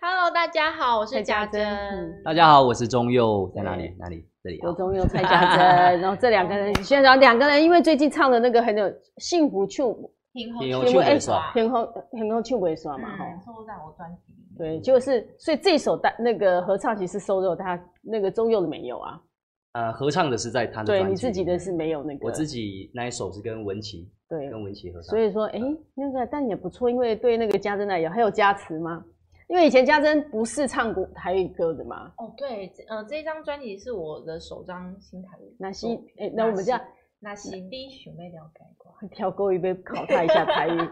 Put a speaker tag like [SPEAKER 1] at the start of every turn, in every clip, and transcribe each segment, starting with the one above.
[SPEAKER 1] Hello，大家好，我是
[SPEAKER 2] 蔡
[SPEAKER 1] 贾
[SPEAKER 2] 家珍
[SPEAKER 1] 珍。
[SPEAKER 2] 嗯
[SPEAKER 3] 大家好，我是钟佑，在哪里
[SPEAKER 2] 对？
[SPEAKER 3] 哪里？这里
[SPEAKER 2] 国
[SPEAKER 3] 啊。
[SPEAKER 2] 中又蔡家珍，然后这两个人宣传，两个人因为最近唱的那个很有幸福处，
[SPEAKER 1] 平
[SPEAKER 3] 平
[SPEAKER 1] 胸
[SPEAKER 3] 衡
[SPEAKER 1] 秀
[SPEAKER 3] 秀
[SPEAKER 1] 美
[SPEAKER 3] 美
[SPEAKER 1] 耍
[SPEAKER 3] 耍
[SPEAKER 2] 很红很红庆尾耍嘛，哈、
[SPEAKER 1] 嗯，收录在我专辑里面。
[SPEAKER 2] 对，就是所以这首单那个合唱其实收肉，他那个中佑的没有啊，
[SPEAKER 3] 呃，合唱的是在他的
[SPEAKER 2] 对
[SPEAKER 3] 专
[SPEAKER 2] 你
[SPEAKER 3] 辑
[SPEAKER 2] 自己
[SPEAKER 3] 里
[SPEAKER 2] 的
[SPEAKER 3] 面
[SPEAKER 2] 是没有那个，
[SPEAKER 3] 我自己那一首是跟文琪，
[SPEAKER 2] 对，
[SPEAKER 3] 跟文琪合唱。
[SPEAKER 2] 所以说，哎、那个但也不错，因为对那个家珍来讲还有加持吗？因为以前家珍不是唱国台语歌的嘛，
[SPEAKER 1] 哦，对，这呃，这张专辑是我的首张新台语。
[SPEAKER 2] 那西哎、那我们这样
[SPEAKER 1] 哦那是你想要了解我，
[SPEAKER 2] 跳过一杯考他一下台语，哦、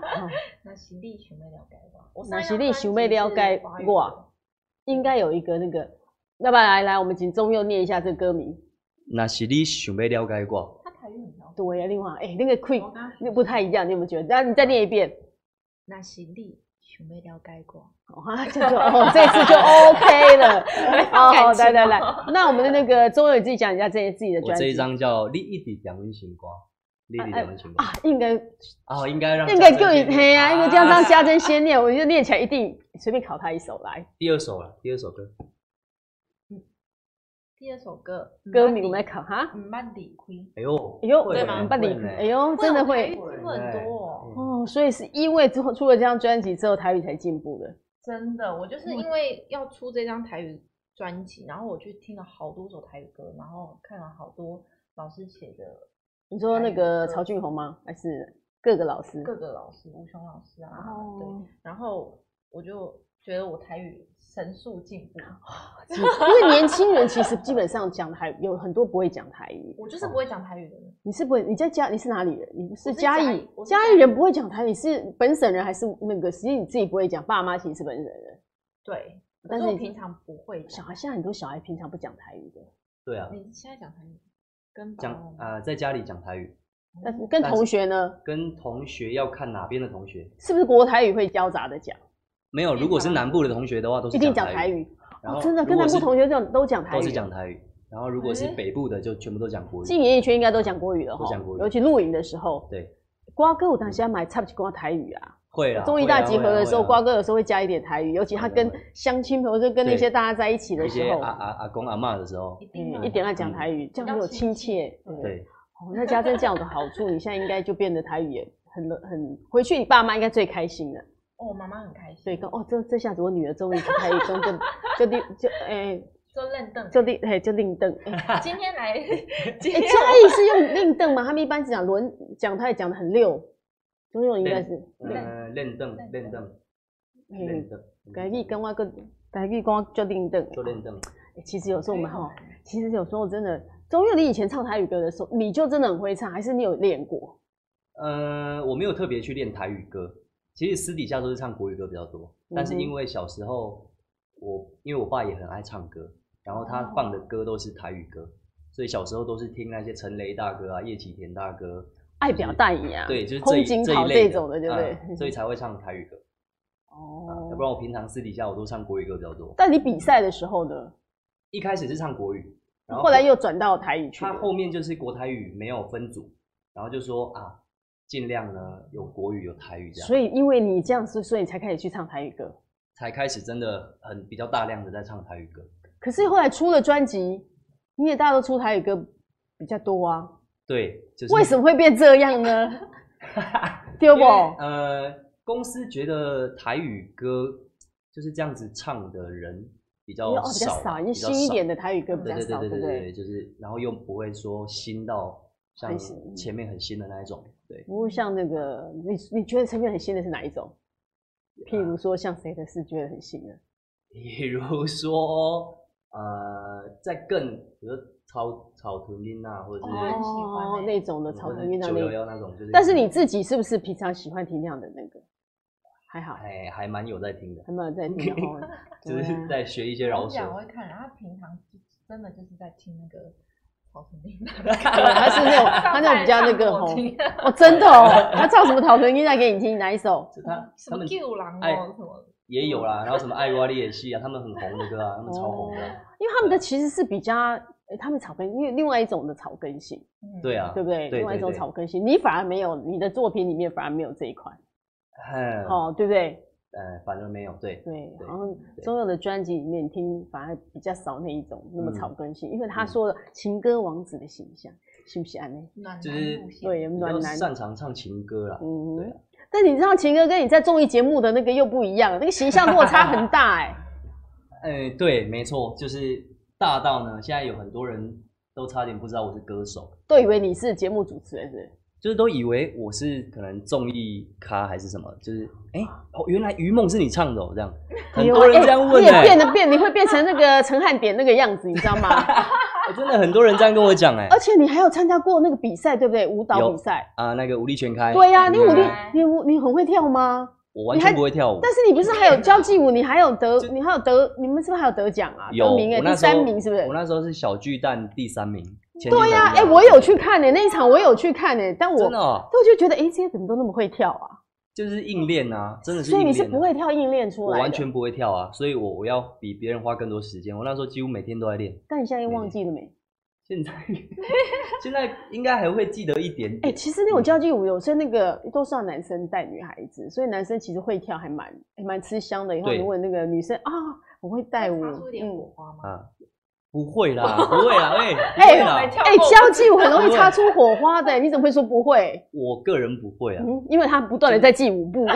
[SPEAKER 1] 那是你想要了解我，我上
[SPEAKER 2] 那
[SPEAKER 1] 一
[SPEAKER 2] 是
[SPEAKER 1] 张
[SPEAKER 2] 你
[SPEAKER 1] 专
[SPEAKER 2] 想要
[SPEAKER 1] 辑
[SPEAKER 2] 了
[SPEAKER 1] 是
[SPEAKER 2] 解
[SPEAKER 1] 华语
[SPEAKER 2] 我
[SPEAKER 1] 歌。
[SPEAKER 2] 应该有一个那个。要不然来来，我们请中佑念一下这个歌名。
[SPEAKER 3] 那是你想要了解我，
[SPEAKER 1] 他台语很标准。
[SPEAKER 2] 对呀，另外哎、那个 quick
[SPEAKER 1] 我刚刚
[SPEAKER 2] 那不太一样，你有没有觉得？然后你再念一遍。
[SPEAKER 1] 那是你想要了解我，
[SPEAKER 2] 哦，啊这 就哦，这次就 OK 了。
[SPEAKER 1] 感
[SPEAKER 2] 哦，
[SPEAKER 1] 情
[SPEAKER 2] 来来来
[SPEAKER 1] 哦，
[SPEAKER 2] 那我们的那个中佑你自己讲一下这些自己的
[SPEAKER 3] 我
[SPEAKER 2] 专辑。
[SPEAKER 3] 这一张叫《你一直两温情歌》，你一直两温情歌
[SPEAKER 2] 啊，应该
[SPEAKER 3] 啊，应该让
[SPEAKER 2] 应该就
[SPEAKER 3] 家珍先念
[SPEAKER 2] 嘿啊，应该这样让家珍先念，我觉得念起来一定随便考他一首来。
[SPEAKER 3] 第二首了，第二首歌，
[SPEAKER 1] 第二首歌
[SPEAKER 2] 歌名我们来考哈。
[SPEAKER 1] 嗯，慢离开。
[SPEAKER 3] 哎呦，
[SPEAKER 2] 哎呦，
[SPEAKER 3] 会
[SPEAKER 1] 对
[SPEAKER 3] 呢
[SPEAKER 1] 吗
[SPEAKER 2] 嗯不理
[SPEAKER 3] 会呢
[SPEAKER 2] 哎呦，真的会
[SPEAKER 1] 哇我台语进步很多哦。
[SPEAKER 3] 嗯
[SPEAKER 2] 哦，所以是因为出出了这张专辑之后，台语才进步的。
[SPEAKER 1] 真的，我就是因为要出这张台语专辑，然后我去听了好多首台语歌，然后看了好多老师写的
[SPEAKER 2] 你说那个
[SPEAKER 1] 台语歌
[SPEAKER 2] 曹俊宏吗？还是各个老师？
[SPEAKER 1] 各个老师，吴雄老师啊，
[SPEAKER 2] 哦，
[SPEAKER 1] 对，然后我就觉得我台语神速进步，
[SPEAKER 2] 其实 因为年轻人其实基本上讲台语有很多不会讲台语。
[SPEAKER 1] 我就是不会讲台语的人，
[SPEAKER 2] 你是不会？你在嘉你是哪里人？你是
[SPEAKER 1] 是
[SPEAKER 2] 嘉
[SPEAKER 1] 嘉
[SPEAKER 2] 义
[SPEAKER 1] 义我是
[SPEAKER 2] 嘉
[SPEAKER 1] 嘉
[SPEAKER 2] 义
[SPEAKER 1] 义
[SPEAKER 2] 人不会讲台语，是本省人还是那个？实际你自己不会讲，爸妈其实是本省人。
[SPEAKER 1] 对，但
[SPEAKER 2] 但是
[SPEAKER 1] 是我
[SPEAKER 2] 你
[SPEAKER 1] 平常嗯不会
[SPEAKER 2] 小
[SPEAKER 1] 讲。
[SPEAKER 2] 孩现在很多小孩平常不讲台语的，
[SPEAKER 3] 对啊，
[SPEAKER 1] 你现在讲台语跟爸爸妈
[SPEAKER 3] 讲
[SPEAKER 1] 妈
[SPEAKER 3] 啊，在家里讲台语，
[SPEAKER 2] 但是跟
[SPEAKER 3] 但是
[SPEAKER 2] 同学呢，
[SPEAKER 3] 跟同学要看哪边的同学，
[SPEAKER 2] 是不是国台语会交杂的讲？
[SPEAKER 3] 没有，如果是南部的同学的话，都是
[SPEAKER 2] 一定讲
[SPEAKER 3] 讲
[SPEAKER 2] 台
[SPEAKER 3] 语，
[SPEAKER 2] 语，
[SPEAKER 3] 然
[SPEAKER 2] 哦
[SPEAKER 3] 后，
[SPEAKER 2] 真的
[SPEAKER 3] 如
[SPEAKER 2] 跟
[SPEAKER 3] 果
[SPEAKER 2] 南部
[SPEAKER 3] 是
[SPEAKER 2] 同学这种都讲台
[SPEAKER 3] 都是
[SPEAKER 2] 语。嗯
[SPEAKER 3] 讲台语。然后如果是
[SPEAKER 1] 哎
[SPEAKER 3] 北部的，就全部都讲国语。
[SPEAKER 2] 进演艺圈应该都讲国语了
[SPEAKER 3] 都
[SPEAKER 2] 哈
[SPEAKER 3] 讲国，语
[SPEAKER 2] 尤其录影的时候，
[SPEAKER 3] 对，
[SPEAKER 2] 瓜哥我当时要买差不多台语啊。
[SPEAKER 3] 会啦。
[SPEAKER 2] 综艺
[SPEAKER 3] 会啊
[SPEAKER 2] 大集合的时候，
[SPEAKER 3] 会啊
[SPEAKER 2] 瓜哥有时候会加一点台语，尤其他
[SPEAKER 3] 会啊
[SPEAKER 2] 跟
[SPEAKER 3] 会啊
[SPEAKER 2] 乡亲朋友，就跟那
[SPEAKER 3] 对
[SPEAKER 2] 些大家在一起的
[SPEAKER 3] 一
[SPEAKER 2] 时
[SPEAKER 3] 些
[SPEAKER 2] 候，
[SPEAKER 3] 阿阿阿公阿嬷的时候
[SPEAKER 1] 一，定
[SPEAKER 2] 嗯，
[SPEAKER 1] 要
[SPEAKER 2] 一点要讲台语，这样很有亲切。对不对
[SPEAKER 3] 对，
[SPEAKER 2] 哦，那家珍这样有个好处，你现在应该就变得台语也很很，回去你爸妈应该最开心了。
[SPEAKER 1] 哦，我妈妈很开心，
[SPEAKER 2] 所以说，哦，这这下子我女儿终于台语中 就就第就哎
[SPEAKER 1] 就认凳，
[SPEAKER 2] 就另哎就另 瞪。哎
[SPEAKER 1] 今天来，今
[SPEAKER 2] 哎，
[SPEAKER 1] 天
[SPEAKER 2] 嘉义是用令凳吗？他们一般是讲轮讲，他也讲的很溜，中用应该是
[SPEAKER 3] 呃，练凳练凳练
[SPEAKER 2] 嗯，
[SPEAKER 3] 凳，
[SPEAKER 2] 台语跟我个台语跟我就令凳。
[SPEAKER 3] 做练凳，
[SPEAKER 2] 欸其实有时候我们
[SPEAKER 1] 好
[SPEAKER 2] 哈，其实有时候真的，中佑，你以前唱台语歌的时候，你就真的很会唱，还是你有练过？
[SPEAKER 3] 呃，我没有特别去练台语歌，其实私底下都是唱国语歌比较多。但是
[SPEAKER 2] 嗯哼
[SPEAKER 3] 因为小时候我因为我爸也很爱唱歌，然后他放的
[SPEAKER 2] 哦
[SPEAKER 3] 歌都是台语歌，所以小时候都是听那些陈雷大哥啊、叶启田大哥，
[SPEAKER 2] 爱表代言啊，
[SPEAKER 3] 对，就是这
[SPEAKER 2] 空
[SPEAKER 3] 一
[SPEAKER 2] 警
[SPEAKER 3] 这
[SPEAKER 2] 考
[SPEAKER 3] 一类
[SPEAKER 2] 这种的，对不对？
[SPEAKER 3] 啊所以才会唱台语歌。啊要
[SPEAKER 2] 哦
[SPEAKER 3] 不，然我平常私底下我都唱国语歌比较多。
[SPEAKER 2] 但你比赛的时候呢，
[SPEAKER 3] 一开始是唱国语，然后
[SPEAKER 2] 后来又转到台语去了
[SPEAKER 3] 他。后面就是国台语没有分组，然后就说啊，尽量呢有国语有台语这样，
[SPEAKER 2] 所以因为你这样，所以所以你才开始去唱台语歌。
[SPEAKER 3] 才开始真的很比较大量的在唱台语歌。
[SPEAKER 2] 可是后来出了专辑，你也大家都出台语歌比较多啊，
[SPEAKER 3] 对，就是
[SPEAKER 2] 为什么会变这样 呢？对
[SPEAKER 3] 因
[SPEAKER 2] 不
[SPEAKER 3] 为？呃，公司觉得台语歌就是这样子唱的人比较
[SPEAKER 2] 因为哦，比较
[SPEAKER 3] 少，
[SPEAKER 2] 少，因为
[SPEAKER 3] 比较
[SPEAKER 2] 新一
[SPEAKER 3] 少
[SPEAKER 2] 点的台语歌比
[SPEAKER 3] 对
[SPEAKER 2] 较少，对
[SPEAKER 3] 对对对对
[SPEAKER 2] 不
[SPEAKER 3] 对
[SPEAKER 2] 对
[SPEAKER 3] 对，？就是然后又不会说新到像
[SPEAKER 2] 很新嗯
[SPEAKER 3] 前面很新的那一种，对，
[SPEAKER 2] 不过像那个，你你觉得陈面很新的是哪一种？譬
[SPEAKER 3] 啊
[SPEAKER 2] 如说像谁的是觉得很新的？
[SPEAKER 3] 比如说，呃，在更比如说草草屯音啊，或者是
[SPEAKER 1] 我很喜欢欸
[SPEAKER 2] 那种的哦草
[SPEAKER 3] 或者
[SPEAKER 2] 屯啊运那
[SPEAKER 3] 九幺
[SPEAKER 2] 类。
[SPEAKER 3] 幺那种，就是。
[SPEAKER 2] 但是你自己是不是平常喜欢听那样的那个？还好，
[SPEAKER 3] 哎，还蛮有在听的，
[SPEAKER 2] 还没有在听哦。
[SPEAKER 3] 就
[SPEAKER 2] 对啊
[SPEAKER 3] 是在学一些饶
[SPEAKER 1] 我讲我
[SPEAKER 3] 舌。
[SPEAKER 1] 会看，然后平常就真的就是在听那个草丛林，
[SPEAKER 2] 他
[SPEAKER 1] 他
[SPEAKER 2] 是那种他那种比较那个吼
[SPEAKER 1] 什
[SPEAKER 2] 哦，真的 哦，他唱什么草屯音来给你听？哪一首？
[SPEAKER 3] 就他他
[SPEAKER 1] 么
[SPEAKER 3] 们
[SPEAKER 1] Q 狼
[SPEAKER 3] 哎
[SPEAKER 1] 哦什么的，
[SPEAKER 3] 也有啦，然后什么爱瓦利也系啊，他们很红的歌啊，他们超红的啊。
[SPEAKER 2] 因为他们的其实是比较，诶他们草根，因为另外一种的草根性，
[SPEAKER 1] 嗯
[SPEAKER 3] 对，啊，
[SPEAKER 2] 对不对？
[SPEAKER 3] 对
[SPEAKER 2] 另外一种
[SPEAKER 3] 对
[SPEAKER 2] 草根性，你反而没有，你的作品里面反而没有这一块，
[SPEAKER 3] 嗯
[SPEAKER 2] 哦，对不对？
[SPEAKER 3] 呃，反而没有对，
[SPEAKER 2] 对，
[SPEAKER 3] 对
[SPEAKER 2] 然后
[SPEAKER 3] 对
[SPEAKER 2] 周佑的专辑里面听反而比较少那一种那么
[SPEAKER 3] 嗯
[SPEAKER 2] 草根性，因为他
[SPEAKER 3] 嗯
[SPEAKER 2] 说了情歌王子的形象，是不是安内？
[SPEAKER 1] 暖
[SPEAKER 3] 就
[SPEAKER 1] 男
[SPEAKER 3] 是
[SPEAKER 1] 路线
[SPEAKER 2] 对，
[SPEAKER 3] 嗯比较
[SPEAKER 2] 暖男。
[SPEAKER 3] 擅长唱情歌啦。
[SPEAKER 2] 嗯
[SPEAKER 3] 对啊
[SPEAKER 2] 但你知道情歌跟你在综艺节目的那个又不一样，那个形象落差很大 哎、
[SPEAKER 3] 哎、对，没错，就是大到呢，现在有很多人都差点不知道我是歌手，
[SPEAKER 2] 都以为你是节目主持人是不是
[SPEAKER 3] 就是都以为我是可能综艺咖还是什么，就是哎、哦，原来《于梦》是你唱的、哦，这样，很多人这样问、
[SPEAKER 2] 你也
[SPEAKER 3] 哎
[SPEAKER 2] 变得变，你会变成那个陈汉典那个样子，你知 道吗？
[SPEAKER 3] 哎真的很多人这样跟我讲、哎
[SPEAKER 2] 而且你还有参加过那个比赛，对不对？舞蹈
[SPEAKER 3] 有
[SPEAKER 2] 比赛。
[SPEAKER 3] 啊，那个武力全 开，
[SPEAKER 2] 对啊呀、你
[SPEAKER 1] 舞
[SPEAKER 2] 舞
[SPEAKER 1] 力
[SPEAKER 2] 力
[SPEAKER 1] 全开，
[SPEAKER 2] 你舞你很会跳吗？
[SPEAKER 3] 我完
[SPEAKER 2] 你还
[SPEAKER 3] 全不会跳舞，
[SPEAKER 2] 但是你不是还有
[SPEAKER 3] 啊
[SPEAKER 2] 交际舞，你还有得，你还有得，你们是不是还有得奖啊？
[SPEAKER 3] 有
[SPEAKER 2] 得名哎、
[SPEAKER 3] 我那
[SPEAKER 2] 第
[SPEAKER 3] 时候
[SPEAKER 2] 三名是不是
[SPEAKER 3] 我？那时候是小巨蛋第三名，前
[SPEAKER 2] 对呀、
[SPEAKER 3] 哎、
[SPEAKER 2] 哎、我有去看哎、那一场我有去看哎、但我
[SPEAKER 3] 真的、哦，
[SPEAKER 2] 我就觉得哎、这些怎么都那么会跳啊？
[SPEAKER 3] 就是硬练啊，真的是硬
[SPEAKER 2] 所以
[SPEAKER 3] 练、啊。
[SPEAKER 2] 你是不会跳硬练出
[SPEAKER 3] 我
[SPEAKER 2] 来的，
[SPEAKER 3] 完全不会跳啊，所以我我要比别人花更多时间。我那时候几乎每天都在练，
[SPEAKER 2] 但你现在又忘记了
[SPEAKER 3] 嗯
[SPEAKER 2] 没？
[SPEAKER 3] 现 在现在应该还会记得一点
[SPEAKER 2] 哎、
[SPEAKER 3] 点。
[SPEAKER 2] 其实那种交际舞，有时候那个都是要男生带女孩子，所以男生其实会跳还蛮还蛮吃香的。以后
[SPEAKER 3] 对
[SPEAKER 2] 如果那个女生啊，我嗯会带舞，
[SPEAKER 1] 擦出一点火花吗？
[SPEAKER 3] 啊，不会啦，不会啦， 哎、
[SPEAKER 2] 哎
[SPEAKER 3] 不会啦
[SPEAKER 1] 还跳
[SPEAKER 2] 哎、
[SPEAKER 1] 过
[SPEAKER 2] 交际舞很容易
[SPEAKER 3] 不会
[SPEAKER 2] 擦出火花的，你怎么会说不会？
[SPEAKER 3] 我个人不 会啊，
[SPEAKER 2] 嗯，因为他不断的在记舞步，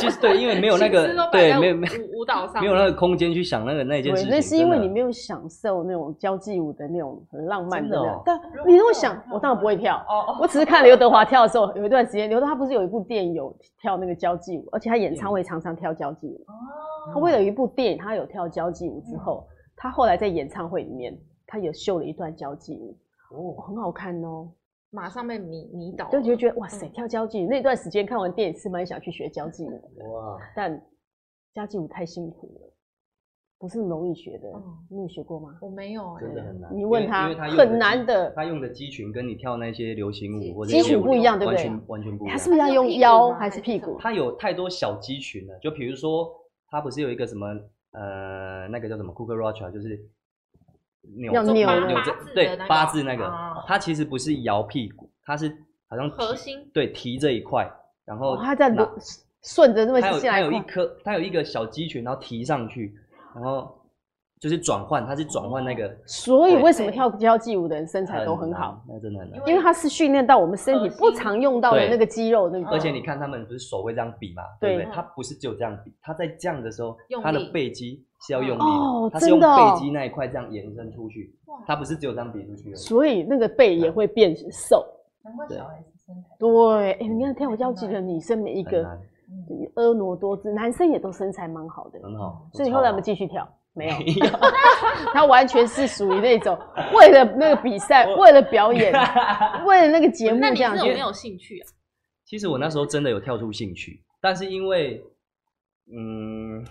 [SPEAKER 3] 就是对，因为没有那
[SPEAKER 1] 心思
[SPEAKER 3] 个
[SPEAKER 1] 都摆
[SPEAKER 3] 对，
[SPEAKER 1] 在
[SPEAKER 3] 没有没有
[SPEAKER 1] 舞舞蹈上，
[SPEAKER 3] 没有那个空间去想那个那件
[SPEAKER 2] 对，
[SPEAKER 3] 事情。
[SPEAKER 2] 那是因为
[SPEAKER 3] 真的
[SPEAKER 2] 你没有享受那种交际舞的那种很浪漫的
[SPEAKER 3] 真
[SPEAKER 2] 那
[SPEAKER 3] 的
[SPEAKER 2] 种
[SPEAKER 3] 哦。
[SPEAKER 2] 但
[SPEAKER 1] 如果
[SPEAKER 2] 你如果
[SPEAKER 1] 我
[SPEAKER 2] 想，
[SPEAKER 1] 跳
[SPEAKER 2] 我当然不会跳。
[SPEAKER 1] 哦哦，
[SPEAKER 2] 我只是看刘德华跳的时候，有一段时间，刘德华不是有一部电影有跳那个交际舞，而且他演唱会常常跳交际舞。
[SPEAKER 3] 嗯
[SPEAKER 2] 他
[SPEAKER 1] 哦
[SPEAKER 2] 为了一部电影，他有跳交际舞之后，他后来在演唱会里面，他也秀了一段交际舞，
[SPEAKER 3] 哦，
[SPEAKER 2] 很好看哦。
[SPEAKER 1] 马上被迷迷倒了，
[SPEAKER 2] 就觉得觉得哇塞，
[SPEAKER 1] 嗯
[SPEAKER 2] 跳交际舞那段时间看完电影是蛮想去学交际舞的，
[SPEAKER 3] 哇，
[SPEAKER 2] 但交际舞太辛苦了，不是容易学的。
[SPEAKER 1] 嗯
[SPEAKER 2] 你有学过吗？
[SPEAKER 1] 我没有哎
[SPEAKER 3] 真，的很难。
[SPEAKER 2] 你问
[SPEAKER 3] 因为
[SPEAKER 2] 他
[SPEAKER 3] 因为他用
[SPEAKER 2] 很难
[SPEAKER 3] 肌
[SPEAKER 2] 的
[SPEAKER 3] 他用的肌群跟你跳那些流行舞或者
[SPEAKER 2] 基
[SPEAKER 3] 一些
[SPEAKER 2] 础
[SPEAKER 3] 舞
[SPEAKER 2] 不一样对不
[SPEAKER 3] 完
[SPEAKER 2] 对
[SPEAKER 3] 全完全不一
[SPEAKER 2] 他
[SPEAKER 3] 样。
[SPEAKER 2] 是不是要用腰还是屁股？
[SPEAKER 3] 它有太多小肌群了，就比如说，它不是有一个什么呃，那个叫什么 Cooper Rocha，就是扭
[SPEAKER 2] 要
[SPEAKER 3] 着
[SPEAKER 2] 扭的
[SPEAKER 3] 扭
[SPEAKER 1] 八
[SPEAKER 3] 着
[SPEAKER 1] 字的
[SPEAKER 3] 对
[SPEAKER 1] 那个
[SPEAKER 3] 八字那
[SPEAKER 1] 哦
[SPEAKER 3] 个，它其实不是摇屁股，它是好像
[SPEAKER 1] 核
[SPEAKER 3] 提
[SPEAKER 1] 心
[SPEAKER 3] 对提这一块，然后
[SPEAKER 2] 哦他在
[SPEAKER 3] 拿
[SPEAKER 2] 轮顺着那么
[SPEAKER 3] 它有
[SPEAKER 2] 下
[SPEAKER 3] 它
[SPEAKER 2] 来
[SPEAKER 3] 有一
[SPEAKER 2] 看，
[SPEAKER 3] 颗它有一个小肌群，然后提上去，然后就是转换，它是转换那个
[SPEAKER 2] 所以
[SPEAKER 3] 对
[SPEAKER 2] 为什么跳交际舞的人身材都很
[SPEAKER 3] 难
[SPEAKER 2] 好？，
[SPEAKER 3] 那真的很难
[SPEAKER 1] 因。
[SPEAKER 2] 因为它是训练到我们身体
[SPEAKER 1] 核心
[SPEAKER 2] 不常用到的那个肌肉，对不对？
[SPEAKER 1] 嗯
[SPEAKER 3] 而且你看他们不是手会这样比嘛，对不
[SPEAKER 2] 对
[SPEAKER 3] 对？他不是只有这样比，他在这样的时候
[SPEAKER 1] 用，
[SPEAKER 3] 他的
[SPEAKER 1] 力嗯
[SPEAKER 3] 背肌是要用力
[SPEAKER 2] 哦
[SPEAKER 3] 的，他是用
[SPEAKER 2] 真的哦
[SPEAKER 3] 背肌那一块这样延伸出去
[SPEAKER 1] 哇，
[SPEAKER 3] 他不是只有这样比出去而已。
[SPEAKER 2] 所以那个背也会变瘦。
[SPEAKER 1] 难怪
[SPEAKER 3] 对
[SPEAKER 1] 小 S 身材
[SPEAKER 2] 对，哎，你看跳交际的女生每一
[SPEAKER 3] 嗯很
[SPEAKER 2] 个
[SPEAKER 3] 难，
[SPEAKER 1] 嗯
[SPEAKER 2] 婀娜多姿，男生也都身材蛮好的。
[SPEAKER 3] 很好。
[SPEAKER 2] 所以
[SPEAKER 3] 我
[SPEAKER 2] 后来我们
[SPEAKER 3] 超好
[SPEAKER 2] 继续跳，没 有，
[SPEAKER 3] 没有，
[SPEAKER 2] 他完全是属于那种为了那个比赛，为了表 演，为了那个节目
[SPEAKER 1] 那你是
[SPEAKER 2] 这样
[SPEAKER 1] 有
[SPEAKER 2] 子
[SPEAKER 1] 没。有兴趣啊？
[SPEAKER 3] 其实我那时候真的有跳出兴趣，但是因为，嗯，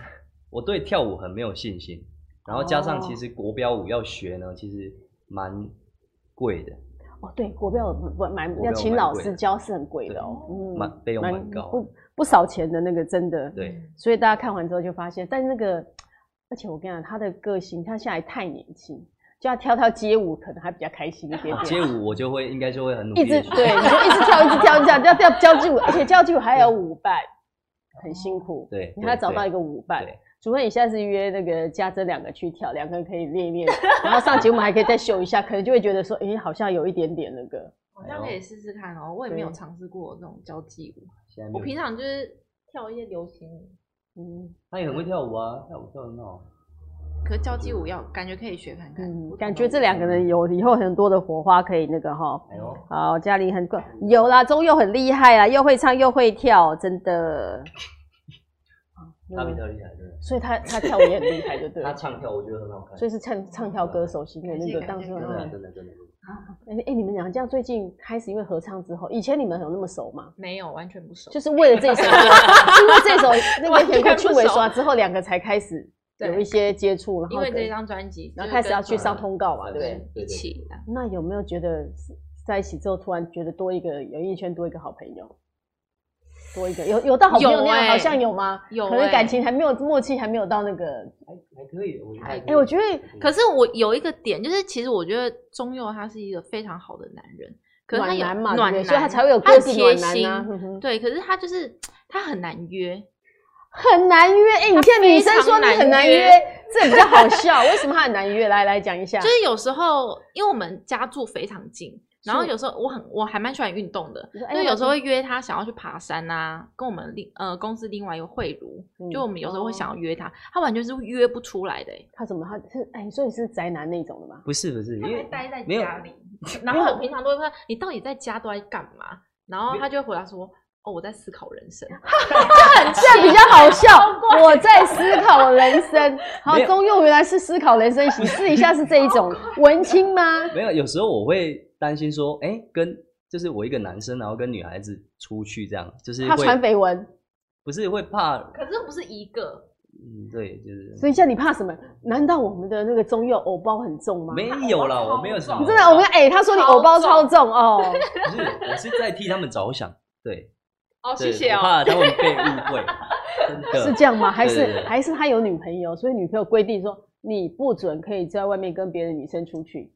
[SPEAKER 3] 我对跳舞很没有信心，然后加上
[SPEAKER 2] 哦
[SPEAKER 3] 其实国标舞要学呢，其实蛮贵的，
[SPEAKER 2] 哦，对，国标不买
[SPEAKER 3] 国标
[SPEAKER 2] 要请
[SPEAKER 3] 蛮
[SPEAKER 2] 老
[SPEAKER 3] 贵
[SPEAKER 2] 师
[SPEAKER 3] 的
[SPEAKER 2] 教是很贵的哦，嗯
[SPEAKER 3] 蛮费用蛮高的。
[SPEAKER 2] 不不少钱的那个真的。
[SPEAKER 3] 对，
[SPEAKER 1] 嗯
[SPEAKER 2] 所以大家看完之后就发现，但是那个，而且我跟你讲，他的个性，他现在太年轻，就要跳跳街舞，可能还比较开心一点点。
[SPEAKER 3] 啊街舞我就会应该就会很努
[SPEAKER 2] 一
[SPEAKER 3] 力
[SPEAKER 2] 直
[SPEAKER 3] 地去
[SPEAKER 2] 对，你就一直跳，一直跳，一直跳，要跳交际舞，而且交际舞还有舞伴，很辛苦。
[SPEAKER 3] 对
[SPEAKER 2] 你还要
[SPEAKER 3] 对
[SPEAKER 2] 找到
[SPEAKER 3] 对
[SPEAKER 2] 一个舞伴
[SPEAKER 3] 对。
[SPEAKER 2] 除非你下次约那个家珍两个去跳，两个人可以练一练，然后上节目还可以再秀一下，可能就会觉得说，诶、好像有一点点那个。
[SPEAKER 1] 好像可以试试看哦，我也没有尝试过那种交际舞，
[SPEAKER 3] 现在没
[SPEAKER 1] 我
[SPEAKER 3] 有
[SPEAKER 1] 平常就是跳一些流行舞，
[SPEAKER 2] 嗯
[SPEAKER 3] 他也很会跳舞啊，跳舞跳得很好。
[SPEAKER 1] 可是交际舞要感觉可以学看看，
[SPEAKER 2] 嗯
[SPEAKER 1] 不，
[SPEAKER 2] 感
[SPEAKER 1] 同
[SPEAKER 2] 觉
[SPEAKER 1] 的
[SPEAKER 2] 这
[SPEAKER 1] 舞
[SPEAKER 2] 两个人有以后很多的火花可以那个哈，
[SPEAKER 3] 哎呦，
[SPEAKER 2] 好，家里很贵，有啦，中佑很厉害啦，啊又会唱又会跳，真 的。
[SPEAKER 3] 他比较厉害，真的。
[SPEAKER 2] 所以他他跳舞也很厉害，就嗯对
[SPEAKER 3] 他
[SPEAKER 2] 了。
[SPEAKER 3] 唱跳我觉得很好看，
[SPEAKER 2] 所以是唱唱跳歌手型的那个，
[SPEAKER 1] 感谢
[SPEAKER 2] 当时
[SPEAKER 1] 感谢
[SPEAKER 3] 真的
[SPEAKER 1] 嗯
[SPEAKER 3] 真的真的。
[SPEAKER 2] 哎、哎你们俩这样最近开始因为合唱之后，以前你们有那么熟吗？
[SPEAKER 1] 没有完全不熟，
[SPEAKER 2] 就是为了 这首歌，因为这首那个
[SPEAKER 1] 完
[SPEAKER 2] 田
[SPEAKER 1] 全
[SPEAKER 2] 馗去
[SPEAKER 1] 不
[SPEAKER 2] 尾
[SPEAKER 1] 熟
[SPEAKER 2] 刷之后，两个才开始有一些接触，然后
[SPEAKER 1] 因为
[SPEAKER 2] 跟
[SPEAKER 1] 这张专辑，
[SPEAKER 2] 然后开始要去
[SPEAKER 1] 上
[SPEAKER 2] 上通告嘛，对不对？
[SPEAKER 1] 一
[SPEAKER 3] 对对
[SPEAKER 1] 起的，
[SPEAKER 2] 那有没有觉得在一起之后，突然觉得多一个演艺圈多一个好朋友，多一个有有到好朋友
[SPEAKER 1] 有
[SPEAKER 2] 那样，
[SPEAKER 1] 欸
[SPEAKER 2] 好像有吗？
[SPEAKER 1] 有
[SPEAKER 2] 可能感
[SPEAKER 1] 欸
[SPEAKER 2] 情还没有默契，还没有到那个。
[SPEAKER 3] 还还可以，我觉得还可以。
[SPEAKER 2] 哎、我觉得
[SPEAKER 1] 可是我有一个点，就是其实我觉得钟佑他是一个非常好的男人，可是他
[SPEAKER 2] 暖
[SPEAKER 1] 有
[SPEAKER 2] 男嘛，
[SPEAKER 1] 暖男，
[SPEAKER 2] 对不对所以他才会有
[SPEAKER 1] 他很
[SPEAKER 2] 个性
[SPEAKER 1] 贴
[SPEAKER 2] 暖男
[SPEAKER 1] 心
[SPEAKER 2] 啊。，哼哼
[SPEAKER 1] 对，可是他就是他很难约，
[SPEAKER 2] 很难约。哎、你
[SPEAKER 1] 他
[SPEAKER 2] 现在女
[SPEAKER 1] 非
[SPEAKER 2] 生
[SPEAKER 1] 常
[SPEAKER 2] 说你
[SPEAKER 1] 难
[SPEAKER 2] 很难
[SPEAKER 1] 约
[SPEAKER 2] 约，这比较好笑。 为什么他很难约？来来讲一下，
[SPEAKER 1] 就是有时候因为我们家住非常近，然后
[SPEAKER 2] 是
[SPEAKER 1] 有时候我很我还蛮喜欢运动的，
[SPEAKER 2] 你说哎
[SPEAKER 1] 就
[SPEAKER 2] 要不要
[SPEAKER 1] 有时候会约他想要去爬山啊，跟我们另呃公司另外一个慧茹，
[SPEAKER 2] 嗯
[SPEAKER 1] 就我们有时候
[SPEAKER 2] 哦
[SPEAKER 1] 会想要约他，他完全是约不出来的欸、
[SPEAKER 2] 他怎么他是哎、你说你是宅男那种的吗？
[SPEAKER 3] 不是不是，因
[SPEAKER 1] 他还
[SPEAKER 3] 为
[SPEAKER 1] 待在
[SPEAKER 3] 没有
[SPEAKER 1] 家 里，然后我平常都会问他你到底在家都在干嘛，然后他就会回答说。哦，我在思考人生，
[SPEAKER 2] 这比较好笑。我在思考人生，好，
[SPEAKER 3] 没有
[SPEAKER 2] 中佑原来是思考人生型，试一下是这一种文青吗？
[SPEAKER 3] 没有，有时候我会担心说，哎、跟就是我一个男生，然后跟女孩子出去这样，就是
[SPEAKER 2] 怕
[SPEAKER 3] 会
[SPEAKER 2] 传绯闻，
[SPEAKER 3] 不是会怕，
[SPEAKER 1] 可是不是一个，
[SPEAKER 3] 嗯，对，就是
[SPEAKER 2] 所以叫你怕什么？难道我们的那个中佑偶包很重吗？
[SPEAKER 3] 没有啦，我没有什么，
[SPEAKER 2] 你真的，我们哎、他说你偶包超重哦，
[SPEAKER 3] 不是，我是在替他们着想，对，
[SPEAKER 1] 哦，
[SPEAKER 3] 对
[SPEAKER 1] 谢谢
[SPEAKER 3] 我
[SPEAKER 1] 哦。
[SPEAKER 3] 怕他们被误会，真 的
[SPEAKER 2] 是这样吗？还是
[SPEAKER 3] 对对对
[SPEAKER 2] 还是他有女朋友，所以女朋友规定说你不准可以在外面跟别的女生出去，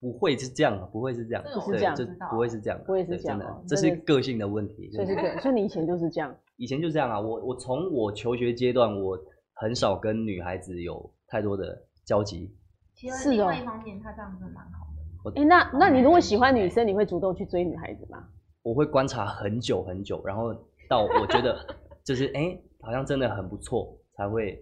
[SPEAKER 3] 不会是这样啊，不会是这样，
[SPEAKER 1] 不
[SPEAKER 2] 是这样
[SPEAKER 3] 对
[SPEAKER 1] 知道
[SPEAKER 3] 不会是这样啊，
[SPEAKER 2] 不会是
[SPEAKER 3] 对
[SPEAKER 2] 这样
[SPEAKER 3] 真
[SPEAKER 2] 哦
[SPEAKER 3] 的，这
[SPEAKER 2] 真
[SPEAKER 3] 是
[SPEAKER 2] 的
[SPEAKER 3] 个性的问题，
[SPEAKER 2] 所以是
[SPEAKER 3] 真的
[SPEAKER 2] 这样，所以你以前就是这样，
[SPEAKER 3] 以前就这样啊，我我从我求学阶段，我很少跟女孩子有太多的交集，
[SPEAKER 1] 其
[SPEAKER 2] 实另外一
[SPEAKER 1] 方面，他这样子蛮好的。
[SPEAKER 3] 我
[SPEAKER 2] 哎、那那你如果喜欢女生，你会主动去追女孩子吗？
[SPEAKER 3] 我会观察很久很久，然后到我 觉得就是哎、诶好像真的很不错，才会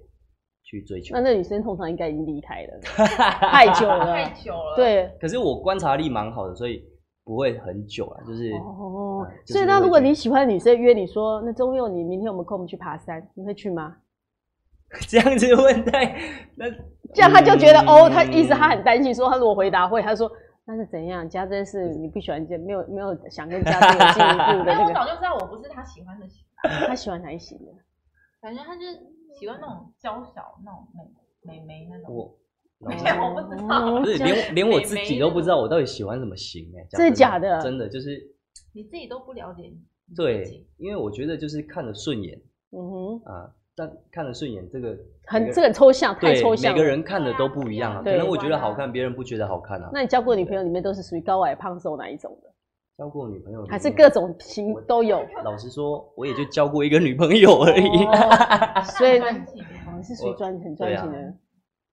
[SPEAKER 3] 去追求
[SPEAKER 2] 那。那女生通常应该已经离开 了，太久 了，
[SPEAKER 1] 久了，
[SPEAKER 2] 对，
[SPEAKER 3] 可是我观察力蛮好的，所以不会很久啊，就是、
[SPEAKER 2] 哦，
[SPEAKER 3] 嗯
[SPEAKER 2] 所以那如果你喜欢的女生约你说，那中佑你明天有没有空我们去爬山，你会去吗？
[SPEAKER 3] 这样子问太那
[SPEAKER 2] 这样他就觉得、哦，
[SPEAKER 3] 嗯
[SPEAKER 2] 他意思他很担心，说他如果回答会，他说那是怎样？家珍 是你不喜欢这，没有没有想跟家珍有进一步的那 个，
[SPEAKER 1] 就知道我不是他喜欢的型，
[SPEAKER 2] 他喜欢哪一型的？
[SPEAKER 1] 感觉他就是喜欢那种娇小、那种美美眉那 种。
[SPEAKER 3] 我。
[SPEAKER 1] 没有我不知道
[SPEAKER 3] 不是
[SPEAKER 2] 哦这样
[SPEAKER 3] 连连我自己都不知道我到底喜欢什么型哎、讲
[SPEAKER 2] 真的假的
[SPEAKER 3] 真的就是
[SPEAKER 1] 你自己都不了解你自己
[SPEAKER 3] 对，因为我觉得就是看着顺眼
[SPEAKER 2] 嗯哼，
[SPEAKER 3] 啊，但看着顺眼这个每
[SPEAKER 2] 很
[SPEAKER 3] 个
[SPEAKER 2] 这个抽象，太
[SPEAKER 3] 对
[SPEAKER 2] 抽象
[SPEAKER 3] 每个
[SPEAKER 2] 了。
[SPEAKER 3] 人看的都不一样啊，
[SPEAKER 2] 对
[SPEAKER 3] 可能我觉得好看，别人不觉得好看啊。
[SPEAKER 2] 那你交过的女朋友里面都是属于高矮胖瘦哪一种的？
[SPEAKER 3] 交过女朋友
[SPEAKER 2] 还是各种型都 有？
[SPEAKER 3] 老实说，我也就交过一个女朋友而已。
[SPEAKER 2] 哦 所以呢
[SPEAKER 1] 上班前
[SPEAKER 2] 哦，你是属于
[SPEAKER 3] 我
[SPEAKER 2] 专很专情的
[SPEAKER 3] 对啊
[SPEAKER 2] 人。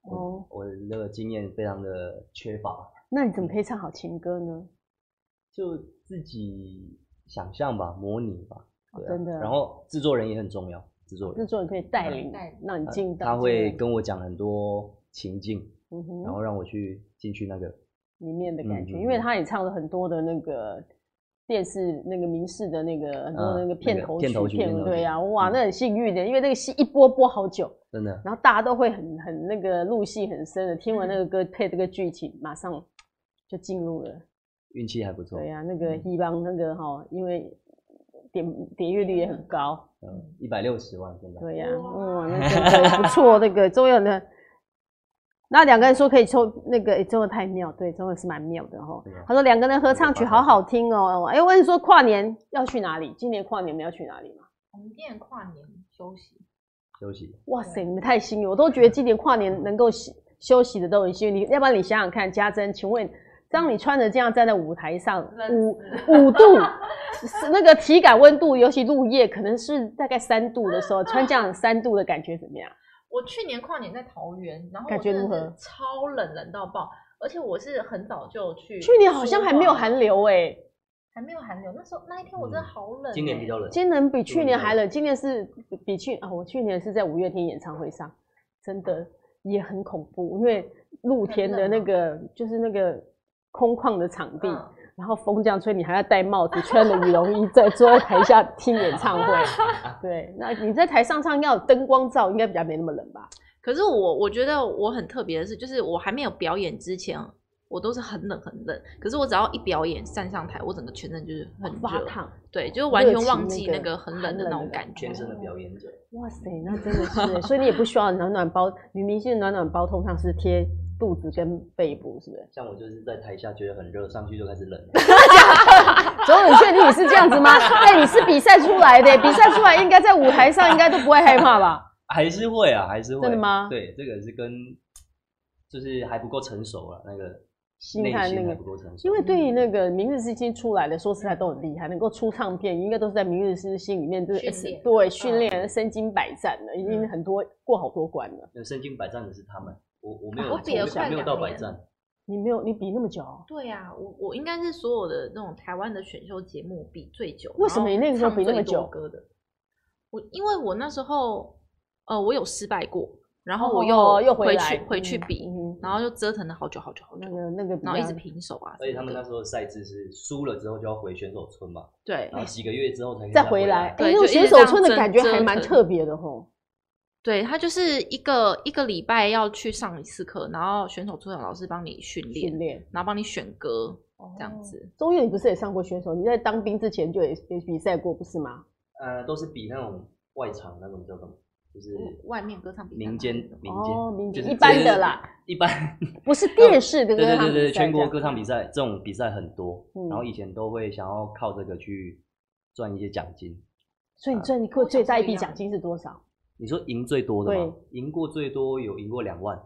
[SPEAKER 2] 哦
[SPEAKER 3] 我， 我的那个经验非常的缺乏，
[SPEAKER 2] 那你怎么可以唱好情歌呢？
[SPEAKER 3] 就自己想象吧，模拟吧，对
[SPEAKER 2] 哦
[SPEAKER 3] 啊
[SPEAKER 2] 真的
[SPEAKER 3] 然后制作人也很重要，制作
[SPEAKER 2] 制
[SPEAKER 3] 人
[SPEAKER 2] 作人可以带领
[SPEAKER 1] 带领，
[SPEAKER 2] 让你
[SPEAKER 3] 呃
[SPEAKER 2] 进到。
[SPEAKER 3] 他会
[SPEAKER 2] 进
[SPEAKER 3] 跟我讲很多情境，
[SPEAKER 2] 入嗯哼
[SPEAKER 3] 然后让我去进去那个。
[SPEAKER 2] 里面的感觉，
[SPEAKER 3] 嗯嗯
[SPEAKER 2] 因为
[SPEAKER 3] 嗯
[SPEAKER 2] 他也唱了很多的那个电视那个民视的那个很多的那个
[SPEAKER 3] 嗯
[SPEAKER 2] 片
[SPEAKER 3] 那个
[SPEAKER 2] 头曲，
[SPEAKER 3] 片头曲片头曲
[SPEAKER 2] 对啊，哇，
[SPEAKER 3] 嗯
[SPEAKER 2] 那很幸运的，因为那个戏一播播好久，
[SPEAKER 3] 真的，
[SPEAKER 2] 然后大家都会很很那个入戏很深的，听完那个歌配这个剧情，马上就进入了。
[SPEAKER 3] 运气还不错，
[SPEAKER 2] 对啊，那个一帮那个哈，因为点点阅率也很高，
[SPEAKER 3] 嗯，一百六十万，真的。
[SPEAKER 2] 对呀、
[SPEAKER 1] 哇
[SPEAKER 2] 哇，那真的不错。那个周佑呢？那两个人说可以抽那个，诶周佑太妙，对，周佑是蛮妙的哈
[SPEAKER 3] 对啊。
[SPEAKER 2] 他说两个人合唱曲好好听哦。哎、我跟你说，跨年要去哪里？今年跨年你们要去哪里吗？
[SPEAKER 1] 我们今年跨年休息，
[SPEAKER 3] 休息，
[SPEAKER 2] 哇塞，你们太幸运，我都觉得今年跨年能够休休息的都很幸运。你要不然你想想看，家珍，请问，当你穿着这样站在舞台上，五五度是那个体感温度，尤其入夜可能是大概三度的时候，穿这样三度的感觉怎么样？
[SPEAKER 1] 我去年跨年在桃园，然后
[SPEAKER 2] 感
[SPEAKER 1] 我
[SPEAKER 2] 觉
[SPEAKER 1] 真的
[SPEAKER 2] 如何
[SPEAKER 1] 是超冷，冷到爆。而且我是很早就去，
[SPEAKER 2] 去年好像还没有寒，流哎、
[SPEAKER 1] 还没有寒流。那时候那一天我真的
[SPEAKER 3] 嗯
[SPEAKER 1] 好冷欸、
[SPEAKER 3] 今年比较冷，
[SPEAKER 2] 今年比去年还冷，今年是比比去啊，我去年是在五月天演唱会上，真的也很恐怖，因为露天的那个就是那个空旷的场地，
[SPEAKER 1] 嗯
[SPEAKER 2] 然后风这样吹，你还要戴帽子，穿着羽绒衣在坐在台下听演唱 会。对，那你在台上唱要有灯光照，应该比较没那么冷吧？
[SPEAKER 1] 可是我我觉得我很特别的是，就是我还没有表演之前，我都是很冷很冷。可是我只要一表演站上台，我整个全身就是很
[SPEAKER 2] 发
[SPEAKER 1] 热，
[SPEAKER 2] 烫，
[SPEAKER 1] 对，就是完全
[SPEAKER 2] 热情
[SPEAKER 1] 忘记那
[SPEAKER 2] 那个
[SPEAKER 1] 个很冷的那种感觉
[SPEAKER 3] 全。身的表演者，
[SPEAKER 2] 哇塞，那真的是欸耶，所以你也不需要暖暖包，女明星的暖暖包通常是贴肚子跟背部，是不是？
[SPEAKER 3] 像我就是在台下觉得很热，上去就开始冷了。
[SPEAKER 2] 总有确定你是这样 子吗？哎、你是比赛出来的，欸比赛出来应该在舞台上应该都不会害怕吧？
[SPEAKER 3] 还是会啊，还是会。
[SPEAKER 2] 真的吗
[SPEAKER 3] 对，这个是跟就是还不够成熟了，那个
[SPEAKER 2] 星
[SPEAKER 3] 内
[SPEAKER 2] 汉那
[SPEAKER 3] 心还
[SPEAKER 2] 个
[SPEAKER 3] 不够成熟，
[SPEAKER 2] 因为对
[SPEAKER 1] 嗯
[SPEAKER 2] 于那个《明日之星》出来的，说实在都很厉害，能够出唱片，应该都是在《明日之星》里面就是
[SPEAKER 1] 训练嗯
[SPEAKER 2] 对训练、身经百战了，已经
[SPEAKER 3] 嗯
[SPEAKER 2] 很多过好多关了。
[SPEAKER 3] 那身经百战的是他们，我我没
[SPEAKER 1] 啊
[SPEAKER 3] 有，
[SPEAKER 1] 我比了快
[SPEAKER 3] 没有到
[SPEAKER 1] 两
[SPEAKER 3] 百
[SPEAKER 1] 年
[SPEAKER 3] 战，
[SPEAKER 2] 你没有，你比那么久哦，
[SPEAKER 1] 对啊，我我应该是所有的那种台湾的选秀节目比最久。
[SPEAKER 2] 为什么
[SPEAKER 1] 然后
[SPEAKER 2] 你那个时候
[SPEAKER 1] 唱
[SPEAKER 2] 比那
[SPEAKER 1] 最
[SPEAKER 2] 么
[SPEAKER 1] 多
[SPEAKER 2] 久
[SPEAKER 1] 歌的，我因为我那时候呃我有失败过，然后我
[SPEAKER 2] 哦又
[SPEAKER 1] 回
[SPEAKER 2] 回来
[SPEAKER 1] 去回去
[SPEAKER 2] 嗯
[SPEAKER 1] 比，
[SPEAKER 2] 嗯
[SPEAKER 1] 然后就折腾了好久好久好久
[SPEAKER 2] 那，个那个比较，
[SPEAKER 1] 然后一直平手啊什么的。
[SPEAKER 3] 而且他们那时候的赛制是输了之后就要回选手村嘛，
[SPEAKER 1] 对
[SPEAKER 3] 然后几个月之后才可以
[SPEAKER 2] 再
[SPEAKER 3] 回
[SPEAKER 2] 回来，
[SPEAKER 1] 对
[SPEAKER 2] 哎，那
[SPEAKER 1] 就
[SPEAKER 2] 个
[SPEAKER 1] 一直
[SPEAKER 2] 选手
[SPEAKER 1] 这样
[SPEAKER 2] 村的
[SPEAKER 1] 折
[SPEAKER 2] 感觉还蛮
[SPEAKER 1] 折腾
[SPEAKER 2] 特别的吼。
[SPEAKER 1] 对他就是一个一个礼拜要去上一次课，然后选手出场老师帮你训练
[SPEAKER 2] 训，练哦
[SPEAKER 1] 然后帮你选歌这样。子。
[SPEAKER 2] 中越你不是也上过选手？你在当兵之前就也也比赛过，不是吗？
[SPEAKER 3] 呃，都是比那种外场那种叫什么，就是
[SPEAKER 1] 外面歌唱比赛
[SPEAKER 3] 民
[SPEAKER 1] 嘛
[SPEAKER 3] 间民间、
[SPEAKER 2] 哦民
[SPEAKER 3] 就是
[SPEAKER 2] 间一般
[SPEAKER 3] 这
[SPEAKER 2] 的啦，
[SPEAKER 3] 一般
[SPEAKER 2] 不是电视的
[SPEAKER 3] 对
[SPEAKER 2] 歌
[SPEAKER 3] 对
[SPEAKER 2] 唱
[SPEAKER 3] 对
[SPEAKER 2] 比
[SPEAKER 3] 对，
[SPEAKER 2] 赛
[SPEAKER 3] 全
[SPEAKER 2] 这
[SPEAKER 3] 国
[SPEAKER 2] 样
[SPEAKER 3] 歌唱比赛这种比赛很多，
[SPEAKER 2] 嗯
[SPEAKER 3] 然后以前都会想要靠这个去赚一些奖金。
[SPEAKER 2] 所以你赚过
[SPEAKER 1] 嗯跟我
[SPEAKER 2] 最
[SPEAKER 1] 想
[SPEAKER 2] 大
[SPEAKER 1] 象
[SPEAKER 2] 一
[SPEAKER 1] 一
[SPEAKER 2] 笔
[SPEAKER 1] 样
[SPEAKER 2] 奖金是多少？
[SPEAKER 3] 你说赢最多的吗？赢过最多有赢过两万，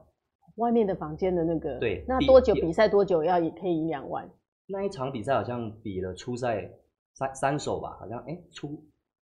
[SPEAKER 2] 外面的房间的那个，
[SPEAKER 3] 对
[SPEAKER 2] 那
[SPEAKER 3] 比
[SPEAKER 2] 多久
[SPEAKER 3] 比
[SPEAKER 2] 比赛多久要也可以赢两万？
[SPEAKER 3] 那一场比赛好像比了初赛三三首吧，好像哎出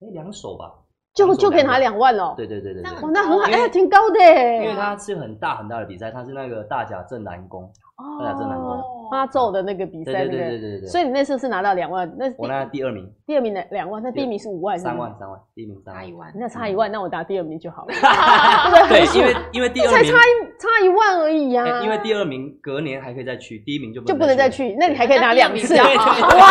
[SPEAKER 3] 哎两首吧，
[SPEAKER 2] 就
[SPEAKER 3] 两手
[SPEAKER 2] 就可以
[SPEAKER 3] 两
[SPEAKER 2] 拿
[SPEAKER 3] 个
[SPEAKER 2] 两啊万了。
[SPEAKER 3] 对对对对
[SPEAKER 1] 这样
[SPEAKER 2] 哇，
[SPEAKER 3] 对，
[SPEAKER 1] 很
[SPEAKER 2] 那很好，
[SPEAKER 1] 高
[SPEAKER 2] 哎
[SPEAKER 1] 欸
[SPEAKER 2] 呀，挺高的
[SPEAKER 3] 因为
[SPEAKER 2] 耶。
[SPEAKER 3] 它是很大很大的比赛，它是那个大甲镇南宫，
[SPEAKER 2] 哦
[SPEAKER 3] 大甲镇南宫，
[SPEAKER 1] 哦
[SPEAKER 2] 八宙的那个比
[SPEAKER 3] 对
[SPEAKER 2] 赛
[SPEAKER 3] 对
[SPEAKER 2] 那
[SPEAKER 3] 对对
[SPEAKER 2] 个，
[SPEAKER 3] 对对对，
[SPEAKER 2] 所以你那次是拿到两万，那是
[SPEAKER 3] 我拿了第二名，
[SPEAKER 2] 第二名的两万，那第一名是五万，是不是
[SPEAKER 3] 三万。嗯三万，第一名三
[SPEAKER 1] 差一
[SPEAKER 3] 万，
[SPEAKER 1] 万，
[SPEAKER 2] 那差一万，那我打第二名就好了。
[SPEAKER 3] 对，因为因为第二
[SPEAKER 2] 才
[SPEAKER 3] 名
[SPEAKER 2] 差一差一万而已呀、
[SPEAKER 3] 哎因为第二名隔年还可以再去，第一名就
[SPEAKER 2] 呃就不能再去，那你还可以拿两次啊
[SPEAKER 1] 那第二！名
[SPEAKER 2] 哇，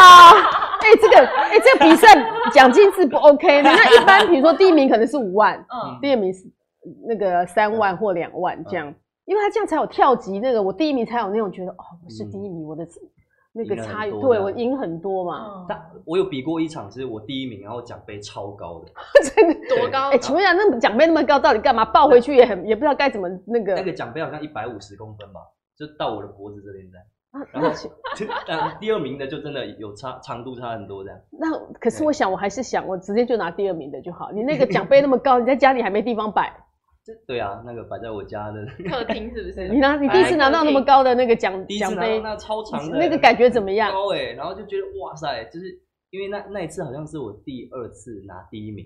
[SPEAKER 2] 哎、这个哎、这个比赛奖金是不 OK 的。那一般比如说第一名可能是五万，
[SPEAKER 1] 嗯，
[SPEAKER 2] 第二名是那个三万或两
[SPEAKER 3] 嗯
[SPEAKER 2] 万这样，因为他这样才有跳级。那个我第一名才有那种觉得哦，我是第一名，我的那个
[SPEAKER 3] 嗯赢了很
[SPEAKER 2] 差异，
[SPEAKER 3] 多
[SPEAKER 2] 对
[SPEAKER 3] 的
[SPEAKER 2] 我赢很多嘛。
[SPEAKER 1] 嗯
[SPEAKER 3] 但我有比过一场，是我第一名，然后奖杯超高的，
[SPEAKER 2] 真的，
[SPEAKER 1] 多高
[SPEAKER 2] 哎、？请问一下，那奖杯那么高，到底干嘛？抱回去也很也不知道该怎么那个。
[SPEAKER 3] 那个奖杯好像一百五十公分吧，就到我的脖子这边在。
[SPEAKER 2] 啊那
[SPEAKER 3] 然后 就，但第二名的就真的有差长度差很多这样。
[SPEAKER 2] 那可是我想，我还是想，我直接就拿第二名的就好。你那个奖 杯那么高，你在家里还没地方摆。
[SPEAKER 3] 这对啊，那个摆在我家的，
[SPEAKER 1] 客厅是不是？
[SPEAKER 2] 你拿你第一次拿到那么高的那个奖
[SPEAKER 3] 哎第一
[SPEAKER 2] 奖
[SPEAKER 3] 次拿到
[SPEAKER 2] 杯，
[SPEAKER 3] 那超长的，
[SPEAKER 2] 那个感觉怎么样？
[SPEAKER 3] 高哎、然后就觉得哇塞，就是因为那那一次好像是我第二次拿第一名，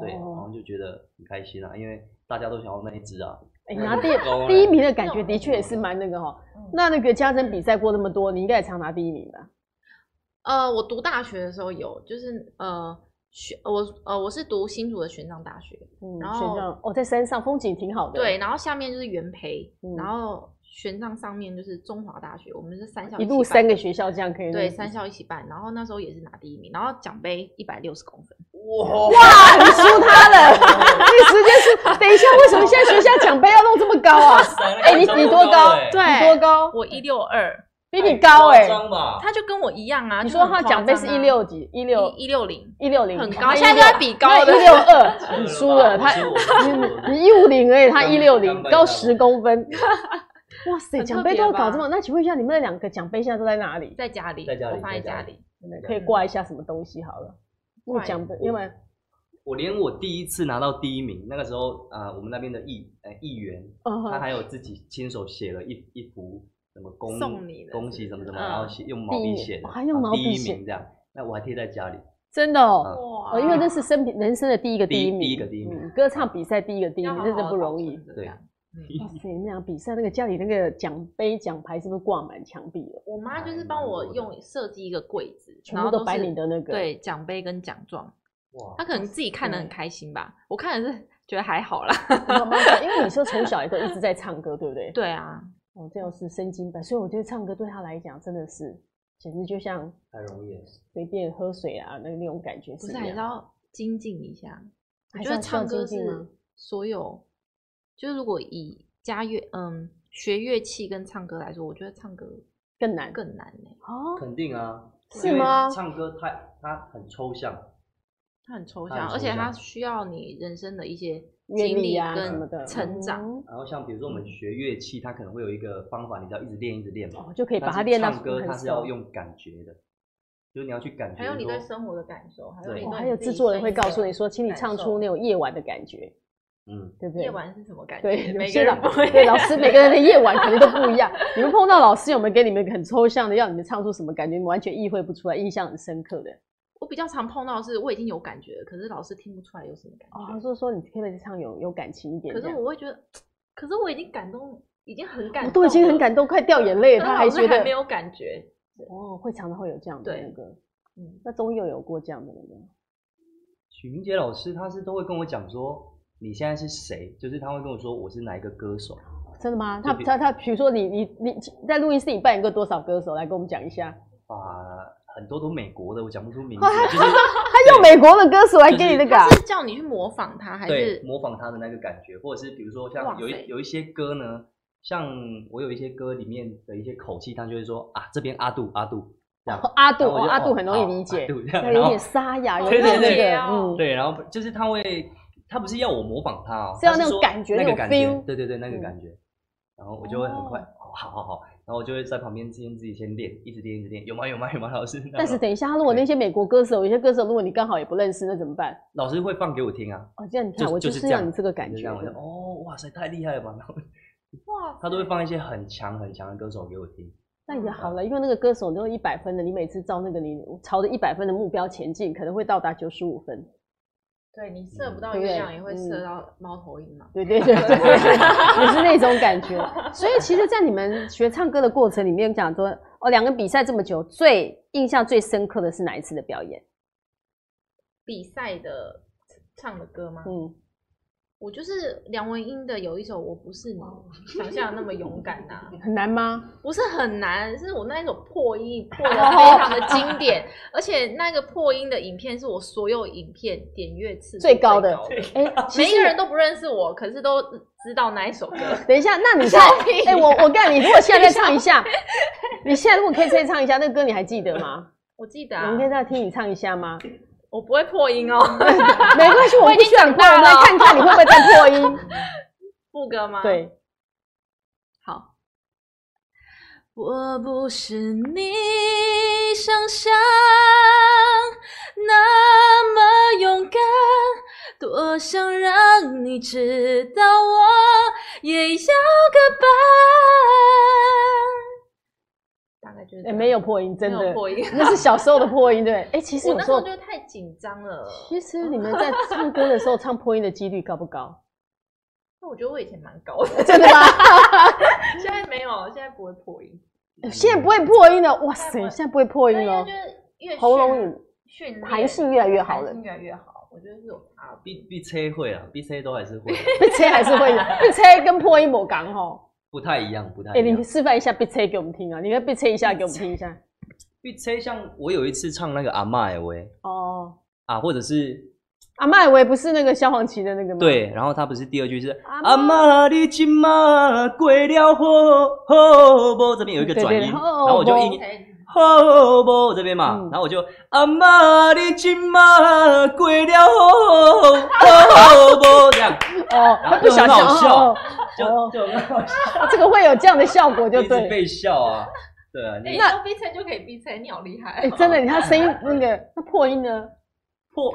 [SPEAKER 3] 对，然
[SPEAKER 2] 哦
[SPEAKER 3] 后就觉得很开心啊，因为大家都想要那一只啊，
[SPEAKER 2] 哎拿第
[SPEAKER 3] 高了
[SPEAKER 2] 第一名的感觉的确也是蛮那个哈
[SPEAKER 1] 嗯。
[SPEAKER 2] 那那个家珍比赛过那么多，你应该也常拿第一名吧？
[SPEAKER 1] 呃，我读大学的时候有，就是呃学我呃我是读新竹的玄奘大学，
[SPEAKER 2] 嗯，
[SPEAKER 1] 然后
[SPEAKER 2] 选上哦，在山上风景挺好的。
[SPEAKER 1] 对，，然后下面就是元培
[SPEAKER 2] 嗯，
[SPEAKER 1] 然后玄奘上面就是中华大学，我们是三校
[SPEAKER 2] 一
[SPEAKER 1] 起
[SPEAKER 2] 路
[SPEAKER 1] 办
[SPEAKER 2] 三个学校这样可以。
[SPEAKER 1] 对三校一起办，然后那时候也是拿第一名，然后奖杯一百六十公分，
[SPEAKER 3] 哇，
[SPEAKER 2] 啊，你输他了， 你直接是。等一下，为什么现在学校奖杯要弄这么高啊？哎， 你你多高？
[SPEAKER 3] 欸
[SPEAKER 1] 对
[SPEAKER 2] 你多高？
[SPEAKER 1] 我一六二，
[SPEAKER 2] 比你高哎。
[SPEAKER 3] 张吧，
[SPEAKER 1] 他就跟我一样啊。
[SPEAKER 2] 你
[SPEAKER 1] 就是
[SPEAKER 2] 说
[SPEAKER 1] 很
[SPEAKER 2] 他
[SPEAKER 1] 夸
[SPEAKER 2] 奖杯是
[SPEAKER 1] 张
[SPEAKER 2] 一
[SPEAKER 1] 啊
[SPEAKER 2] 六几？一六
[SPEAKER 1] 一一六零，
[SPEAKER 2] 一六零，
[SPEAKER 1] 很高，现在就在比高的
[SPEAKER 2] 一六 二，你输了，他
[SPEAKER 3] 啊我输我输我输
[SPEAKER 2] 你一五零而已，他一六零
[SPEAKER 3] 刚，刚
[SPEAKER 2] 高十公分。 哇塞，
[SPEAKER 1] 很
[SPEAKER 2] 奖
[SPEAKER 1] 特
[SPEAKER 2] 杯
[SPEAKER 1] 别
[SPEAKER 2] 都要搞
[SPEAKER 1] 吧
[SPEAKER 2] 这么，那请问一下，你们那两个奖杯现在都在哪里？
[SPEAKER 1] 在家里，
[SPEAKER 3] 在家里
[SPEAKER 1] 我放在
[SPEAKER 3] 在家
[SPEAKER 1] 家
[SPEAKER 3] 里
[SPEAKER 1] 里。
[SPEAKER 2] 可以挂一下什么东西好了？那个
[SPEAKER 1] 挂一
[SPEAKER 2] 奖杯，因为
[SPEAKER 3] 我连我第一次拿到第一名，那个时候啊、呃我们那边的议呃议员，他
[SPEAKER 2] 呃，
[SPEAKER 3] 还有自己亲手写了一一幅什么恭
[SPEAKER 1] 送你的
[SPEAKER 3] 恭喜什么什么，
[SPEAKER 1] 嗯
[SPEAKER 3] 然后写用毛
[SPEAKER 2] 第一
[SPEAKER 3] 笔
[SPEAKER 2] 名
[SPEAKER 3] 写的，
[SPEAKER 2] 还用
[SPEAKER 3] 啊
[SPEAKER 2] 毛
[SPEAKER 3] 第
[SPEAKER 2] 笔
[SPEAKER 3] 一
[SPEAKER 2] 写
[SPEAKER 3] 名这样，那我还贴在家里，
[SPEAKER 2] 真的哦，
[SPEAKER 1] 哇
[SPEAKER 2] 哦因为那是生平人生的第一个
[SPEAKER 3] 第
[SPEAKER 2] 第
[SPEAKER 3] 一
[SPEAKER 2] 一名，
[SPEAKER 3] 啊第一个第一名
[SPEAKER 2] 嗯歌唱比赛第一个第一
[SPEAKER 1] 要
[SPEAKER 2] 名，
[SPEAKER 1] 好
[SPEAKER 2] 这真的
[SPEAKER 1] 好
[SPEAKER 2] 不
[SPEAKER 1] 保
[SPEAKER 2] 容易
[SPEAKER 1] 存。着这
[SPEAKER 3] 对
[SPEAKER 1] 样嗯
[SPEAKER 2] 哇塞，你们俩比赛那个家里那个奖杯奖牌是不是挂满墙壁了？
[SPEAKER 1] 我 妈就是帮我用设计一个柜子，
[SPEAKER 2] 全
[SPEAKER 1] 然
[SPEAKER 2] 部
[SPEAKER 1] 后
[SPEAKER 2] 都摆
[SPEAKER 1] 是
[SPEAKER 2] 你的那个。
[SPEAKER 1] 对奖杯跟奖状，
[SPEAKER 3] 哇
[SPEAKER 1] 她可能自己看得很
[SPEAKER 2] 塞
[SPEAKER 1] 开心吧，我看的是觉得还好啦。
[SPEAKER 2] 妈妈说，因为你说从小也都一直在唱歌，对不对？
[SPEAKER 1] 对啊，
[SPEAKER 2] 哦，这就是身经百，所以我觉得唱歌对他来讲真的是，简直就像
[SPEAKER 3] 太容易了，
[SPEAKER 2] 随便喝水啊，那那种感觉
[SPEAKER 1] 不
[SPEAKER 2] 一
[SPEAKER 1] 是
[SPEAKER 2] 样
[SPEAKER 1] 还是要精进一下。我
[SPEAKER 2] 还
[SPEAKER 1] 觉
[SPEAKER 2] 是
[SPEAKER 1] 得
[SPEAKER 2] 要需要
[SPEAKER 1] 唱歌
[SPEAKER 2] 精进
[SPEAKER 1] 是
[SPEAKER 2] 吗
[SPEAKER 1] 所有，就是如果以加乐嗯学乐器跟唱歌来说，我觉得唱歌
[SPEAKER 2] 更难
[SPEAKER 1] 更难呢、
[SPEAKER 2] 哦，
[SPEAKER 3] 肯定啊，
[SPEAKER 2] 是吗
[SPEAKER 3] 因为唱歌太它很抽象，
[SPEAKER 1] 它很抽
[SPEAKER 3] 它
[SPEAKER 1] 象，
[SPEAKER 3] 很
[SPEAKER 1] 啊而
[SPEAKER 3] 抽
[SPEAKER 1] 且它
[SPEAKER 3] 象
[SPEAKER 1] 需要你人生的一些
[SPEAKER 2] 阅
[SPEAKER 1] 经
[SPEAKER 2] 历
[SPEAKER 1] 历
[SPEAKER 2] 啊什么
[SPEAKER 1] 跟
[SPEAKER 2] 的
[SPEAKER 1] 成长。
[SPEAKER 2] 嗯
[SPEAKER 3] 然后像比如说我们学乐器，它可能会有一个方法，你只要一直练一直练嘛
[SPEAKER 2] 哦，，就可以把
[SPEAKER 3] 但
[SPEAKER 2] 它
[SPEAKER 3] 是
[SPEAKER 2] 练到
[SPEAKER 3] 唱歌，
[SPEAKER 2] 很
[SPEAKER 3] 它是
[SPEAKER 2] 熟哦
[SPEAKER 3] 要用感觉的，就是你要去感觉说，
[SPEAKER 1] 还有你对生活的感受，还有
[SPEAKER 3] 对
[SPEAKER 1] 你
[SPEAKER 2] 哦，
[SPEAKER 1] 对
[SPEAKER 2] 还
[SPEAKER 1] 你
[SPEAKER 2] 有
[SPEAKER 1] 自
[SPEAKER 2] 制
[SPEAKER 1] 己
[SPEAKER 2] 作人
[SPEAKER 1] 声
[SPEAKER 2] 会
[SPEAKER 1] 音
[SPEAKER 2] 告
[SPEAKER 1] 的
[SPEAKER 2] 诉你说，请你
[SPEAKER 1] 感
[SPEAKER 2] 唱
[SPEAKER 1] 受
[SPEAKER 2] 出那种夜晚的感觉。
[SPEAKER 3] 嗯，
[SPEAKER 2] 对不对
[SPEAKER 1] 夜？晚是什么感觉？
[SPEAKER 2] 对，有
[SPEAKER 1] 每
[SPEAKER 2] 些
[SPEAKER 1] 个
[SPEAKER 2] 老
[SPEAKER 1] 人都会
[SPEAKER 2] 对老师每个人的夜晚可能都不一样。你们碰到老师有没有给你们很抽象的，要你们唱出什么感觉？你们完全意会不出来，印象很深刻的。
[SPEAKER 1] 我比较常碰到的是我已经有感觉了，可是老师听不出来有什么感
[SPEAKER 2] 哦，
[SPEAKER 1] 觉。
[SPEAKER 2] 他说说你可不可以唱有有感情一点
[SPEAKER 1] 可
[SPEAKER 2] 这
[SPEAKER 1] 是
[SPEAKER 2] 样？
[SPEAKER 1] 我会觉得，可是我已经感动，已经很感动
[SPEAKER 2] 我
[SPEAKER 1] 了，
[SPEAKER 2] 哦都已经很感动，快掉眼泪了，
[SPEAKER 1] 可是
[SPEAKER 2] 他还
[SPEAKER 1] 老师
[SPEAKER 2] 觉
[SPEAKER 1] 没
[SPEAKER 2] 得
[SPEAKER 1] 有感觉。
[SPEAKER 2] 哦，会常常会有这样的
[SPEAKER 1] 对
[SPEAKER 2] 那个。
[SPEAKER 1] 嗯，
[SPEAKER 2] 那中佑有过这样的人吗？
[SPEAKER 3] 许明杰老师他是都会跟我讲说你现在是谁，就是他会跟我说我是哪一个歌手，
[SPEAKER 2] 真的吗？
[SPEAKER 3] 就
[SPEAKER 2] 他
[SPEAKER 3] 比
[SPEAKER 2] 他他，比如说你你你在录音室里扮演过多少歌手？来跟我们讲一下。
[SPEAKER 3] 啊、很多都美国的，我讲不出名字，就是
[SPEAKER 2] 哦他用
[SPEAKER 3] 对
[SPEAKER 2] 美国的歌手来
[SPEAKER 3] 就
[SPEAKER 2] 给你
[SPEAKER 3] 是
[SPEAKER 2] 那个啊
[SPEAKER 1] 他，是叫你去模仿他，还
[SPEAKER 3] 对
[SPEAKER 1] 是
[SPEAKER 3] 模仿他的那个感觉，或者是比如说
[SPEAKER 1] 哇
[SPEAKER 3] 像
[SPEAKER 1] 塞
[SPEAKER 3] 有一有一些歌呢，像我有一些歌里面的一些口气，他就会说啊这边阿杜阿杜这样，
[SPEAKER 2] 阿杜
[SPEAKER 3] 然后
[SPEAKER 2] 哦
[SPEAKER 3] 我就
[SPEAKER 2] 阿杜
[SPEAKER 3] 哦
[SPEAKER 2] 很容易
[SPEAKER 3] 好
[SPEAKER 2] 理解
[SPEAKER 3] 阿杜这样
[SPEAKER 2] 对
[SPEAKER 3] 然
[SPEAKER 2] 有
[SPEAKER 3] 后
[SPEAKER 2] 点沙哑，有
[SPEAKER 3] 对
[SPEAKER 2] 点那
[SPEAKER 3] 对
[SPEAKER 2] 个
[SPEAKER 3] 对
[SPEAKER 1] 对
[SPEAKER 2] 嗯，
[SPEAKER 3] 对，然后就是他会，他不是要我模仿他哦，
[SPEAKER 2] 是要
[SPEAKER 3] 他
[SPEAKER 2] 那种
[SPEAKER 3] 说
[SPEAKER 2] 感觉
[SPEAKER 3] 那
[SPEAKER 2] 那
[SPEAKER 3] 个
[SPEAKER 2] 种
[SPEAKER 3] 感觉
[SPEAKER 2] feel，
[SPEAKER 3] 对对对，那个
[SPEAKER 2] 嗯
[SPEAKER 3] 感觉。然后我就会很快，
[SPEAKER 1] 哦
[SPEAKER 3] 哦，好好好，然后我就会在旁边先自己先练，一直练一直练，有吗有吗有吗，老师。
[SPEAKER 2] 但是
[SPEAKER 3] 然后
[SPEAKER 2] 等一下，他如果那些美国歌手，有些歌手如果你刚好也不认识，那怎么办？
[SPEAKER 3] 老师会放给我听啊，
[SPEAKER 2] 哦，这样你看，
[SPEAKER 3] 就
[SPEAKER 2] 我
[SPEAKER 3] 就
[SPEAKER 2] 就是是
[SPEAKER 3] 这
[SPEAKER 2] 要
[SPEAKER 3] 样
[SPEAKER 2] 你这个感
[SPEAKER 3] 就
[SPEAKER 2] 觉
[SPEAKER 3] 这样我就
[SPEAKER 2] 的。
[SPEAKER 3] 哦，哇塞，太厉害了吧！然 后
[SPEAKER 1] 哇塞？
[SPEAKER 3] 他都会放一些很强很强的歌手给我听，
[SPEAKER 2] 那
[SPEAKER 3] 嗯
[SPEAKER 2] 也好了，因为那个歌手都是一百分的，你每次照那个你朝着一百分的目标前进，可能会到达九十五分。
[SPEAKER 1] 对你射不
[SPEAKER 3] 嗯
[SPEAKER 1] 到
[SPEAKER 2] 对不
[SPEAKER 1] 月
[SPEAKER 2] 对
[SPEAKER 1] 亮，也会射
[SPEAKER 2] 嗯
[SPEAKER 1] 到猫头鹰嘛？
[SPEAKER 2] 对对对对， 也是那种感觉。所以其实，在你们学唱歌的过程里面，讲说哦，两个比赛这么久，最印象最深刻的是哪一次的表演？
[SPEAKER 1] 比赛的唱的歌吗？
[SPEAKER 2] 嗯，
[SPEAKER 1] 我就是梁文音的有一首《我不是 你》，想象那么勇敢呐、
[SPEAKER 2] 很难吗？
[SPEAKER 1] 不是很难，是我那一首破音破 的非常的经典，而且那个破音的影片是我所有影片点阅次数
[SPEAKER 2] 最高的
[SPEAKER 1] 最
[SPEAKER 2] 哎、 其
[SPEAKER 1] 每一
[SPEAKER 2] 实
[SPEAKER 1] 个人都不认识我，可是都知道那一首歌。
[SPEAKER 2] 等一下，那你现在
[SPEAKER 1] 笑屁，
[SPEAKER 2] 哎、
[SPEAKER 1] 呀
[SPEAKER 2] 我我告诉你，如果现在再唱一 下，你现在如果可以再唱一下那个歌，你还记 得吗？
[SPEAKER 1] 我记得、
[SPEAKER 2] 我
[SPEAKER 1] 啊
[SPEAKER 2] 们可，以再听你唱一 下吗？
[SPEAKER 1] 我不会破音哦。
[SPEAKER 2] 没关系，我
[SPEAKER 1] 我
[SPEAKER 2] 们
[SPEAKER 1] 已
[SPEAKER 2] 不
[SPEAKER 1] 经
[SPEAKER 2] 选
[SPEAKER 1] 长
[SPEAKER 2] 过，
[SPEAKER 1] 大
[SPEAKER 2] 我们来
[SPEAKER 1] 了
[SPEAKER 2] 看看你会不会再破音。
[SPEAKER 1] 副歌吗？，
[SPEAKER 2] 对，
[SPEAKER 1] 好。我不是你想象那么勇敢，多想让你知道我也要个伴。大概就是这
[SPEAKER 2] 哎、
[SPEAKER 1] 样
[SPEAKER 2] 没有破音，真
[SPEAKER 1] 没有
[SPEAKER 2] 的，。
[SPEAKER 1] 破音
[SPEAKER 2] 那是小时候的破音，对不对。哎、其实
[SPEAKER 1] 我
[SPEAKER 2] 有
[SPEAKER 1] 那
[SPEAKER 2] 时
[SPEAKER 1] 时候
[SPEAKER 2] 候，
[SPEAKER 1] 就太紧张了，
[SPEAKER 2] 其实你们在唱歌的时候唱破音的几率高不 高？
[SPEAKER 1] 那我觉得我以前蛮高的，
[SPEAKER 2] 真的吗？
[SPEAKER 1] 现在没有，现在不会破音。
[SPEAKER 2] 现在不会破音了，哇塞，
[SPEAKER 1] 现在不会
[SPEAKER 2] 现在不会破音
[SPEAKER 1] 对
[SPEAKER 2] 了
[SPEAKER 1] 因为就，是越
[SPEAKER 2] 喉咙
[SPEAKER 1] 训
[SPEAKER 2] 也
[SPEAKER 1] 训练
[SPEAKER 2] 弹性越来越好
[SPEAKER 1] 弹
[SPEAKER 2] 了
[SPEAKER 1] 性，越来越好，我觉得是有差别。
[SPEAKER 3] 必必车会啊，必车都还是会，
[SPEAKER 2] 被车还是会 的，被车跟破音某港吼。
[SPEAKER 3] 不太一样，不太
[SPEAKER 2] 哎、
[SPEAKER 3] 一样
[SPEAKER 2] 你。示 范一下被车给我们听啊，你可以被车一下给我们听一下。
[SPEAKER 3] 必车像我有一次唱那个阿嬷的喂
[SPEAKER 2] 哦，
[SPEAKER 3] 啊，或者是
[SPEAKER 2] 阿麦维不是那个萧煌奇的那个吗？，
[SPEAKER 3] 对，然后他不是第二句是
[SPEAKER 2] 阿嬷
[SPEAKER 3] 阿嬷你今嘛过了好好不？这边有一个
[SPEAKER 2] 对
[SPEAKER 3] 转
[SPEAKER 2] 对
[SPEAKER 3] 音，
[SPEAKER 2] 对
[SPEAKER 3] 然
[SPEAKER 2] 好
[SPEAKER 3] 后我就
[SPEAKER 2] 无
[SPEAKER 3] 一
[SPEAKER 1] 哎
[SPEAKER 3] 好不这边嘛，
[SPEAKER 2] 嗯
[SPEAKER 3] 然后我就阿嬷你今嘛过了好好不？这样
[SPEAKER 2] 哦，
[SPEAKER 3] 然
[SPEAKER 2] 他
[SPEAKER 3] 后
[SPEAKER 2] 不
[SPEAKER 3] 就
[SPEAKER 2] 小
[SPEAKER 3] 啊很
[SPEAKER 2] 心
[SPEAKER 3] 好笑
[SPEAKER 2] 哦，哦
[SPEAKER 3] 就就很好笑，
[SPEAKER 2] 哦这个会有这样的效果，就
[SPEAKER 3] 一直
[SPEAKER 2] 对。
[SPEAKER 3] 被笑啊，对啊，你
[SPEAKER 1] 那 B 层就可以 B 层，你好厉害、啊
[SPEAKER 2] 哎、真的，，你
[SPEAKER 3] 啊
[SPEAKER 2] 看声音那个那破音呢？
[SPEAKER 3] 破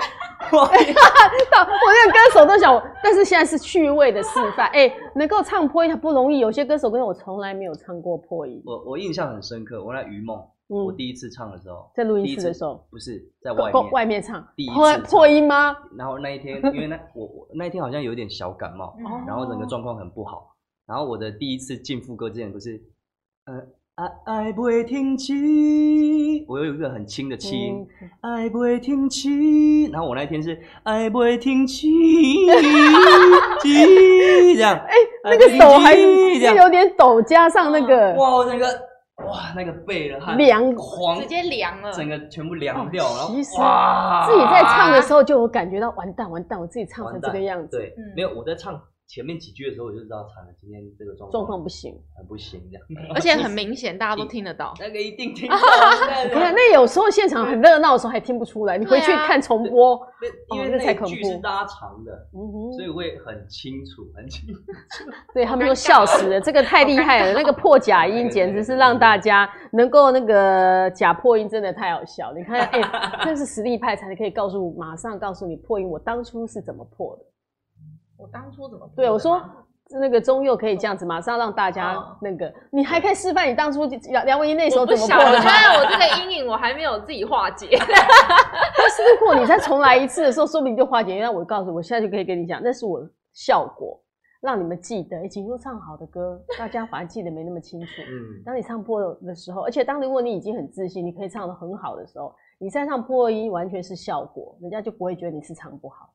[SPEAKER 3] 破
[SPEAKER 2] 到我那个歌手都想，但是现在是趣味的示范，哎、能够唱破音很不容易。有些歌手跟我从来没有唱过破音，
[SPEAKER 3] 我我印象很深刻，我那于梦，我
[SPEAKER 2] 嗯，
[SPEAKER 3] 第一次唱的时候，
[SPEAKER 2] 在录音
[SPEAKER 3] 第一
[SPEAKER 2] 室
[SPEAKER 3] 次
[SPEAKER 2] 的时候
[SPEAKER 3] 不是在
[SPEAKER 2] 够
[SPEAKER 3] 外
[SPEAKER 2] 够
[SPEAKER 3] 面，
[SPEAKER 2] 外面唱
[SPEAKER 3] 第一次
[SPEAKER 2] 破
[SPEAKER 3] 唱
[SPEAKER 2] 破音吗？
[SPEAKER 3] 然后那一天，因为那我我那一天好像有点小感冒，
[SPEAKER 1] 嗯
[SPEAKER 3] 然后整个状况很不好，然后我的第一次进副歌之前不是，呃，爱爱不会停止，我有一个很轻的气
[SPEAKER 2] 嗯
[SPEAKER 3] 音，爱不会停止，然后我那一天是爱不会 停止，止这样，
[SPEAKER 2] 哎、那个手还是
[SPEAKER 3] 这样
[SPEAKER 2] 有点抖，加上那个
[SPEAKER 3] 哇，我整个哇那个背了汗，
[SPEAKER 2] 凉，
[SPEAKER 3] 狂
[SPEAKER 1] 直接凉了，
[SPEAKER 3] 整个全部凉掉，
[SPEAKER 2] 哦
[SPEAKER 3] 然后
[SPEAKER 2] 其实
[SPEAKER 3] 哇，
[SPEAKER 2] 自己在唱的时候就有感觉到完蛋完蛋，我自己唱成
[SPEAKER 3] 完
[SPEAKER 2] 这
[SPEAKER 3] 蛋
[SPEAKER 2] 个样子，
[SPEAKER 3] 对
[SPEAKER 1] 嗯，
[SPEAKER 3] 没有我在唱前面几句的时候，我就知道惨了，今天这个状
[SPEAKER 2] 状况不行。
[SPEAKER 3] 很不行这样。
[SPEAKER 1] 而且很明显，大家都听得到。
[SPEAKER 3] 那个一定听到，那
[SPEAKER 2] 你看，
[SPEAKER 3] 个
[SPEAKER 2] 那有时候现场很热闹的时候还听不出来，你回去
[SPEAKER 1] 对啊
[SPEAKER 2] 看重播，
[SPEAKER 3] 因为
[SPEAKER 2] 哦那才
[SPEAKER 3] 那
[SPEAKER 2] 恐怖
[SPEAKER 3] 一句是拉长的，
[SPEAKER 2] 嗯哼
[SPEAKER 3] 所以会很清楚，很 清楚。
[SPEAKER 2] 对他们都笑死了，这个太厉害了，那个破假音简直是让大家能够那个假破音真的太好笑了。你看，哎、这是实力派才可以告诉马上告诉你破音，我当初是怎么破的。
[SPEAKER 1] 我当初怎么做
[SPEAKER 2] 对我
[SPEAKER 1] 的
[SPEAKER 2] 说
[SPEAKER 1] 嘛
[SPEAKER 2] 那个中佑可以这样子，马上让大家
[SPEAKER 1] 嗯
[SPEAKER 2] 那个，你还可以示范你当初梁梁文音那时候
[SPEAKER 1] 我不
[SPEAKER 2] 怎么
[SPEAKER 1] 想，
[SPEAKER 2] 过
[SPEAKER 1] 我
[SPEAKER 2] 的
[SPEAKER 1] 觉。得 我这个阴影我还没有自己化 解。
[SPEAKER 2] 但是如果你再重来一次的时候，说不定就化解。因为我告诉你我现在就可以跟你讲，那是我的效果，让你们记得。以哎前又唱好的歌，大家反而记得没那么清楚。
[SPEAKER 3] 嗯，
[SPEAKER 2] 当你唱破了的时候，而且当如果你已经很自信，你可以唱的很好的时候，你再唱破音完全是效果，人家就不会觉得你是唱不好。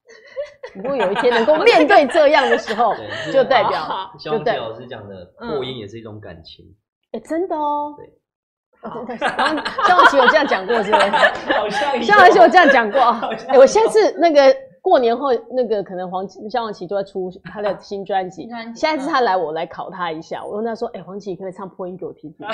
[SPEAKER 2] 如果有一天能够面对这样的时候，
[SPEAKER 3] 对
[SPEAKER 2] 就代表
[SPEAKER 1] 好
[SPEAKER 3] 肖
[SPEAKER 2] 就
[SPEAKER 3] 文
[SPEAKER 2] 对
[SPEAKER 3] 杰老师讲的破音也是一种感情，
[SPEAKER 2] 哎、真的哦、
[SPEAKER 3] 对
[SPEAKER 2] 哦真的，肖肖文琪有这样讲过，是不是？
[SPEAKER 3] 好像
[SPEAKER 2] 嗯肖文琪有这样讲过啊、
[SPEAKER 3] 好像
[SPEAKER 2] 哎我下次那个过年后，那个可能黄肖文琪就要出他的新专辑
[SPEAKER 1] 新专。辑嗯
[SPEAKER 2] 下一次他来，我来考他一下。我问他说：“哎、黄绮可不可以唱破音给我听听？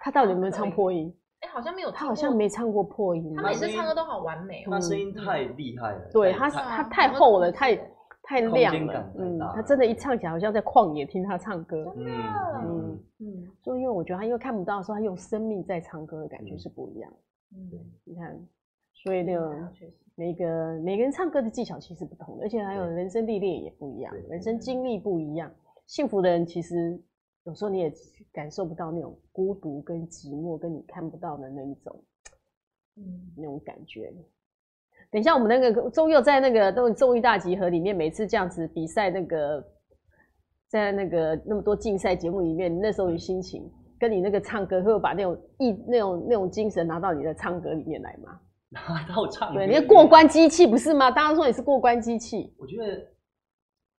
[SPEAKER 2] 他到底有没 有唱破音？
[SPEAKER 1] 哎，好像没有听过，
[SPEAKER 2] 他好像没唱过破音。啊
[SPEAKER 1] 他每次
[SPEAKER 3] 声音
[SPEAKER 1] 唱歌都好完美哦。
[SPEAKER 3] 他声音太厉害了，
[SPEAKER 2] 对
[SPEAKER 3] 太
[SPEAKER 2] 他，
[SPEAKER 3] 太
[SPEAKER 2] 他太厚了，
[SPEAKER 1] 太
[SPEAKER 2] 太太
[SPEAKER 3] 空
[SPEAKER 2] 亮
[SPEAKER 3] 间
[SPEAKER 2] 了
[SPEAKER 3] 感。太
[SPEAKER 2] 嗯
[SPEAKER 3] 大了，
[SPEAKER 2] 他真的，一唱起来好像在旷野听他唱歌。
[SPEAKER 3] 嗯嗯嗯，
[SPEAKER 1] 嗯
[SPEAKER 2] 所以，因为我觉得他因为看不到的时候，他用生命在唱歌的感觉
[SPEAKER 3] 嗯
[SPEAKER 2] 是不一样的。
[SPEAKER 1] 嗯，
[SPEAKER 2] 你看，所以呢，
[SPEAKER 3] 啊
[SPEAKER 1] 确实
[SPEAKER 2] 每个每个人唱歌的技巧其实不同的，而且还有
[SPEAKER 3] 对
[SPEAKER 2] 人生历练也不一样
[SPEAKER 3] 对，啊
[SPEAKER 2] 人生经历不一样。幸福的人其实有时候你也感受不到那种孤独跟寂寞，跟你看不到的那一种
[SPEAKER 1] 嗯，
[SPEAKER 2] 那种感觉。等一下，我们那个中佑在那个那个综艺大集合里面，每次这样子比赛，那个在那个那么多竞赛节目里面，你那时候的心情，跟你那个唱歌，会有把那种意那种那种精神拿到你的唱歌里面来吗？
[SPEAKER 3] 他到唱
[SPEAKER 2] 对，
[SPEAKER 3] 歌
[SPEAKER 2] 你是过关，机器不是吗？当然说你是过关机器，
[SPEAKER 3] 我觉得。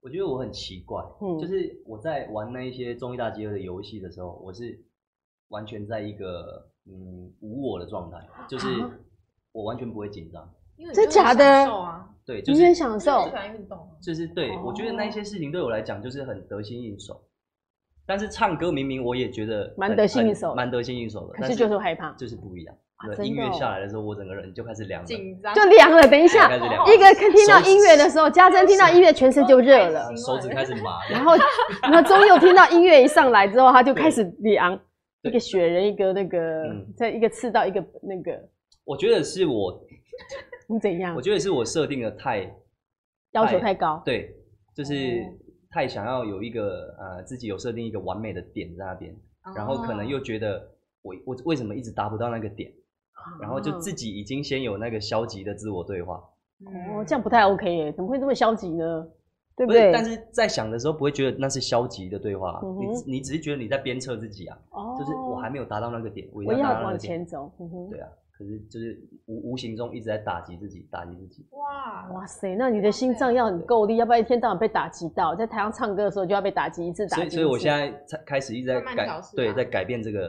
[SPEAKER 3] 我觉得我很奇怪，
[SPEAKER 2] 嗯
[SPEAKER 3] 就是我在玩那一些综艺大集合的游戏的时候，我是完全在一个嗯无我的状态，就是
[SPEAKER 2] 啊
[SPEAKER 3] 我完全不会紧张，
[SPEAKER 1] 因为
[SPEAKER 2] 真
[SPEAKER 1] 你就是
[SPEAKER 2] 假的
[SPEAKER 1] 享受啊，
[SPEAKER 3] 对，就
[SPEAKER 2] 你
[SPEAKER 3] 是
[SPEAKER 2] 很享
[SPEAKER 1] 你就是
[SPEAKER 2] 受
[SPEAKER 1] 喜。欢运动啊。
[SPEAKER 3] 就是对、我觉得那
[SPEAKER 2] 哦
[SPEAKER 3] 一些事情对我来讲就是很得心应手，但是唱歌明明我也觉得
[SPEAKER 2] 蛮
[SPEAKER 3] 很
[SPEAKER 2] 得心
[SPEAKER 3] 很
[SPEAKER 2] 应手的
[SPEAKER 3] 蛮得心应手的，
[SPEAKER 2] 可
[SPEAKER 3] 但
[SPEAKER 2] 是就是害怕，
[SPEAKER 3] 就是不一样。
[SPEAKER 2] 啊
[SPEAKER 3] 对
[SPEAKER 2] 真
[SPEAKER 3] 音
[SPEAKER 2] 的
[SPEAKER 3] 乐
[SPEAKER 2] 哦
[SPEAKER 3] 下来的时候，我整个人就开始凉了，
[SPEAKER 1] 紧张，
[SPEAKER 2] 就凉了。等一下
[SPEAKER 3] 开，始凉
[SPEAKER 1] 哦
[SPEAKER 3] 了，
[SPEAKER 2] 一个听到音乐的时候，嘉珍听到音乐全身就热了，
[SPEAKER 3] 手指开始麻了。
[SPEAKER 2] 然后然后中佑听到音乐一上来之后，他就开始凉，一
[SPEAKER 3] 对
[SPEAKER 2] 个雪人，一个那个
[SPEAKER 3] 嗯，
[SPEAKER 2] 再一个刺到一个那个，
[SPEAKER 3] 我觉得是我，
[SPEAKER 2] 你怎样
[SPEAKER 3] 我？觉得是我设定的太
[SPEAKER 2] 要求太高，
[SPEAKER 3] 对，就是
[SPEAKER 2] 哦
[SPEAKER 3] 太想要有一个呃自己有设定一个完美的点在那边，
[SPEAKER 2] 哦
[SPEAKER 3] 然后可能又觉得我我为什么一直达不到那个点，然后就自己已经先有那个消极的自我对话，
[SPEAKER 1] 嗯
[SPEAKER 2] 哦，这样不太 OK 耶，怎么会这么消极呢？对不
[SPEAKER 3] 不是
[SPEAKER 2] 对？
[SPEAKER 3] 但是在想的时候不会觉得那是消极的对话，
[SPEAKER 2] 嗯哼
[SPEAKER 3] 你你只是觉得你在鞭策自己啊，
[SPEAKER 2] 哦
[SPEAKER 3] 就是我还没有达到那个点，我一
[SPEAKER 2] 我
[SPEAKER 3] 定
[SPEAKER 2] 要
[SPEAKER 3] 要达到那
[SPEAKER 2] 往
[SPEAKER 3] 个点
[SPEAKER 2] 前。走。嗯哼
[SPEAKER 3] 对啊，可是就是无无形中一直在打击自己，打击自己。
[SPEAKER 1] 哇，
[SPEAKER 2] 哇塞，那你的心脏要很够力，要不然一天到晚被打击到，在台上唱歌的时候就要被打击一次，打
[SPEAKER 3] 所
[SPEAKER 2] 击一
[SPEAKER 3] 以，
[SPEAKER 2] 次。
[SPEAKER 3] 所以我现在才开始一直在
[SPEAKER 1] 慢慢
[SPEAKER 3] 改
[SPEAKER 1] 调试，吧
[SPEAKER 3] 对，在改变这个，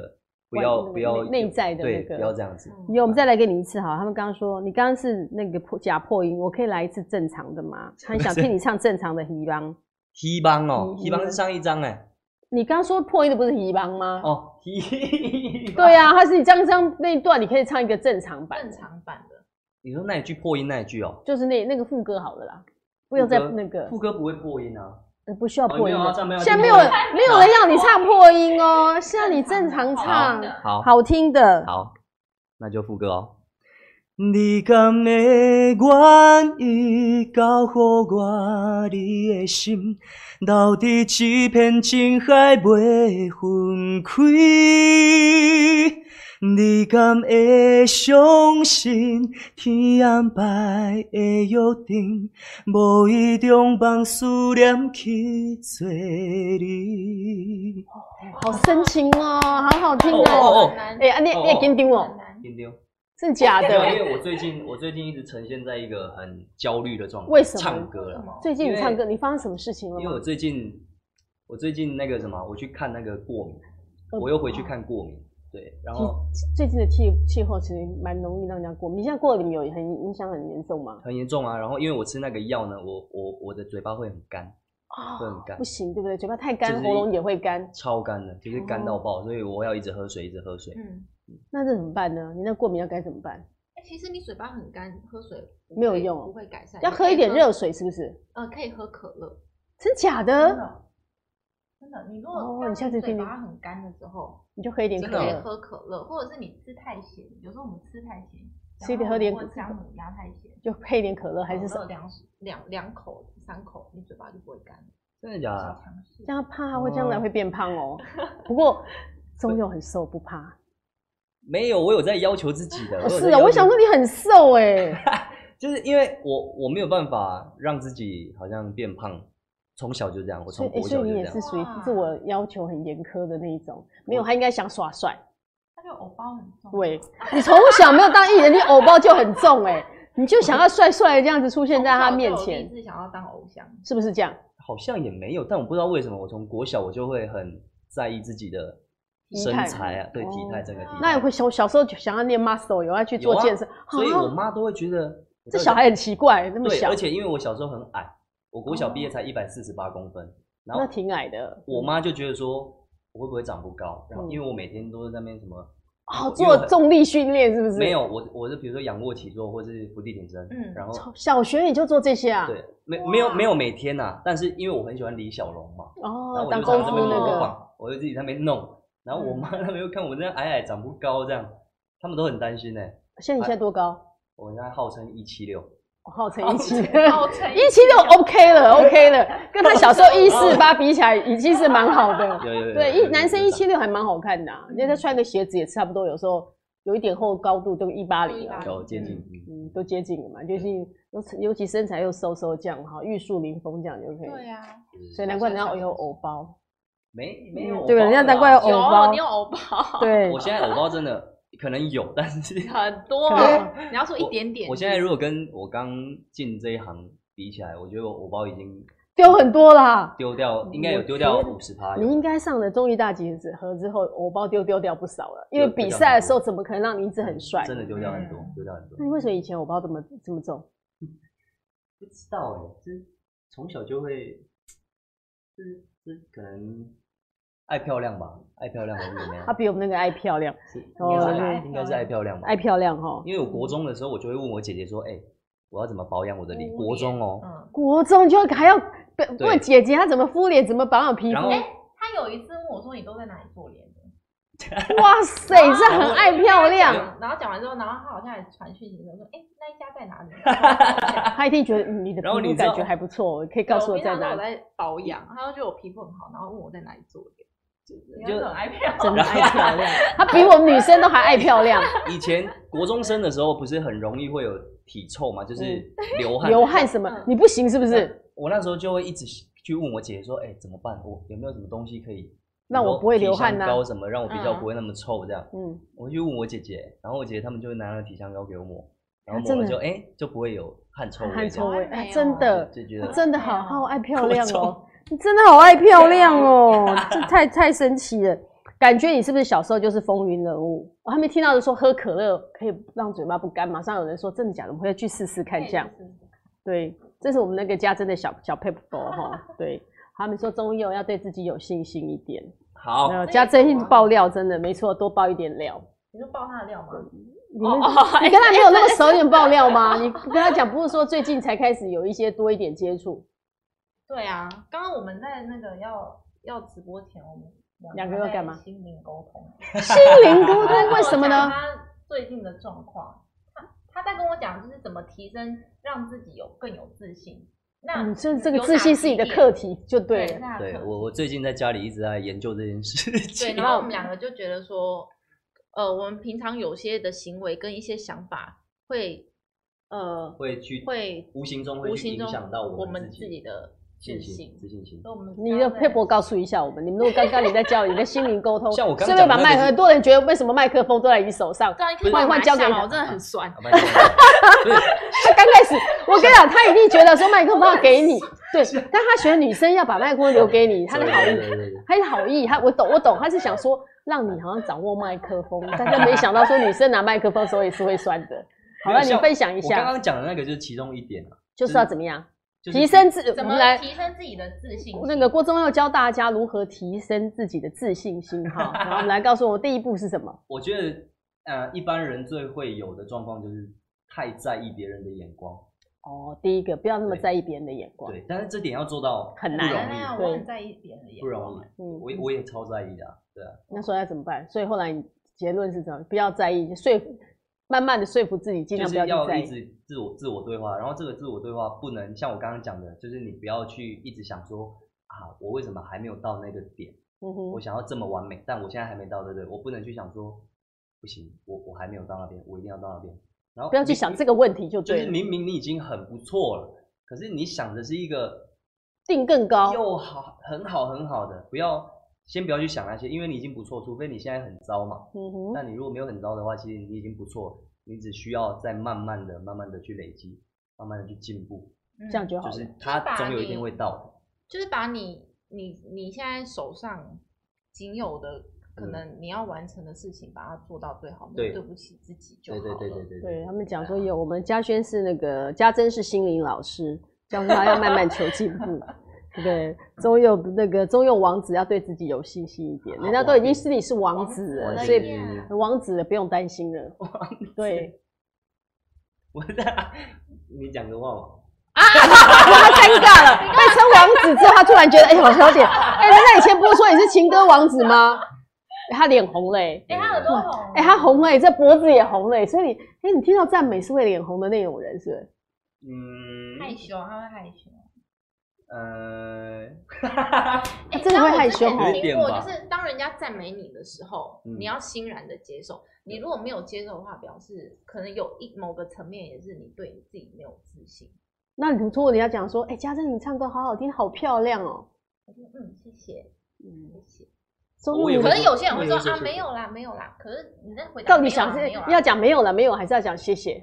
[SPEAKER 3] 不
[SPEAKER 2] 外
[SPEAKER 3] 要
[SPEAKER 2] 那个
[SPEAKER 3] 不要
[SPEAKER 2] 内内在的
[SPEAKER 3] 对
[SPEAKER 2] 那个
[SPEAKER 3] 不要这样子。
[SPEAKER 1] 嗯
[SPEAKER 2] 有，我们再来给你一次哈。他们刚刚说你刚刚是那个破假破音，我可以来一次正常的吗？他很 想听你唱正常的希邦。
[SPEAKER 3] 希邦哦
[SPEAKER 2] 嗯，
[SPEAKER 3] 希邦是上一张哎，
[SPEAKER 2] 你刚刚说破音的不是希邦吗？
[SPEAKER 3] 哦，希
[SPEAKER 2] 对呀、啊，他是你这样这样那一段，你可以唱一个正常版
[SPEAKER 1] 正，常版的，
[SPEAKER 3] 你说那一句破音那一句哦，
[SPEAKER 2] 就是那那个副歌好了啦，不要再
[SPEAKER 3] 副歌
[SPEAKER 2] 那个
[SPEAKER 3] 副歌不会破音啊，
[SPEAKER 2] 呃不需要
[SPEAKER 3] 哦
[SPEAKER 2] 破音
[SPEAKER 3] 没有啊
[SPEAKER 2] 了。
[SPEAKER 3] 这样没有
[SPEAKER 2] 现在
[SPEAKER 3] 听
[SPEAKER 2] 没有
[SPEAKER 3] 破音
[SPEAKER 2] 没有人要你唱破音哦，现在你正常
[SPEAKER 1] 好
[SPEAKER 2] 唱，
[SPEAKER 3] 好，啊
[SPEAKER 2] 好听的。
[SPEAKER 3] 好，那就副歌哦。你敢会愿意交付我你的心，留伫一片情海袂分开？你敢会相信天安排的约定，无意中放思念去做你？
[SPEAKER 2] 好深情哦，好好听
[SPEAKER 3] 哦哦
[SPEAKER 2] 哦。
[SPEAKER 3] 哦
[SPEAKER 1] 很难
[SPEAKER 2] 哎、啊，你你也紧张
[SPEAKER 1] 很
[SPEAKER 2] 哦，
[SPEAKER 1] 难
[SPEAKER 3] 丢丢。
[SPEAKER 2] 真的假
[SPEAKER 3] 对啊，因
[SPEAKER 2] 的？
[SPEAKER 3] 为我最近我最近一直呈现在一个很焦虑的状态，
[SPEAKER 2] 为什么
[SPEAKER 3] 唱歌了？
[SPEAKER 2] 最近你
[SPEAKER 3] 因为
[SPEAKER 2] 唱歌，你发生什么事情了
[SPEAKER 3] 因为
[SPEAKER 2] 吗
[SPEAKER 3] 我？最近我最近那个什么，我去看那个过敏，
[SPEAKER 2] 哦
[SPEAKER 3] 我又回去看过敏，对，然后
[SPEAKER 2] 最近的气气候其实蛮容易让人家过敏，你现在过敏有很影响很严重吗？
[SPEAKER 3] 很严重啊，然后因为我吃那个药呢，我我我的嘴巴会很干，
[SPEAKER 2] 啊
[SPEAKER 3] 会很干
[SPEAKER 2] 不，行，对不对？嘴巴太
[SPEAKER 3] 就
[SPEAKER 2] 干，
[SPEAKER 3] 是
[SPEAKER 2] 喉咙也会干，哦
[SPEAKER 3] 超干的，就是干到爆，所以我要一直喝水，一直喝
[SPEAKER 2] 啊
[SPEAKER 3] 水。
[SPEAKER 1] 嗯，
[SPEAKER 2] 那这怎么办呢？你那过敏要该怎么办？
[SPEAKER 1] 哎，其实你嘴巴很干，喝水不
[SPEAKER 2] 没有
[SPEAKER 1] 会
[SPEAKER 2] 用哦
[SPEAKER 1] 不会改善。
[SPEAKER 2] 要
[SPEAKER 1] 哎你
[SPEAKER 2] 喝
[SPEAKER 1] 可以
[SPEAKER 2] 一点热，水，是不是？
[SPEAKER 1] 呃，可以喝可乐。
[SPEAKER 2] 真假
[SPEAKER 1] 真
[SPEAKER 2] 的？
[SPEAKER 1] 的，真的，你如
[SPEAKER 2] 哦
[SPEAKER 1] 果
[SPEAKER 2] 你下
[SPEAKER 1] 嘴
[SPEAKER 2] 次听听
[SPEAKER 1] 巴很干的时候，
[SPEAKER 2] 你就喝一点
[SPEAKER 1] 你
[SPEAKER 2] 可
[SPEAKER 3] 真
[SPEAKER 1] 可以
[SPEAKER 3] 的
[SPEAKER 2] 乐。
[SPEAKER 1] 喝可乐，或者是你吃太咸，有时候我们吃太咸，
[SPEAKER 2] 吃一点喝点
[SPEAKER 1] 果姜母鸭太咸，
[SPEAKER 2] 就配一点可乐还是什
[SPEAKER 1] 少
[SPEAKER 2] 么，
[SPEAKER 1] 两两两口三口，你嘴巴就不会干。
[SPEAKER 3] 真的
[SPEAKER 2] 啊
[SPEAKER 3] 假
[SPEAKER 1] 小
[SPEAKER 3] 的？
[SPEAKER 1] 尝试
[SPEAKER 2] 这。样怕会将来
[SPEAKER 3] 哦
[SPEAKER 2] 会变胖哦。不过钟佑很瘦，不怕。
[SPEAKER 3] 没有，我有在要求自己的。有
[SPEAKER 2] 是
[SPEAKER 3] 在
[SPEAKER 2] 啊，
[SPEAKER 3] 要
[SPEAKER 2] 我
[SPEAKER 3] 求
[SPEAKER 2] 想说你很瘦哎、
[SPEAKER 3] 就是因为我我没有办法让自己好像变胖，从小就这样，我
[SPEAKER 2] 所
[SPEAKER 3] 从
[SPEAKER 2] 以、欸
[SPEAKER 3] 国
[SPEAKER 2] 所以
[SPEAKER 3] 小就
[SPEAKER 2] 你
[SPEAKER 3] 这
[SPEAKER 2] 也
[SPEAKER 3] 样
[SPEAKER 2] 是。属于
[SPEAKER 1] 哇
[SPEAKER 2] 自我要求很严苛的那一种。没有，他应该想耍帅。
[SPEAKER 1] 他就偶包很重。
[SPEAKER 2] 喂，你从小没有当艺人，你偶包就很重哎、你就想要帅帅的这样子出现在他面前，
[SPEAKER 1] 是想要当偶 像。
[SPEAKER 2] 是不是这样？
[SPEAKER 3] 好像也没有，但我不知道为什么，我从国小我就会很在意自己的
[SPEAKER 2] 体
[SPEAKER 3] 身
[SPEAKER 2] 态
[SPEAKER 3] 材啊，对体态
[SPEAKER 2] 哦
[SPEAKER 3] 整个体态。
[SPEAKER 2] 那也会小小时候就想要练 muscle，有要去做
[SPEAKER 3] 有啊
[SPEAKER 2] 健身，
[SPEAKER 3] 所以我
[SPEAKER 2] 啊
[SPEAKER 3] 妈都会觉得
[SPEAKER 2] 这小孩很奇怪，那么
[SPEAKER 3] 对，
[SPEAKER 2] 小哦
[SPEAKER 3] 而，且因为我小时候很矮，我国小毕业才一百四十八公分，然
[SPEAKER 2] 那
[SPEAKER 3] 后
[SPEAKER 2] 挺矮的。
[SPEAKER 3] 我妈就觉得说我会不会长不高，然后
[SPEAKER 2] 嗯
[SPEAKER 3] 因为我每天都是在那边什么
[SPEAKER 2] 哦，
[SPEAKER 3] 因为我
[SPEAKER 2] 做
[SPEAKER 3] 很
[SPEAKER 2] 重力训练是不是？
[SPEAKER 3] 没，有，我我是比如说仰卧起坐或是伏地挺身，
[SPEAKER 1] 嗯
[SPEAKER 3] 然后
[SPEAKER 2] 小学你就做这些啊？
[SPEAKER 3] 对没没有
[SPEAKER 1] 哇
[SPEAKER 3] 没有每天呐、但是因为我很喜欢李小龙嘛，然
[SPEAKER 2] 哦
[SPEAKER 3] 后，我
[SPEAKER 2] 当
[SPEAKER 3] 就
[SPEAKER 2] 功
[SPEAKER 3] 常
[SPEAKER 2] 夫
[SPEAKER 3] 在
[SPEAKER 1] 功
[SPEAKER 3] 那
[SPEAKER 1] 夫
[SPEAKER 2] 那
[SPEAKER 3] 边
[SPEAKER 1] 那
[SPEAKER 2] 个嗯
[SPEAKER 1] 个。
[SPEAKER 3] 晃，我就自己在那边弄，然后我妈 那边又看我这样矮矮长不高这样，他们都很担心呢、
[SPEAKER 2] 现在你
[SPEAKER 3] 哎
[SPEAKER 2] 现在多高？
[SPEAKER 3] 我现在号称一七六，
[SPEAKER 2] 我号称一七
[SPEAKER 1] 号称
[SPEAKER 2] 一七六 OK 了，OK 了，跟他小时候一四八比起来，已经是蛮好的。
[SPEAKER 3] 有有有，
[SPEAKER 2] 对，
[SPEAKER 3] 有
[SPEAKER 2] 一男生一，七
[SPEAKER 3] 有
[SPEAKER 2] 六还蛮好看的、啊，人
[SPEAKER 3] 嗯
[SPEAKER 2] 家穿个鞋子也差不多，有时候有一点厚高度都一八零了
[SPEAKER 1] 180，
[SPEAKER 3] 有有接近，嗯
[SPEAKER 2] 嗯，都接近了嘛，就是尤其尤其身材又瘦瘦这样哈，玉树临风这样就可以。
[SPEAKER 1] 对啊呀，
[SPEAKER 2] 所以难怪人家有哦偶包，
[SPEAKER 3] 没没有，
[SPEAKER 2] 对人家难怪有偶包
[SPEAKER 1] 有你有偶包，
[SPEAKER 2] 对
[SPEAKER 3] 我，现在偶包真的可能有，但 是
[SPEAKER 1] 很多
[SPEAKER 2] 对。
[SPEAKER 1] 你要说一点点。
[SPEAKER 3] 我现在如果跟我刚进这一行比起来，我觉得我偶包已经
[SPEAKER 2] 丢很多啦。
[SPEAKER 3] 丢掉，应该有
[SPEAKER 2] 嗯我
[SPEAKER 3] 丢掉
[SPEAKER 2] 觉得
[SPEAKER 3] 五十趴。
[SPEAKER 2] 你应该上了综艺大集合之后，偶包丢丢掉不少了，因为
[SPEAKER 3] 丢丢
[SPEAKER 2] 比
[SPEAKER 3] 掉
[SPEAKER 2] 赛的
[SPEAKER 3] 很多
[SPEAKER 2] 时候怎么可能让你一直很帅？
[SPEAKER 3] 真的丢掉很多
[SPEAKER 1] 嗯，
[SPEAKER 3] 丢掉很多
[SPEAKER 2] 那。你为什么以前偶包这么这么重？
[SPEAKER 3] 不知道哎、就是从小就会，就是就是可能爱漂亮吧，爱漂亮还是怎么样？
[SPEAKER 2] 她比我们那个爱漂亮，
[SPEAKER 3] 是 应
[SPEAKER 2] 啊哦
[SPEAKER 3] 该是
[SPEAKER 2] 对
[SPEAKER 3] 爱应该是爱漂亮吧。
[SPEAKER 2] 爱漂亮哦哈。
[SPEAKER 3] 嗯因为我国中的时候，我就会问我姐姐说：“哎、我要怎么保养我的脸？”
[SPEAKER 1] 敷
[SPEAKER 3] 国中哦、
[SPEAKER 1] 嗯，
[SPEAKER 2] 国中就要还要被
[SPEAKER 3] 对
[SPEAKER 2] 问姐姐她怎么敷脸，怎么保养皮
[SPEAKER 3] 然
[SPEAKER 2] 肤
[SPEAKER 3] 后？
[SPEAKER 1] 他有一次问我说：“你都在哪里做脸的
[SPEAKER 2] 哇塞，这很爱漂亮，？”
[SPEAKER 1] 然后讲完之后，然后他好像还传讯息说：“哎，那一家在哪里？”
[SPEAKER 2] 她一定觉得嗯你的
[SPEAKER 3] 然后
[SPEAKER 2] 皮肤
[SPEAKER 3] 你知道
[SPEAKER 2] 感觉还不错，可以 告诉我
[SPEAKER 1] 我
[SPEAKER 2] 在
[SPEAKER 1] 平常
[SPEAKER 2] 哪
[SPEAKER 1] 都有
[SPEAKER 2] 里。
[SPEAKER 1] 在保养，他就觉得我皮肤很好，然后问我在哪里做脸，就是
[SPEAKER 3] 就
[SPEAKER 1] 就很爱漂
[SPEAKER 2] 真
[SPEAKER 1] 亮。
[SPEAKER 2] 的爱漂亮，她比我们女生都还爱漂 亮，
[SPEAKER 3] 以前国中生的时候，不是很容易会有体臭嘛，就是流汗。
[SPEAKER 2] 嗯流汗什么
[SPEAKER 1] 嗯
[SPEAKER 2] 你不行是不是？
[SPEAKER 3] 我那时候就会一直去问我姐姐说：“哎、怎么办？我有没有什么东西可以
[SPEAKER 2] 让我不会流汗啊
[SPEAKER 3] 比
[SPEAKER 2] 呐
[SPEAKER 3] 如说体香膏什么让我比较
[SPEAKER 1] 嗯
[SPEAKER 3] 不会那么臭？”这样，
[SPEAKER 2] 嗯，
[SPEAKER 3] 我就问我姐姐，然后我姐姐他们就会拿了体香膏给我抹，然后
[SPEAKER 2] 啊真
[SPEAKER 3] 抹了
[SPEAKER 2] 的
[SPEAKER 3] 就哎、就不会有汗臭味。
[SPEAKER 2] 汗臭味，
[SPEAKER 1] 好爱美
[SPEAKER 2] 哎
[SPEAKER 1] 哦
[SPEAKER 2] 真的，
[SPEAKER 3] 就觉
[SPEAKER 2] 她
[SPEAKER 3] 得
[SPEAKER 2] 真的好好爱漂亮
[SPEAKER 3] 国
[SPEAKER 2] 哦
[SPEAKER 3] 中，
[SPEAKER 2] 你真的好爱漂亮哦，这太太神奇了。感觉你是不是小时候就是风云人物？我还没听到的说喝可乐可以让嘴巴不干，马上有人说真的假的，我们要去试试看这样。对，这是我们那个家真的小小 paper 哈。对，他们说中佑要对自己有信心一点。
[SPEAKER 3] 哦好
[SPEAKER 2] 没，有
[SPEAKER 1] 这
[SPEAKER 2] 家
[SPEAKER 1] 也
[SPEAKER 2] 真
[SPEAKER 1] 是
[SPEAKER 2] 心
[SPEAKER 1] 我啊
[SPEAKER 2] 爆料，真的没错，多爆一点料。
[SPEAKER 1] 你就爆他的料吗？
[SPEAKER 2] 你们你跟他没有那么熟，你有爆料吗？你跟他讲，不是说最近才开始有一些多一点接触，
[SPEAKER 1] 对啊，刚刚我们在那个要要直播前，我们
[SPEAKER 2] 两个要干嘛
[SPEAKER 1] 在心灵沟通，
[SPEAKER 2] 心灵沟通为什么
[SPEAKER 1] 然后我讲
[SPEAKER 2] 呢？
[SPEAKER 1] 他最近的状况，他他在跟我讲就是怎么提升，让自己有更有自信。那
[SPEAKER 2] 嗯，这这个
[SPEAKER 1] 有
[SPEAKER 2] 自
[SPEAKER 1] 哪
[SPEAKER 2] 信
[SPEAKER 1] 几
[SPEAKER 2] 是你的
[SPEAKER 1] 点
[SPEAKER 2] 课题，就对
[SPEAKER 1] 对
[SPEAKER 2] 了。
[SPEAKER 1] 那
[SPEAKER 3] 对
[SPEAKER 1] 课
[SPEAKER 3] 我我最近在家里一直在研究这件事
[SPEAKER 1] 对，
[SPEAKER 3] 情。
[SPEAKER 1] 然后我们两个就觉得说，呃，我们平常有些的行为跟一些想法会呃
[SPEAKER 3] 会去
[SPEAKER 1] 会
[SPEAKER 3] 无形中会
[SPEAKER 1] 无
[SPEAKER 3] 去
[SPEAKER 1] 形
[SPEAKER 3] 影
[SPEAKER 1] 中
[SPEAKER 3] 响到
[SPEAKER 1] 我
[SPEAKER 3] 们
[SPEAKER 1] 们
[SPEAKER 3] 自
[SPEAKER 1] 自己的自
[SPEAKER 3] 信
[SPEAKER 1] 信
[SPEAKER 3] 心、。自信心。
[SPEAKER 1] 所以我们
[SPEAKER 2] 你的
[SPEAKER 1] 不要再
[SPEAKER 2] paper 告诉一下我们，你们如果刚刚你在教你的心灵沟通，
[SPEAKER 3] 像我刚
[SPEAKER 2] 顺便
[SPEAKER 3] 讲
[SPEAKER 2] 把
[SPEAKER 3] 的那
[SPEAKER 2] 麦，
[SPEAKER 3] 个
[SPEAKER 2] 很多人觉得为什么麦克风都在你手上？
[SPEAKER 1] 对啊，你可以
[SPEAKER 2] 不是
[SPEAKER 1] 换
[SPEAKER 2] 换交给
[SPEAKER 1] 我，
[SPEAKER 2] 他
[SPEAKER 1] 我真 的很酸。
[SPEAKER 3] 啊不然不是
[SPEAKER 2] 他刚开始，我跟你讲，他一定觉得说麦克风要给你， 对，但他觉得女生要把麦克风 留给你，他的好
[SPEAKER 3] 啊对
[SPEAKER 2] 意
[SPEAKER 3] 对，对对对
[SPEAKER 2] 他是好意，他我懂我懂，他是想说让你好像掌握麦克 风，但是没想到说女生拿麦克风手也是会酸的。好
[SPEAKER 3] 没有
[SPEAKER 2] 了，你
[SPEAKER 3] 像
[SPEAKER 2] 分享一
[SPEAKER 3] 我刚
[SPEAKER 2] 下，
[SPEAKER 3] 刚讲的那个就是其中一点啊，
[SPEAKER 2] 就是要怎么样
[SPEAKER 3] 就是
[SPEAKER 2] 提升自，我
[SPEAKER 1] 怎
[SPEAKER 2] 们
[SPEAKER 1] 么
[SPEAKER 2] 来
[SPEAKER 1] 提升自己的自信心？
[SPEAKER 2] 那个郭宗佑教大家如何提升自己的自信心 哈，然后我们来告诉我第一步是什么？
[SPEAKER 3] 我觉得呃一般人最会有的状况就是太在意别人的眼光，
[SPEAKER 2] 哦，第一个不要那么在意别人的眼光，
[SPEAKER 3] 对，但是这点要做到
[SPEAKER 2] 很
[SPEAKER 3] 不
[SPEAKER 2] 难
[SPEAKER 3] 容
[SPEAKER 1] 啊，
[SPEAKER 3] 易，
[SPEAKER 1] 我很在意别人的眼
[SPEAKER 3] 不容易
[SPEAKER 1] 光。。
[SPEAKER 2] 嗯
[SPEAKER 3] 我也我也超在意的啊，对啊，
[SPEAKER 2] 那时候要怎么办？所以后来你结论是什么？不要在意，说服慢慢的说服自己，尽
[SPEAKER 3] 就
[SPEAKER 2] 量不
[SPEAKER 3] 是
[SPEAKER 2] 要去
[SPEAKER 3] 要
[SPEAKER 2] 在
[SPEAKER 3] 一
[SPEAKER 2] 意。
[SPEAKER 3] 直自我自我对话，然后这个自我对话不能像我刚刚讲的，就是你不要去一直想说啊，我为什么还没有到那个点？
[SPEAKER 2] 嗯
[SPEAKER 3] 我
[SPEAKER 2] 哼，
[SPEAKER 3] 想要这么完美，但我现在还没到，对不对？我不能去想说不行，我我还没有到那边，我一定要到那边。然后
[SPEAKER 2] 不要去
[SPEAKER 3] 明
[SPEAKER 2] 想
[SPEAKER 3] 明
[SPEAKER 2] 这个问题就
[SPEAKER 3] 就
[SPEAKER 2] 对
[SPEAKER 3] 是
[SPEAKER 2] 了，
[SPEAKER 3] 明明你已经很不错了，可是你想的是一个
[SPEAKER 2] 定更高。
[SPEAKER 3] 又好很好很好的，不要先不要去想那些，因为你已经不错，除非你现在很糟嘛。
[SPEAKER 2] 嗯哼，
[SPEAKER 3] 那你如果没有很糟的话，其实你已经不错了，你只需要再慢慢的、慢慢的去累积，慢慢的去进步，
[SPEAKER 1] 嗯
[SPEAKER 2] 这样就好
[SPEAKER 3] 就
[SPEAKER 2] 了。
[SPEAKER 3] 是它
[SPEAKER 1] 把
[SPEAKER 3] 总有一
[SPEAKER 1] 你
[SPEAKER 3] 天会到的。
[SPEAKER 1] 就是把你你你现在手上仅有的可能你要完成的事情，把它做到最好，没
[SPEAKER 3] 嗯对
[SPEAKER 1] 有对不起自己就
[SPEAKER 3] 对
[SPEAKER 1] 好
[SPEAKER 3] 对
[SPEAKER 1] 了。
[SPEAKER 3] 对对对
[SPEAKER 2] 对 他啊们讲说有，我们嘉轩是那个嘉珍是心灵老师，这样说他要慢慢求进 步。对不对，中用那个中用王子要对自己有信心一点，人家都已经是你是王子
[SPEAKER 1] 王
[SPEAKER 2] 了，
[SPEAKER 1] 子
[SPEAKER 2] 所以
[SPEAKER 1] 耶
[SPEAKER 2] 王子了不用担心了。 对，
[SPEAKER 3] 我在你讲的话嘛，
[SPEAKER 1] 啊
[SPEAKER 2] 他尴尬了，被称王子之后，他突然觉得，哎、好 像有点，哎、人家以前不是说你是情歌王子吗？哎他脸红嘞、
[SPEAKER 1] 哎、他耳朵红，
[SPEAKER 2] 哎、他红嘞、这脖子也红嘞、所以你，哎、你听到赞美是会脸红的那种人，是不是？
[SPEAKER 3] 嗯
[SPEAKER 1] 害羞，他会害羞。
[SPEAKER 3] 呃，
[SPEAKER 1] 哎
[SPEAKER 2] 真的会害羞
[SPEAKER 1] 然后我之前听
[SPEAKER 3] 有一
[SPEAKER 1] 过，
[SPEAKER 3] 点吧
[SPEAKER 1] 就是当人家赞美你的时候，
[SPEAKER 3] 嗯
[SPEAKER 1] 你要欣然的接受。你如果没有接受的话，表示可能有一某个层面也是你对你自己没有自信。
[SPEAKER 2] 那你如果人家讲说，哎、嘉珍你唱歌好好听，好漂亮哦、
[SPEAKER 1] 我说嗯，谢谢，嗯，谢谢。
[SPEAKER 2] 中
[SPEAKER 3] 我也
[SPEAKER 2] 午
[SPEAKER 1] 可
[SPEAKER 3] 会
[SPEAKER 1] 能有些人会说
[SPEAKER 3] 我也会说
[SPEAKER 1] 啊，
[SPEAKER 3] 谢谢
[SPEAKER 1] 没有啦，没有啦。可是你在回答
[SPEAKER 2] 到底想
[SPEAKER 1] 没
[SPEAKER 2] 是
[SPEAKER 3] 啊
[SPEAKER 1] 有啦
[SPEAKER 2] 要讲没有了没有，还是要讲谢谢？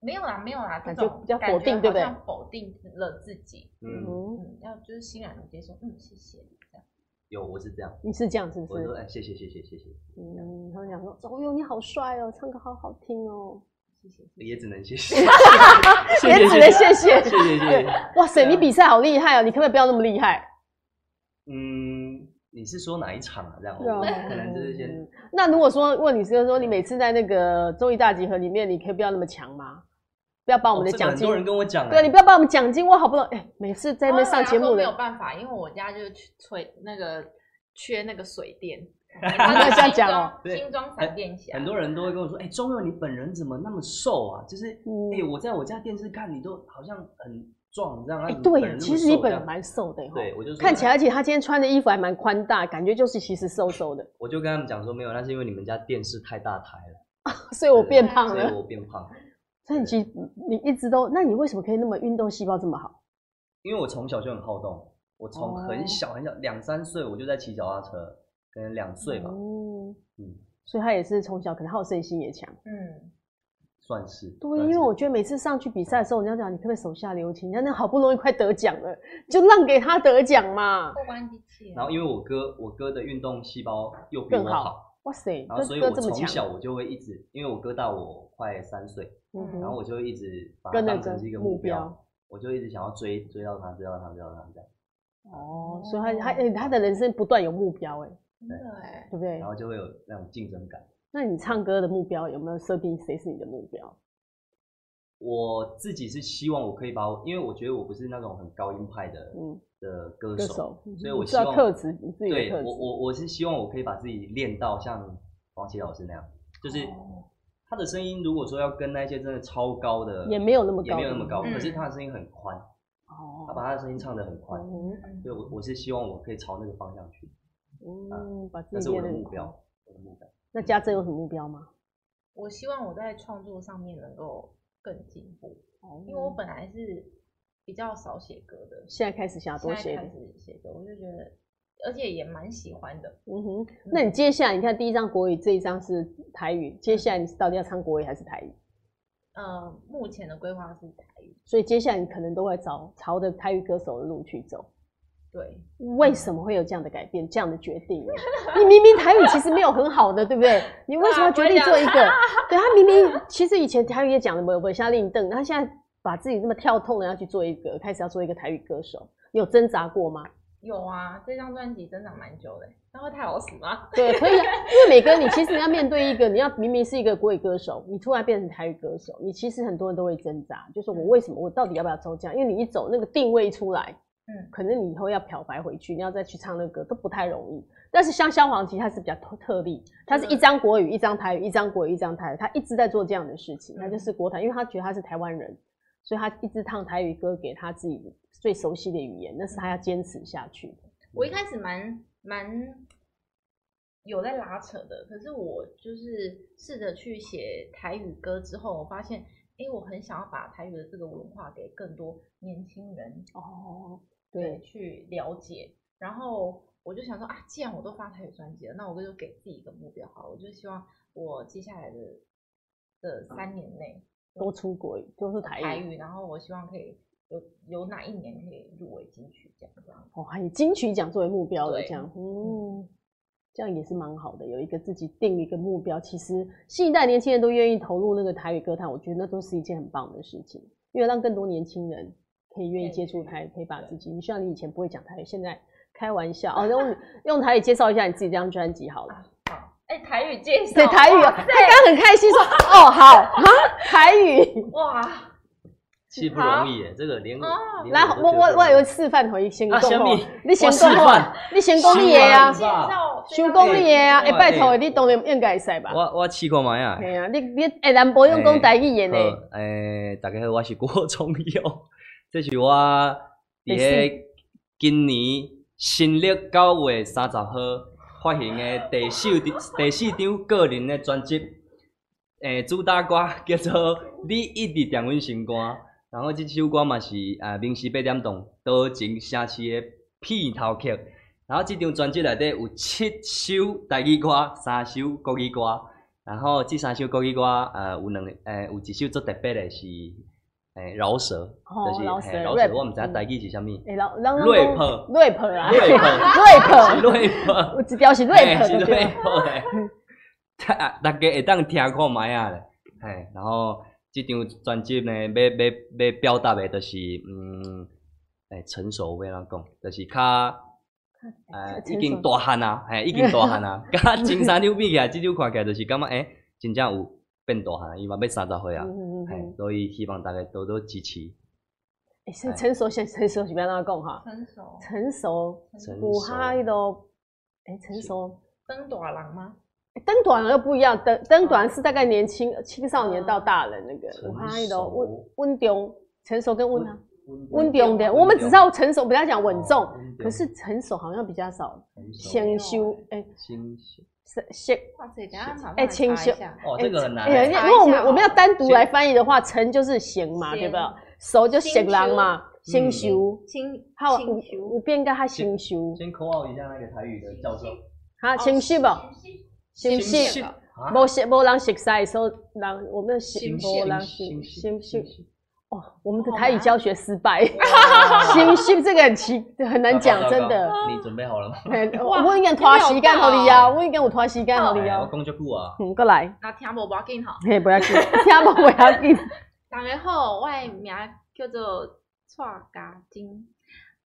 [SPEAKER 1] 没有啦，没有啦，这
[SPEAKER 2] 感觉
[SPEAKER 1] 种
[SPEAKER 2] 比较
[SPEAKER 1] 感
[SPEAKER 2] 啊否
[SPEAKER 1] 觉
[SPEAKER 2] 定对不
[SPEAKER 1] 好
[SPEAKER 2] 对
[SPEAKER 1] 像否定了自己，
[SPEAKER 3] 嗯，
[SPEAKER 2] 嗯，
[SPEAKER 1] 嗯，要就是欣然的接受，嗯，谢谢。这样
[SPEAKER 3] 有我是这样，
[SPEAKER 2] 你是这样是不
[SPEAKER 3] 我说
[SPEAKER 2] 是？
[SPEAKER 3] 哎，谢谢谢谢谢谢，
[SPEAKER 2] 嗯，他们讲说，周勇你好帅哦、唱歌好好听哦、
[SPEAKER 1] 谢谢，谢谢
[SPEAKER 3] 也只能谢谢，
[SPEAKER 2] 也哎只能谢谢
[SPEAKER 3] 谢谢谢谢。
[SPEAKER 2] 哇塞，
[SPEAKER 3] 对啊
[SPEAKER 2] 你比赛好厉害哦、你可不可以不要那么厉害？
[SPEAKER 3] 嗯，你是说哪一场啊？这样，
[SPEAKER 2] 对啊
[SPEAKER 3] 我可能就是先
[SPEAKER 2] 嗯那如果说问你是说你每次在那个综艺大集合里面，你可以不要那么强吗？不要把我们
[SPEAKER 3] 哦
[SPEAKER 2] 的
[SPEAKER 3] 这个
[SPEAKER 2] 奖
[SPEAKER 3] 很
[SPEAKER 2] 金，
[SPEAKER 3] 多人跟我讲，哦啊
[SPEAKER 2] 对啊，你不要把我们奖金，我好不容易哎、每次在那边上节
[SPEAKER 1] 他
[SPEAKER 2] 目
[SPEAKER 1] 哦说没
[SPEAKER 2] 的
[SPEAKER 1] 有，办法，因为我家就是缺吹那个缺那个水 电，
[SPEAKER 2] 那这样讲哦
[SPEAKER 1] 新
[SPEAKER 3] 对
[SPEAKER 1] 装新装闪电侠，
[SPEAKER 3] 很多人都会跟我说，哎、周佑你本人怎么那么瘦啊？就是，哎、
[SPEAKER 2] 嗯
[SPEAKER 3] 我在我家电视看你都好像很壮，这样。啊
[SPEAKER 2] 哎、
[SPEAKER 3] 你本
[SPEAKER 2] 对，
[SPEAKER 3] 人那么
[SPEAKER 2] 其实你
[SPEAKER 3] 瘦
[SPEAKER 2] 本
[SPEAKER 3] 这
[SPEAKER 2] 人
[SPEAKER 3] 样
[SPEAKER 2] 蛮瘦的哈，
[SPEAKER 3] 对，我就说
[SPEAKER 2] 看起来，而且他今天穿的衣服还蛮宽大，感觉就是其实瘦瘦的，
[SPEAKER 3] 哎我就跟他们讲说没有，那是因为你们家电视太大台了，
[SPEAKER 2] 所以我
[SPEAKER 3] 对
[SPEAKER 2] 变胖
[SPEAKER 3] 所以
[SPEAKER 2] 了。
[SPEAKER 3] 我变胖了。
[SPEAKER 2] 所以你其实你一直都，那你为什么可以那么运动细胞这么好？
[SPEAKER 3] 因为我从小就很好动，我从很小很小
[SPEAKER 2] 哦
[SPEAKER 3] 两三岁我就在骑脚踏车，可能两岁吧，
[SPEAKER 2] 嗯，
[SPEAKER 3] 嗯，
[SPEAKER 2] 所以他也是从小可能好胜心也强。
[SPEAKER 1] 嗯，
[SPEAKER 3] 算是。
[SPEAKER 2] 对，
[SPEAKER 3] 算
[SPEAKER 2] 因为
[SPEAKER 3] 啊是
[SPEAKER 2] 我觉得每次上去比赛的时候，人家讲你可不可以手下留情？人家那好不容易快得奖了，就让给他得奖嘛。
[SPEAKER 1] 过关机器人，
[SPEAKER 3] 然后因为我哥，我哥的运动细胞又比
[SPEAKER 2] 更
[SPEAKER 3] 我
[SPEAKER 2] 好
[SPEAKER 3] 好
[SPEAKER 2] 哇塞，
[SPEAKER 3] 然后
[SPEAKER 2] 哥
[SPEAKER 3] 所以
[SPEAKER 2] 哥
[SPEAKER 3] 我
[SPEAKER 2] 这么
[SPEAKER 3] 从小
[SPEAKER 2] 强，
[SPEAKER 3] 我就会一直，因为我哥大我快三岁，
[SPEAKER 2] 嗯
[SPEAKER 3] 然后
[SPEAKER 2] 哼，
[SPEAKER 3] 我就一直把它
[SPEAKER 2] 跟那
[SPEAKER 3] 当
[SPEAKER 2] 个
[SPEAKER 3] 成是一个
[SPEAKER 2] 目
[SPEAKER 3] 目
[SPEAKER 2] 标
[SPEAKER 3] 标，我就一直想要追追到他，追到他，追到他这样，
[SPEAKER 2] 哦，所以他他哎他的人生不断有目标哎，
[SPEAKER 1] 真的哎，
[SPEAKER 2] 对不对
[SPEAKER 3] 然？后就会有那种竞争感。
[SPEAKER 2] 那你唱歌的目标有没有设定谁是你的目标？
[SPEAKER 3] 我自己是希望我可以把我，因为我觉得我不是那种很高音派的
[SPEAKER 2] 嗯，
[SPEAKER 3] 的歌
[SPEAKER 2] 歌
[SPEAKER 3] 手，
[SPEAKER 2] 手，嗯
[SPEAKER 3] 所以
[SPEAKER 2] 你
[SPEAKER 3] 我
[SPEAKER 2] 知
[SPEAKER 3] 希
[SPEAKER 2] 道
[SPEAKER 3] 望
[SPEAKER 2] 特质，你自己的
[SPEAKER 3] 对
[SPEAKER 2] 特
[SPEAKER 3] 我
[SPEAKER 2] 质。
[SPEAKER 3] 我我是希望我可以把自己练到像王琦老师那样，就是
[SPEAKER 2] 哦
[SPEAKER 3] 他的声音如果说要跟那些真的超高的，
[SPEAKER 2] 也没有那么高，
[SPEAKER 3] 也没有那么高，
[SPEAKER 1] 嗯
[SPEAKER 3] 可是他的声音很宽，他把
[SPEAKER 2] 哦，
[SPEAKER 3] 他的声音唱得很宽。
[SPEAKER 2] 嗯
[SPEAKER 1] 嗯
[SPEAKER 3] 对，我我是希望我可以朝那个方向去，
[SPEAKER 2] 嗯，把自
[SPEAKER 3] 那
[SPEAKER 2] 己
[SPEAKER 3] 啊是我
[SPEAKER 2] 练得
[SPEAKER 3] 的
[SPEAKER 2] 很
[SPEAKER 3] 目
[SPEAKER 2] 高。
[SPEAKER 3] 标，我的目标。
[SPEAKER 2] 那家珍有什么目标吗？
[SPEAKER 1] 我希望我在创作上面能够更进步，
[SPEAKER 2] 哦
[SPEAKER 1] 因为我本来是比较少写歌的，
[SPEAKER 2] 嗯现在开始想要
[SPEAKER 1] 现
[SPEAKER 2] 多
[SPEAKER 1] 在
[SPEAKER 2] 写一
[SPEAKER 1] 开
[SPEAKER 2] 点。
[SPEAKER 1] 始写歌，我就觉得，而且也蛮喜欢的，
[SPEAKER 2] 嗯哼，那你接下来你看第一张国语，这一张是台语，接下来你到底要唱国语还是台语？
[SPEAKER 1] 呃，目前的规划是台语，
[SPEAKER 2] 所以接下来你可能都会朝朝着台语歌手的路去走。
[SPEAKER 1] 对，
[SPEAKER 2] 为什么会有这样的改变，这样的决定呢？你明明台语其实没有很好的，对不对？你为什么要决定做一个？对啊他明明其实以前台语也讲的没有下令邓，他现在把自己这么跳痛的要去做一个，开始要做一个台语歌手，你有挣扎过吗？
[SPEAKER 1] 有啊，这张专辑增长蛮久的，欸那会太好死吗？
[SPEAKER 2] 对，可以啊，因为每个人你其实你要面对一个，你要明明是一个国语歌手，你突然变成台语歌嗯手，你其实很多人都会挣扎，就是我为什么我到底要不要走这样？因为你一走那个定位一出来，
[SPEAKER 1] 嗯
[SPEAKER 2] 可能你以后要漂白回去，你要再去唱那个歌都不太容易。但是像萧煌奇，他是比较特特例，他是一张国语，一张台语，一张国语，一张台语，他一直在做这样的事情，他就是国台，因为他觉得他是台湾人，所以他一直唱台语歌给他自己最熟悉的语言，那是他要坚持下去的。
[SPEAKER 1] 我一开始蛮蛮有在拉扯的，可是我就是试着去写台语歌之后，我发现，哎，我很想要把台语的这个文化给更多年轻人
[SPEAKER 2] 哦，
[SPEAKER 1] 对
[SPEAKER 2] 对，
[SPEAKER 1] 去了解。然后我就想说啊，既然我都发台语专辑了，那我就给自己一个目标好了，我就希望我接下来的的三年内
[SPEAKER 2] 多出国语都是嗯台语。
[SPEAKER 1] 台语，然后我希望可以有有哪一年可以入围金曲奖这样。
[SPEAKER 2] 哦，还以金曲奖作为目标了，
[SPEAKER 1] 对
[SPEAKER 2] 这样，嗯，这样也是蛮好的，有一个自己定一个目标。其实新一代年轻人都愿意投入那个台语歌坛，我觉得那都是一件很棒的事情，因为让更多年轻人可以愿意
[SPEAKER 1] 可以
[SPEAKER 2] 接触
[SPEAKER 1] 去
[SPEAKER 2] 台语，可以把
[SPEAKER 1] 对
[SPEAKER 2] 自己，你像你以前不会讲台语，现在开玩 笑哦，用用台语介绍一下你自己这张专辑好了。
[SPEAKER 1] 好，哎，台语介绍，啊
[SPEAKER 2] 对台语，哦，他刚刚很 开心说：“哦，好啊，台 语。
[SPEAKER 1] 哇，
[SPEAKER 3] 其实不容易耶，这个连我
[SPEAKER 1] 哦”
[SPEAKER 3] 连
[SPEAKER 2] 来，
[SPEAKER 3] 都
[SPEAKER 2] 我
[SPEAKER 3] 觉
[SPEAKER 2] 我
[SPEAKER 3] 得
[SPEAKER 2] 我有示范回先
[SPEAKER 3] 啊
[SPEAKER 2] 讲
[SPEAKER 3] 什
[SPEAKER 2] 哦
[SPEAKER 3] 么，
[SPEAKER 2] 你先
[SPEAKER 3] 我示
[SPEAKER 2] 讲哦
[SPEAKER 3] 范，
[SPEAKER 2] 你先讲你的
[SPEAKER 3] 啊
[SPEAKER 2] 啊。
[SPEAKER 1] 介绍
[SPEAKER 2] 想讲你的啊，哎、
[SPEAKER 3] 哎哎
[SPEAKER 2] 拜托，你当然应该会使吧？
[SPEAKER 3] 我我哎试过嘛呀。
[SPEAKER 2] 系啊，你你哎，咱不用讲台语的呢，
[SPEAKER 3] 好，诶、大家好，我是郭宗佑， 这是我伫咧今年新历九月三十号发行的第四第四张个人的专辑，诶、主打歌叫做《你一直在阮心肝》，然后这首歌嘛是啊，明时八点档多情城市的片头曲。然后这张专辑内底有七首台语歌，三首国语歌。然后这三首国语歌，呃，有两个，呃，有一首最特别的是，诶、饶舌，
[SPEAKER 2] 哦
[SPEAKER 3] 就是
[SPEAKER 2] 饶舌
[SPEAKER 3] 嘿饶
[SPEAKER 2] rap，
[SPEAKER 3] 舌，我毋知
[SPEAKER 2] 嗯
[SPEAKER 3] 影台语 是啥物。
[SPEAKER 2] 哎，老老
[SPEAKER 3] rap
[SPEAKER 2] rap 啊 ，rap，
[SPEAKER 3] rap rap，啊
[SPEAKER 2] 有一条是
[SPEAKER 3] 嘿
[SPEAKER 2] rap
[SPEAKER 3] 哎是
[SPEAKER 2] 就对了
[SPEAKER 3] rap 诶。 大大家会当听看卖啊咧，嘿，然后这张专辑呢，要要要表达的，就是嗯，诶、成熟要安怎讲，就是较。呃，已经大汉啊，嘿，已经大汉 啊，甲前三张比起来，这张看起来就是感觉诶、真正有变大汉，伊嘛要三十岁啊，
[SPEAKER 2] 嗯嗯嗯
[SPEAKER 3] 嘿、
[SPEAKER 2] 嗯
[SPEAKER 3] 所以希望大家多多支持。
[SPEAKER 2] 哎是成熟，现成熟是不要那讲哈，
[SPEAKER 1] 成熟，
[SPEAKER 2] 成熟，
[SPEAKER 3] 成
[SPEAKER 2] 有
[SPEAKER 3] 熟
[SPEAKER 2] 哈迄个，哎，成熟，
[SPEAKER 1] 登短郎吗？
[SPEAKER 2] 哎灯短又不一样，灯灯短是大概年轻青少年到大人那个，有哈迄
[SPEAKER 3] 啊成
[SPEAKER 2] 个
[SPEAKER 3] 熟
[SPEAKER 2] 温温中，成熟跟温啊，温
[SPEAKER 3] 温
[SPEAKER 2] 中的，我们只知道成熟，不要讲稳重
[SPEAKER 3] 哦温，中哦
[SPEAKER 2] 可是成熟好像比较少，先
[SPEAKER 3] 先
[SPEAKER 2] 修，哎，
[SPEAKER 3] 先修
[SPEAKER 2] 先先。
[SPEAKER 1] 哇塞，等一下马上
[SPEAKER 2] 哎
[SPEAKER 1] 来
[SPEAKER 2] 清
[SPEAKER 1] 查一
[SPEAKER 2] 秀
[SPEAKER 1] 下
[SPEAKER 3] 哦，这个很难、
[SPEAKER 2] 哎、
[SPEAKER 1] 查
[SPEAKER 2] 如果我
[SPEAKER 1] 一下
[SPEAKER 2] 们我们要
[SPEAKER 1] 哦
[SPEAKER 2] 单独来翻译的话，成就是贤嘛，
[SPEAKER 1] 贤
[SPEAKER 2] 对吧？熟就贤郎嘛，
[SPEAKER 3] 新
[SPEAKER 2] 新
[SPEAKER 3] 修
[SPEAKER 2] 修，
[SPEAKER 1] 清
[SPEAKER 2] 还有
[SPEAKER 1] 清
[SPEAKER 2] 有有
[SPEAKER 1] 修，
[SPEAKER 2] 变个他新修，
[SPEAKER 3] 嗯先 call out 一下那个台语的教授。
[SPEAKER 1] 哦
[SPEAKER 2] 哈，啊清晰不？
[SPEAKER 1] 新
[SPEAKER 2] 清
[SPEAKER 1] 新
[SPEAKER 2] 晰，
[SPEAKER 3] 啊
[SPEAKER 2] 无熟无人熟悉的时候，人我们的
[SPEAKER 1] 新
[SPEAKER 2] 新
[SPEAKER 1] 新
[SPEAKER 2] 无人熟
[SPEAKER 3] 新
[SPEAKER 2] 新
[SPEAKER 3] 新
[SPEAKER 2] 悉哦，我们的台语教学失 败，
[SPEAKER 1] 哇
[SPEAKER 2] 新悉这个很奇很难讲，真的。
[SPEAKER 3] 你准备 好了吗？
[SPEAKER 2] 嘿
[SPEAKER 1] 哇
[SPEAKER 2] 我应该拖时间好你啊，我应该有拖时间好你
[SPEAKER 3] 哎我
[SPEAKER 2] 啊。
[SPEAKER 3] 讲足久啊，
[SPEAKER 2] 嗯，过来，
[SPEAKER 1] 那听无要紧吼。
[SPEAKER 2] 嘿，不要紧，听无不要紧。
[SPEAKER 1] 大家好，我的名叫做蔡嘉晶，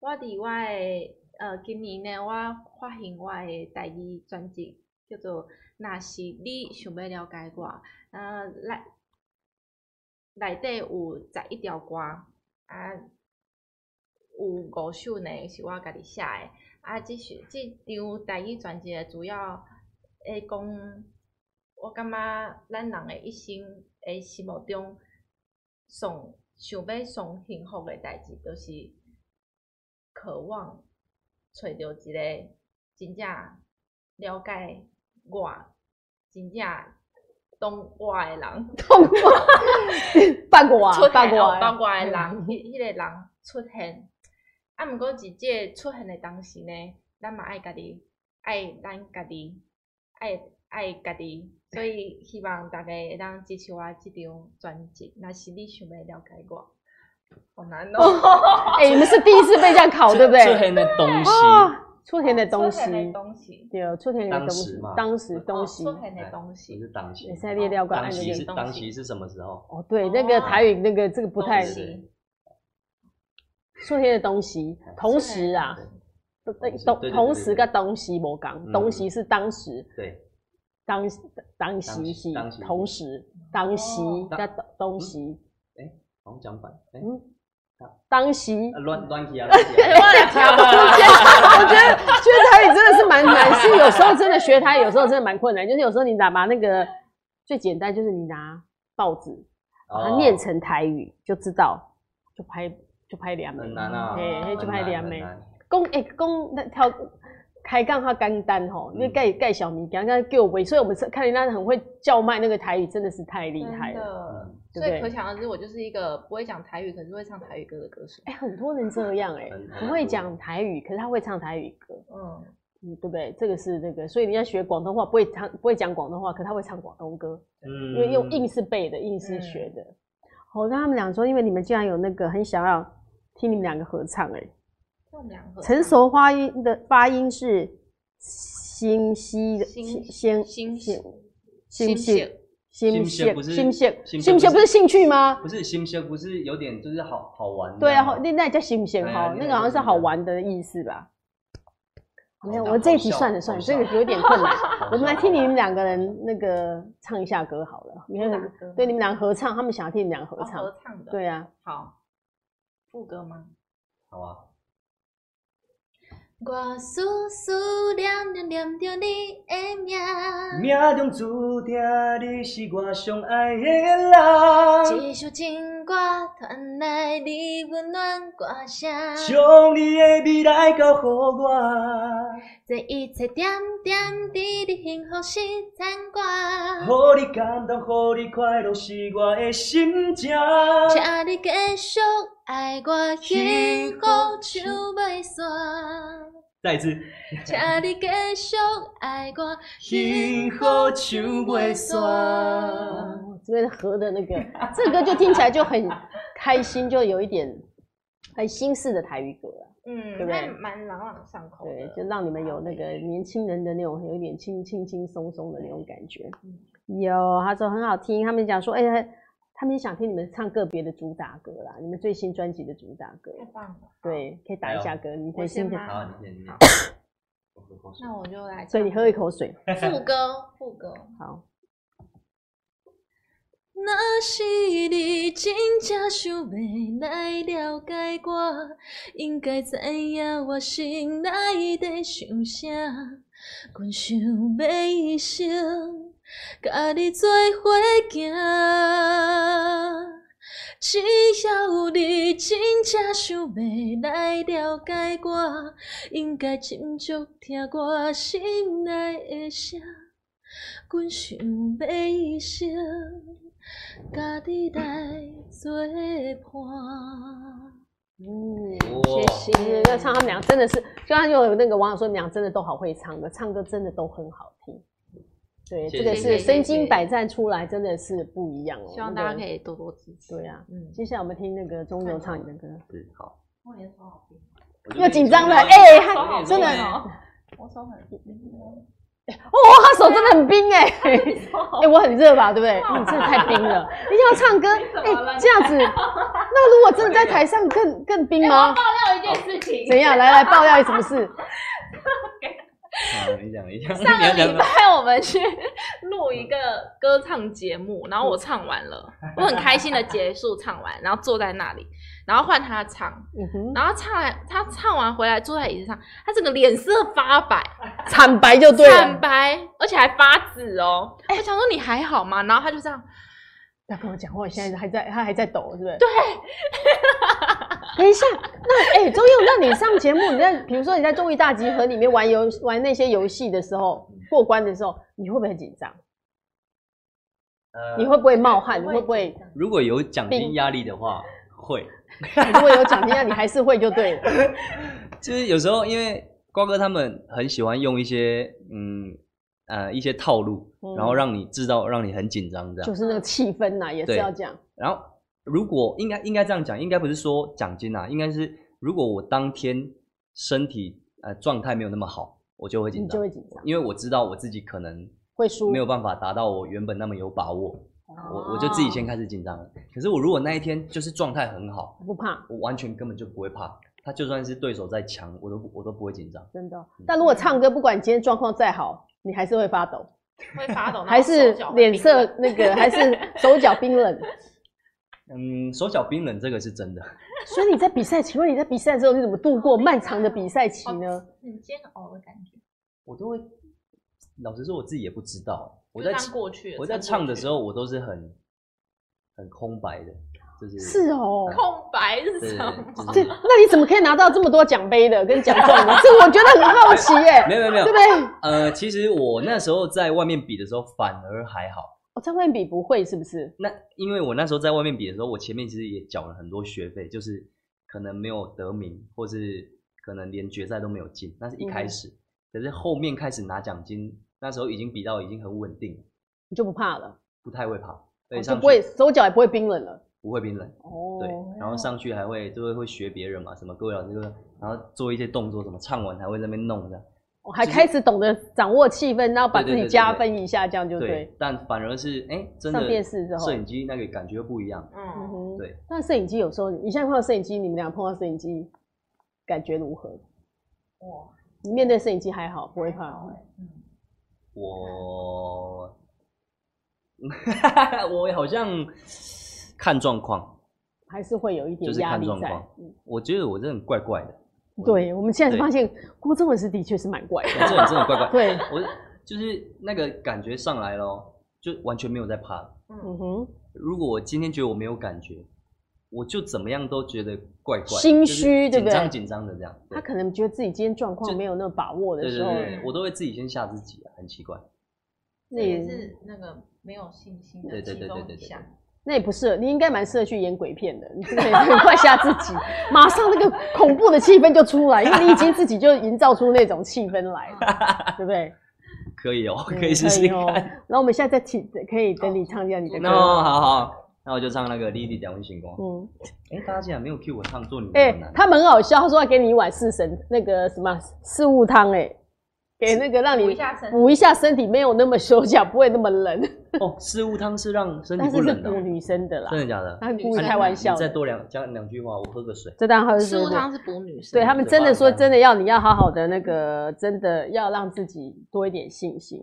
[SPEAKER 1] 我伫我的呃今年呢，我发行我的第二专辑叫做《若是你想要了解我》，呃内内底有十一条歌，啊有五首呢是我家己写的，啊即首即张台语专辑的主要会讲，我感觉咱人的一生的心目中。上想要上幸福诶代志，就是渴望找到一个真正了解我、真正懂我诶人，
[SPEAKER 2] 痛啊苦，八卦
[SPEAKER 1] 出，
[SPEAKER 2] 八
[SPEAKER 1] 现哦
[SPEAKER 2] 卦，
[SPEAKER 1] 包括诶人，
[SPEAKER 2] 嗯
[SPEAKER 1] 迄迄个人出现。啊，毋过伫即个出现诶当时呢，咱嘛爱家己，爱咱家己，爱爱家己，所以希望大家会当支持我即张专辑。若是你想要了解我，好难哦。
[SPEAKER 2] 哎、你们是第一次被这样考，对不
[SPEAKER 3] 出
[SPEAKER 2] 对？
[SPEAKER 3] 现的东西，
[SPEAKER 2] 啊， 出田的东西
[SPEAKER 1] 出，现的东西，
[SPEAKER 2] 对，出田的东
[SPEAKER 3] 当时
[SPEAKER 2] 西
[SPEAKER 3] 嘛，
[SPEAKER 2] 当时东西，
[SPEAKER 1] 哦出现的东
[SPEAKER 3] 就
[SPEAKER 1] 西
[SPEAKER 3] 是，当时
[SPEAKER 2] 也。是在列掉关
[SPEAKER 3] 哎当
[SPEAKER 2] 案的
[SPEAKER 3] 时
[SPEAKER 2] 那
[SPEAKER 3] 是
[SPEAKER 2] 个。
[SPEAKER 1] 东
[SPEAKER 3] 当
[SPEAKER 1] 西
[SPEAKER 3] 时是什么时候？
[SPEAKER 2] 哦，对，那个台语那个这个不太
[SPEAKER 1] 东西
[SPEAKER 2] 出田的东西，同时啊，都
[SPEAKER 3] 对对
[SPEAKER 2] 同
[SPEAKER 3] 对对
[SPEAKER 2] 同时跟东西无讲，
[SPEAKER 3] 嗯
[SPEAKER 2] 东西是当时
[SPEAKER 3] 对，
[SPEAKER 2] 当当时
[SPEAKER 3] 当
[SPEAKER 2] 是
[SPEAKER 3] 时当时
[SPEAKER 2] 同时当时
[SPEAKER 1] 哦
[SPEAKER 2] 跟东西，
[SPEAKER 3] 好像讲反，哎，
[SPEAKER 2] 嗯，当席
[SPEAKER 3] 啊。乱乱起 啊，
[SPEAKER 2] 我觉得学台语真的是蛮难，是有时候真的学台语，有时候真的蛮困难。就是有时候你拿把那个最简单，就是你拿报纸把它念成台语，就知道，就拍就拍两枚
[SPEAKER 3] 很。难啊，
[SPEAKER 2] 嘿嘿
[SPEAKER 3] 很
[SPEAKER 2] 就拍
[SPEAKER 3] 难
[SPEAKER 2] 两
[SPEAKER 3] 很
[SPEAKER 2] 枚
[SPEAKER 3] 难
[SPEAKER 2] 讲诶，讲那跳开杠它简单吼，因为盖盖小米刚刚给我喂，所以我们是看人家很会叫卖那个台语，真的是太厉害
[SPEAKER 1] 真
[SPEAKER 2] 了。
[SPEAKER 1] 的。
[SPEAKER 3] 嗯
[SPEAKER 2] 对不
[SPEAKER 1] 所以可
[SPEAKER 2] 对
[SPEAKER 1] 想而知，我就是一个不会讲台语，可是会唱台语歌的歌手。
[SPEAKER 2] 哎、很多人这样哎、
[SPEAKER 3] 很很
[SPEAKER 2] 不会讲台语，可是他会唱台语歌。
[SPEAKER 1] 嗯，
[SPEAKER 2] 嗯，对不对？这个是那个，所以人家学广东话不会唱，不会讲广东话，可他会唱广东歌，因为
[SPEAKER 3] 嗯
[SPEAKER 2] 用硬是背的，硬是学的。哦，那他们俩说，因为你们竟然有那个很想要听你们两个合唱、欸，
[SPEAKER 1] 这种两个
[SPEAKER 2] 成熟发音的发音是心息的
[SPEAKER 1] 心
[SPEAKER 2] 心
[SPEAKER 1] 心
[SPEAKER 2] 心
[SPEAKER 1] 心
[SPEAKER 2] 心
[SPEAKER 1] 血
[SPEAKER 2] 息心
[SPEAKER 3] 心
[SPEAKER 2] 息
[SPEAKER 3] 息不是
[SPEAKER 2] 心息
[SPEAKER 3] 心息
[SPEAKER 2] 心息
[SPEAKER 3] 不
[SPEAKER 2] 不是
[SPEAKER 3] 是嗯
[SPEAKER 2] 兴趣吗？
[SPEAKER 3] 不是新鲜，不是有点就是好好玩这
[SPEAKER 2] 对
[SPEAKER 3] 样
[SPEAKER 2] 啊
[SPEAKER 3] 吗。，
[SPEAKER 2] 那那叫心息
[SPEAKER 3] 嗯哎呀
[SPEAKER 2] 好，
[SPEAKER 3] 那
[SPEAKER 2] 那
[SPEAKER 3] 个
[SPEAKER 2] 个好像是
[SPEAKER 3] 就是
[SPEAKER 2] 好玩的意思吧？没有，
[SPEAKER 3] 好
[SPEAKER 2] 我这一
[SPEAKER 3] 好
[SPEAKER 2] 题
[SPEAKER 3] 笑
[SPEAKER 2] 算了算了，
[SPEAKER 3] 好笑
[SPEAKER 2] 这个有点困难。
[SPEAKER 3] 好
[SPEAKER 2] 我们来
[SPEAKER 3] 笑
[SPEAKER 2] 听你们两个人那个唱一下歌好了，你
[SPEAKER 1] 哪个
[SPEAKER 2] 们
[SPEAKER 1] 歌
[SPEAKER 2] 对你们俩合唱，他们想要听你们俩合
[SPEAKER 1] 哦
[SPEAKER 2] 唱。
[SPEAKER 1] 合唱的。
[SPEAKER 2] 对啊，
[SPEAKER 1] 好，副歌吗？
[SPEAKER 3] 好啊，
[SPEAKER 1] 我思思念念念着你的名，
[SPEAKER 3] 命中注定你是我上爱的人，
[SPEAKER 1] 一首情歌传来你温暖歌声，
[SPEAKER 3] 将你的未来交予我。
[SPEAKER 1] 这一切点点滴滴幸福是牵挂。
[SPEAKER 3] 互你感动，互你快乐，是我的心情。
[SPEAKER 1] 请你继续爱我，幸福就袂散。
[SPEAKER 3] 再一次，
[SPEAKER 1] 请你继续爱我，
[SPEAKER 3] 幸福就袂散。
[SPEAKER 2] 哦这边合的那个，这个歌就听起来就很开心，就有一点很新式的台语歌了。
[SPEAKER 1] 嗯，
[SPEAKER 2] 对不对
[SPEAKER 1] 还蛮朗朗上口
[SPEAKER 2] 对
[SPEAKER 1] 的，，
[SPEAKER 2] 就让你们有那个年轻人的那种有一点轻轻轻松松的那种感觉。有，他说很好听，他们讲说，哎、呀，他们也想听你们唱个别的主打歌啦，你们最新专辑的主打歌。
[SPEAKER 1] 太棒了。
[SPEAKER 2] 对，可以打一下歌，你可
[SPEAKER 1] 我
[SPEAKER 2] 以
[SPEAKER 1] 先
[SPEAKER 2] 听听。
[SPEAKER 1] 吗？
[SPEAKER 3] 好，你先，你先。我喝口水
[SPEAKER 1] 那我就来。
[SPEAKER 2] 所以你喝一。口水，
[SPEAKER 1] 副歌，副歌。
[SPEAKER 2] 好。
[SPEAKER 1] 若是你真正想要来了解我，应该知影我心内在想啥。阮想要一生甲你做伙行。只要你真正想要来了解我，应该斟酌听我心内的声。阮想要一生甲你来做伴。
[SPEAKER 2] 嗯，
[SPEAKER 3] 哇
[SPEAKER 2] 谢谢。要唱他们俩真的是，就像有那个网友说，你们俩真的都好会唱的，唱歌真的都很好听。对，
[SPEAKER 3] 谢
[SPEAKER 2] 这个
[SPEAKER 1] 谢
[SPEAKER 2] 是
[SPEAKER 1] 谢
[SPEAKER 2] 身
[SPEAKER 1] 谢
[SPEAKER 2] 经
[SPEAKER 1] 谢
[SPEAKER 2] 百战出来，真的是不一样哦。
[SPEAKER 1] 希望大家可
[SPEAKER 2] 以。
[SPEAKER 1] 以多多支持。
[SPEAKER 2] 对啊，
[SPEAKER 1] 嗯，
[SPEAKER 2] 接下来我们听那个钟柔唱你的 歌。
[SPEAKER 3] 是好。
[SPEAKER 1] 我也手好冰，
[SPEAKER 2] 又紧张了，哎、他
[SPEAKER 3] 好好
[SPEAKER 2] 真的，
[SPEAKER 3] 听
[SPEAKER 2] 哦，
[SPEAKER 3] 哦
[SPEAKER 1] 我手很冰，
[SPEAKER 2] 他手真的很冰哎、
[SPEAKER 1] 啊
[SPEAKER 2] 哎、我很热吧，对不对？ 你、真的太冰了，一定要 唱歌，
[SPEAKER 1] 怎么
[SPEAKER 2] 哎、
[SPEAKER 1] 了
[SPEAKER 2] 这样子，那如果真的在台上更更冰 吗？
[SPEAKER 1] 还有一件事情
[SPEAKER 2] 怎样？来来爆料，什么事？
[SPEAKER 3] 好，你讲，你讲，
[SPEAKER 1] 上
[SPEAKER 3] 你要
[SPEAKER 1] 个
[SPEAKER 3] 讲
[SPEAKER 1] 礼
[SPEAKER 3] 什么
[SPEAKER 1] 拜我们去录一个歌唱节 目，然后我唱完了，我很开心的结束唱完，然后坐在那里，然后换他唱，
[SPEAKER 2] 嗯哼，
[SPEAKER 1] 然后唱完他唱完回来坐在椅子上，他整个脸色发白，
[SPEAKER 2] 惨白就对
[SPEAKER 1] 惨
[SPEAKER 2] 了，
[SPEAKER 1] 白，而且还发紫哦。我想说你还好吗？然后他就这样，
[SPEAKER 2] 不要跟我讲话，现在还在，他还在抖，是不是？
[SPEAKER 1] 对，
[SPEAKER 2] 等一下，那哎、周佑，那你上节目，你在比如说你在《综艺大集合》里面玩游玩那些游戏的时候，过关的时候，你会不会很紧张？
[SPEAKER 3] 呃
[SPEAKER 2] 你会不会冒
[SPEAKER 1] 哎
[SPEAKER 2] 汗？你会不会？
[SPEAKER 3] 如果有奖金压力的话，会。
[SPEAKER 2] 如果有奖金，那你还是会就对了。
[SPEAKER 3] 就是有时候因为瓜哥他们很喜欢用一些嗯呃一些套路
[SPEAKER 2] 嗯，
[SPEAKER 3] 然后让你制造让你很紧张这样
[SPEAKER 2] 就。是那个气氛呐、也是
[SPEAKER 3] 对
[SPEAKER 2] 要这样。
[SPEAKER 3] 然后如果应该应该这样讲，应该不是说奖金啊，应该是如果我当天身体呃状态没有那么好，我就会紧
[SPEAKER 2] 你就
[SPEAKER 3] 张
[SPEAKER 2] 会，紧张，
[SPEAKER 3] 因为我知道我自己可能
[SPEAKER 2] 会输。哦
[SPEAKER 3] 没有办法达到我原本那么有把握，我我就自己先开始紧张了。可是我如果那一天就是状态很好，
[SPEAKER 2] 不怕，
[SPEAKER 3] 我完全根本就不会怕，他就算是对手再强，我都不我都不会紧张。
[SPEAKER 2] 真的。但如果唱歌，不管你今天状况再好，你还是会发抖，
[SPEAKER 1] 嗯会发抖，
[SPEAKER 2] 还是脸色那个，还是手脚冰冷。
[SPEAKER 3] 嗯，手脚冰冷这个是真的。
[SPEAKER 2] 所以你在比赛，请问你在比赛之后你怎么度过漫长的比赛
[SPEAKER 1] 哦
[SPEAKER 2] 期
[SPEAKER 3] 哦
[SPEAKER 2] 呢？
[SPEAKER 1] 很煎熬的哦感觉，
[SPEAKER 3] 我都会，老实说，我自己也不知道。我
[SPEAKER 1] 就
[SPEAKER 3] 在
[SPEAKER 1] 当过去了
[SPEAKER 3] 我在
[SPEAKER 1] 撑过
[SPEAKER 3] 唱的
[SPEAKER 1] 去
[SPEAKER 3] 时候，我都是很很空白的，就是哦
[SPEAKER 2] 是哦，
[SPEAKER 1] 空白是
[SPEAKER 3] 对，
[SPEAKER 1] 什么？
[SPEAKER 3] 就
[SPEAKER 2] 对，
[SPEAKER 3] 是
[SPEAKER 2] 那你怎么可以拿到这么多奖杯的跟奖状 呢？这我觉得很好奇耶、
[SPEAKER 3] 没有没有没有
[SPEAKER 2] 对不，对？
[SPEAKER 3] 呃，其实我那时候在外面比的时候反而还好。
[SPEAKER 2] 我在外面比不会是不是？
[SPEAKER 3] 那因为我那时候在外面比的时候，我前面其实也缴了很多学费，就是可能没有得名，或是可能连决赛都没有进，那是
[SPEAKER 2] 嗯
[SPEAKER 3] 一开始。可是后面开始拿奖金，那时候已经比到已经很稳定了，
[SPEAKER 2] 你就不怕了，哦
[SPEAKER 3] 不太会怕，
[SPEAKER 2] 哦
[SPEAKER 3] 而且
[SPEAKER 2] 就
[SPEAKER 3] 上去
[SPEAKER 2] 不会手脚也不会冰冷了。
[SPEAKER 3] 不会冰冷，对。
[SPEAKER 2] 哦，
[SPEAKER 3] 然后上去还会就是会学别人嘛，什么各位老师就会，然后做一些动作，什么唱完还会在那边弄这样。
[SPEAKER 2] 我哦还开始懂得掌握气氛，然后把自
[SPEAKER 3] 对对
[SPEAKER 2] 己
[SPEAKER 3] 对对
[SPEAKER 2] 加
[SPEAKER 3] 对
[SPEAKER 2] 分一下，这样就对
[SPEAKER 3] 对。，但反而是哎，真
[SPEAKER 2] 上
[SPEAKER 3] 的
[SPEAKER 2] 电视之后
[SPEAKER 3] 摄影机那个感觉又不一样。
[SPEAKER 2] 嗯
[SPEAKER 1] 嗯，
[SPEAKER 2] 哼，
[SPEAKER 3] 对。
[SPEAKER 2] 那摄影机有时候，你现在碰到摄影机，你们俩碰到摄影机，感觉如何？
[SPEAKER 1] 哇，
[SPEAKER 2] 你面对摄影机还好，不会怕。
[SPEAKER 3] 哦
[SPEAKER 1] 嗯，
[SPEAKER 3] 我， 我好像看状况，
[SPEAKER 2] 还是会有一点
[SPEAKER 3] 就是
[SPEAKER 2] 压
[SPEAKER 3] 看
[SPEAKER 2] 力
[SPEAKER 3] 状
[SPEAKER 2] 在嗯
[SPEAKER 3] 况。。我觉得我这人怪怪的，
[SPEAKER 2] 对，我们现在
[SPEAKER 3] 对
[SPEAKER 2] 发现郭正文是的确是蛮 怪
[SPEAKER 3] 我这
[SPEAKER 2] 的。
[SPEAKER 3] 人真的 怪怪。
[SPEAKER 2] 对，
[SPEAKER 3] 我就是那个感觉上来咯，就完全没有在怕。
[SPEAKER 2] 嗯哼，
[SPEAKER 3] 如果我今天觉得我没有感觉，我就怎么样都觉得怪怪的，
[SPEAKER 2] 心虚对
[SPEAKER 3] 就是
[SPEAKER 2] 不
[SPEAKER 3] 紧
[SPEAKER 2] 对
[SPEAKER 3] 张紧张的这样。对
[SPEAKER 2] 他可能觉得自己今天状况
[SPEAKER 3] 就
[SPEAKER 2] 没有那么把握的
[SPEAKER 3] 对
[SPEAKER 2] 时
[SPEAKER 3] 对
[SPEAKER 2] 候，
[SPEAKER 3] 对，对我都会自己先吓自己啊，很奇怪。
[SPEAKER 2] 那
[SPEAKER 1] 这也
[SPEAKER 2] 也
[SPEAKER 1] 是那个没有信心的
[SPEAKER 3] 对对
[SPEAKER 1] 其
[SPEAKER 3] 对对
[SPEAKER 1] 中
[SPEAKER 3] 对
[SPEAKER 1] 一
[SPEAKER 3] 对
[SPEAKER 1] 项。
[SPEAKER 2] 那也不适合，你应该蛮适合去演鬼片的，你真的很快吓自己，马上那个恐怖的气氛就出来，因为你已经自己就营造出那种气氛来了，对不对？
[SPEAKER 3] 可以哦，
[SPEAKER 2] 嗯
[SPEAKER 3] 可以试试
[SPEAKER 2] 可以哦
[SPEAKER 3] 看。哦
[SPEAKER 2] 然后我们现在再请，可以等你唱一下你的
[SPEAKER 3] 那
[SPEAKER 2] 歌。
[SPEAKER 3] 好好，那我就唱那个《莉莉两温星光》。
[SPEAKER 2] 嗯，
[SPEAKER 3] 哎、大家竟然没有 Q 我唱做女
[SPEAKER 2] 哎、
[SPEAKER 3] 人男，
[SPEAKER 2] 他们很好笑，他说要给你一碗四神那个什么四物汤、哎，给那个让
[SPEAKER 1] 补
[SPEAKER 2] 你
[SPEAKER 1] 一下 身体
[SPEAKER 2] 补一下身体，没有那么手脚，不会那么 冷，
[SPEAKER 3] 哦，四物汤是让身体
[SPEAKER 2] 但
[SPEAKER 3] 不
[SPEAKER 2] 是是
[SPEAKER 3] 冷的
[SPEAKER 2] 补
[SPEAKER 3] 哦、
[SPEAKER 2] 女生的啦
[SPEAKER 3] 真，的假的？
[SPEAKER 2] 他是故意
[SPEAKER 3] 啊你
[SPEAKER 2] 开玩笑
[SPEAKER 3] 你再
[SPEAKER 2] 的。
[SPEAKER 3] 多两讲两句话，我喝个水。
[SPEAKER 2] 这当然他是
[SPEAKER 1] 食
[SPEAKER 2] 说
[SPEAKER 1] 物
[SPEAKER 2] 的。
[SPEAKER 1] 汤是补女生，
[SPEAKER 2] 对他们
[SPEAKER 3] 嘴
[SPEAKER 2] 真的
[SPEAKER 3] 巴
[SPEAKER 2] 说，
[SPEAKER 3] 干
[SPEAKER 2] 真的要你要好好的那个，真的要让自己多一点信心，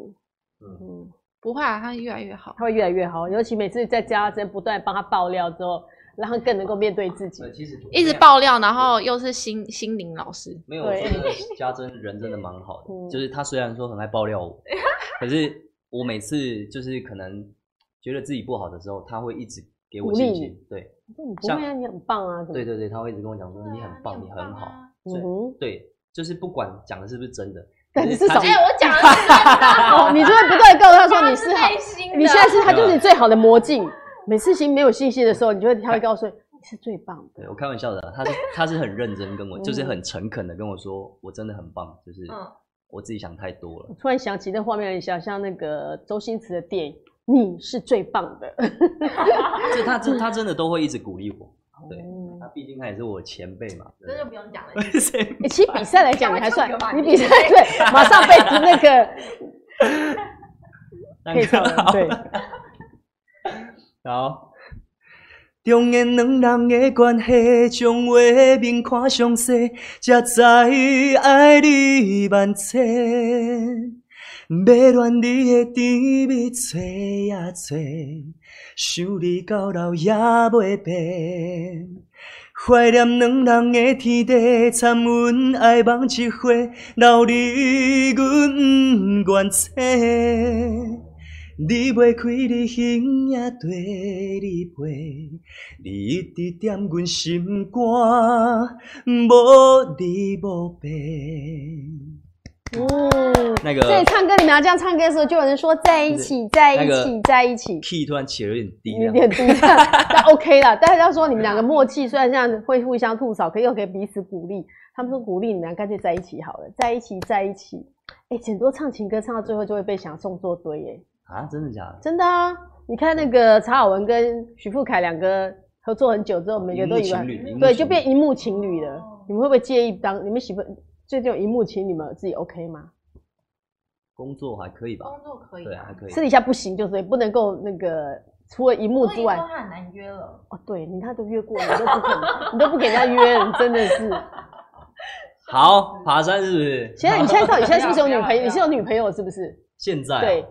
[SPEAKER 3] 嗯，
[SPEAKER 2] 嗯，
[SPEAKER 1] 不会啊，他越来越好。
[SPEAKER 2] 他会越来越好。尤其每次在加深不断地帮他爆料之后，让他更能够面对自己
[SPEAKER 3] 呃，。其实
[SPEAKER 1] 一直
[SPEAKER 3] 爆
[SPEAKER 1] 爆料，然后又是心心灵老师，
[SPEAKER 3] 没有，
[SPEAKER 2] 对
[SPEAKER 3] 真的家珍人真的蛮好的
[SPEAKER 2] 嗯，
[SPEAKER 3] 就是他虽然说很爱爆 料我，可是我每次就是可能觉得自己不好的时候，他会一直给我
[SPEAKER 2] 鼓励
[SPEAKER 3] 信
[SPEAKER 2] 你
[SPEAKER 3] 心。对，
[SPEAKER 2] 我说你不会啊，你很棒啊，怎么
[SPEAKER 3] 对？对对，他会一直跟我讲
[SPEAKER 1] 啊
[SPEAKER 3] 说你很棒，你很好。
[SPEAKER 2] 嗯
[SPEAKER 3] 对
[SPEAKER 2] 哼，
[SPEAKER 3] 对，就是不管讲的是不是真的，
[SPEAKER 2] 但
[SPEAKER 3] 可
[SPEAKER 2] 是
[SPEAKER 3] 他
[SPEAKER 2] 少
[SPEAKER 4] 啊
[SPEAKER 1] 哎、我讲的是真
[SPEAKER 2] 哦，
[SPEAKER 1] 的，
[SPEAKER 2] 你就会不断地告诉他说
[SPEAKER 1] 发
[SPEAKER 2] 你
[SPEAKER 1] 自
[SPEAKER 2] 是 好，
[SPEAKER 1] 内心的
[SPEAKER 4] 哦
[SPEAKER 2] 你现在是他就是你最好的魔镜。每次行没有信心的时候，你就会他会告诉你你是最棒的。
[SPEAKER 3] 对我开玩笑的啊啦，他是他是很认真跟我，
[SPEAKER 2] 嗯
[SPEAKER 3] 就是很诚恳的跟我说，我真的很棒，就是
[SPEAKER 1] 嗯
[SPEAKER 3] 我自己想太多了
[SPEAKER 2] 我。突然想起那画面，想像那个周星驰的电影《你是最棒的》。
[SPEAKER 3] 这他真他真的都会一直鼓励我， 对
[SPEAKER 2] 哦
[SPEAKER 3] 他毕竟他也是我前辈嘛。对啊
[SPEAKER 1] 真的不用讲了。
[SPEAKER 3] 谁
[SPEAKER 2] 欸、其实比赛来讲，你还算
[SPEAKER 1] 赶快
[SPEAKER 2] 你
[SPEAKER 1] 唱歌吧
[SPEAKER 2] 比赛对，马上被那个可以唱了，对，
[SPEAKER 3] 好。中年两人的关系，将画面看详细，才知爱你万千。要恋你的甜蜜，找呀找，想你到老也袂变。怀念两人的天地，参阮爱梦一回，留你阮不愿找。离袂开你形影地你陪，你一直踮阮心肝，无离无别。
[SPEAKER 2] 嗯。
[SPEAKER 3] 那
[SPEAKER 2] 所以
[SPEAKER 3] 个
[SPEAKER 2] 唱歌，你们要这样唱歌的时候，就有人说在一起，在一
[SPEAKER 3] 那
[SPEAKER 2] 起
[SPEAKER 3] 个，
[SPEAKER 2] 在一起，
[SPEAKER 3] key 突然起得有点低
[SPEAKER 2] 有
[SPEAKER 3] 啊，
[SPEAKER 2] 点低，但 OK 啦。但是要说你们两个默契，虽然这样会互相吐槽，可又可以彼此鼓励。他们说鼓励你们俩干脆在一起好了，在一起，在一起。哎、很多唱情歌唱到最后就会被想送作堆、耶。
[SPEAKER 3] 啊，真的假的？
[SPEAKER 2] 真的啊！你看那个查尔文跟徐富凯两个合作很久之后，每个人
[SPEAKER 3] 荧
[SPEAKER 2] 都
[SPEAKER 3] 幕
[SPEAKER 2] 以为
[SPEAKER 3] 情侣，荧哦幕
[SPEAKER 2] 对，
[SPEAKER 3] 情
[SPEAKER 2] 就
[SPEAKER 3] 侣
[SPEAKER 2] 变荧幕情侣了。你们会不会介意当你们喜欢最近有荧幕情侣们自己 OK 吗？
[SPEAKER 3] 工作还可以吧？
[SPEAKER 1] 工作可以，
[SPEAKER 3] 对啊，还可以
[SPEAKER 2] 私。底下不行，就是不能够那个除了荧幕之外，
[SPEAKER 1] 他很难约了。
[SPEAKER 2] 哦，对你看都约过，你都不肯，你都不给人家约，你真的 是。
[SPEAKER 3] 好，爬山是不是？
[SPEAKER 2] 现在你现在到底现在是不是有女朋友？
[SPEAKER 1] 不要不要
[SPEAKER 2] 你是有女朋友是不是？
[SPEAKER 3] 现在啊
[SPEAKER 2] 对，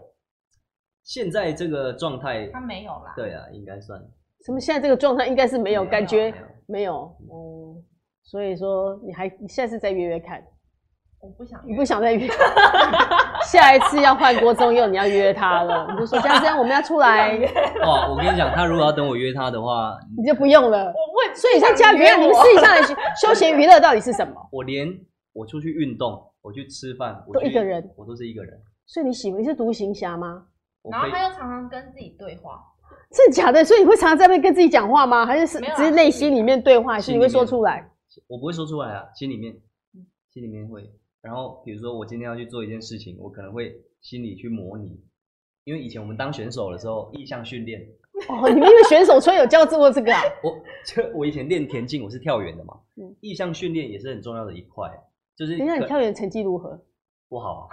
[SPEAKER 3] 现在这个状态，
[SPEAKER 1] 他没有啦，
[SPEAKER 3] 对啊，应该算。
[SPEAKER 2] 什么现在这个状态应该是没有
[SPEAKER 3] 没有
[SPEAKER 2] 感觉
[SPEAKER 3] 没有，
[SPEAKER 2] 没有哦。所以说你还你下次再约约看，
[SPEAKER 4] 我不想
[SPEAKER 2] 你不想再约， 下一次要换郭宗佑，你要约他了，你就说江江我们要出来，
[SPEAKER 3] 哇，哦我跟你讲，他如果要等我约他的话，
[SPEAKER 2] 你就不用了。
[SPEAKER 4] 我问，
[SPEAKER 2] 所以像家
[SPEAKER 4] 约
[SPEAKER 2] 约，你们私底下的休休闲娱乐到底是什么？
[SPEAKER 3] 我连我出去运动，我去吃饭，我
[SPEAKER 2] 都
[SPEAKER 3] 去
[SPEAKER 2] 一个人，
[SPEAKER 3] 我都是一个人。
[SPEAKER 2] 所以你喜欢你是独行侠吗？
[SPEAKER 3] 我
[SPEAKER 4] 然
[SPEAKER 3] 可
[SPEAKER 4] 后
[SPEAKER 3] 以
[SPEAKER 4] 他又常常跟自己对话，
[SPEAKER 2] 真的假的？所以你会常常在那边跟自己讲话吗？还是是
[SPEAKER 4] 没有啊
[SPEAKER 2] 只是内心里面对话，还是
[SPEAKER 3] 心
[SPEAKER 2] 你
[SPEAKER 3] 里
[SPEAKER 2] 会
[SPEAKER 3] 面
[SPEAKER 2] 说出来？
[SPEAKER 3] 我不会说出来啊，心里面，心里面会。然后比如说我今天要去做一件事情，我可能会心里去模拟，因为以前我们当选手的时候，意向训练，
[SPEAKER 2] 哦，你们因为选手村有教过这个啊？
[SPEAKER 3] 我这我以前练田径，我是跳远的嘛
[SPEAKER 2] 嗯，
[SPEAKER 3] 意向训练也是很重要的一块，就是
[SPEAKER 2] 等一下，你
[SPEAKER 3] 可
[SPEAKER 2] 跳远成绩如何？
[SPEAKER 3] 不好啊，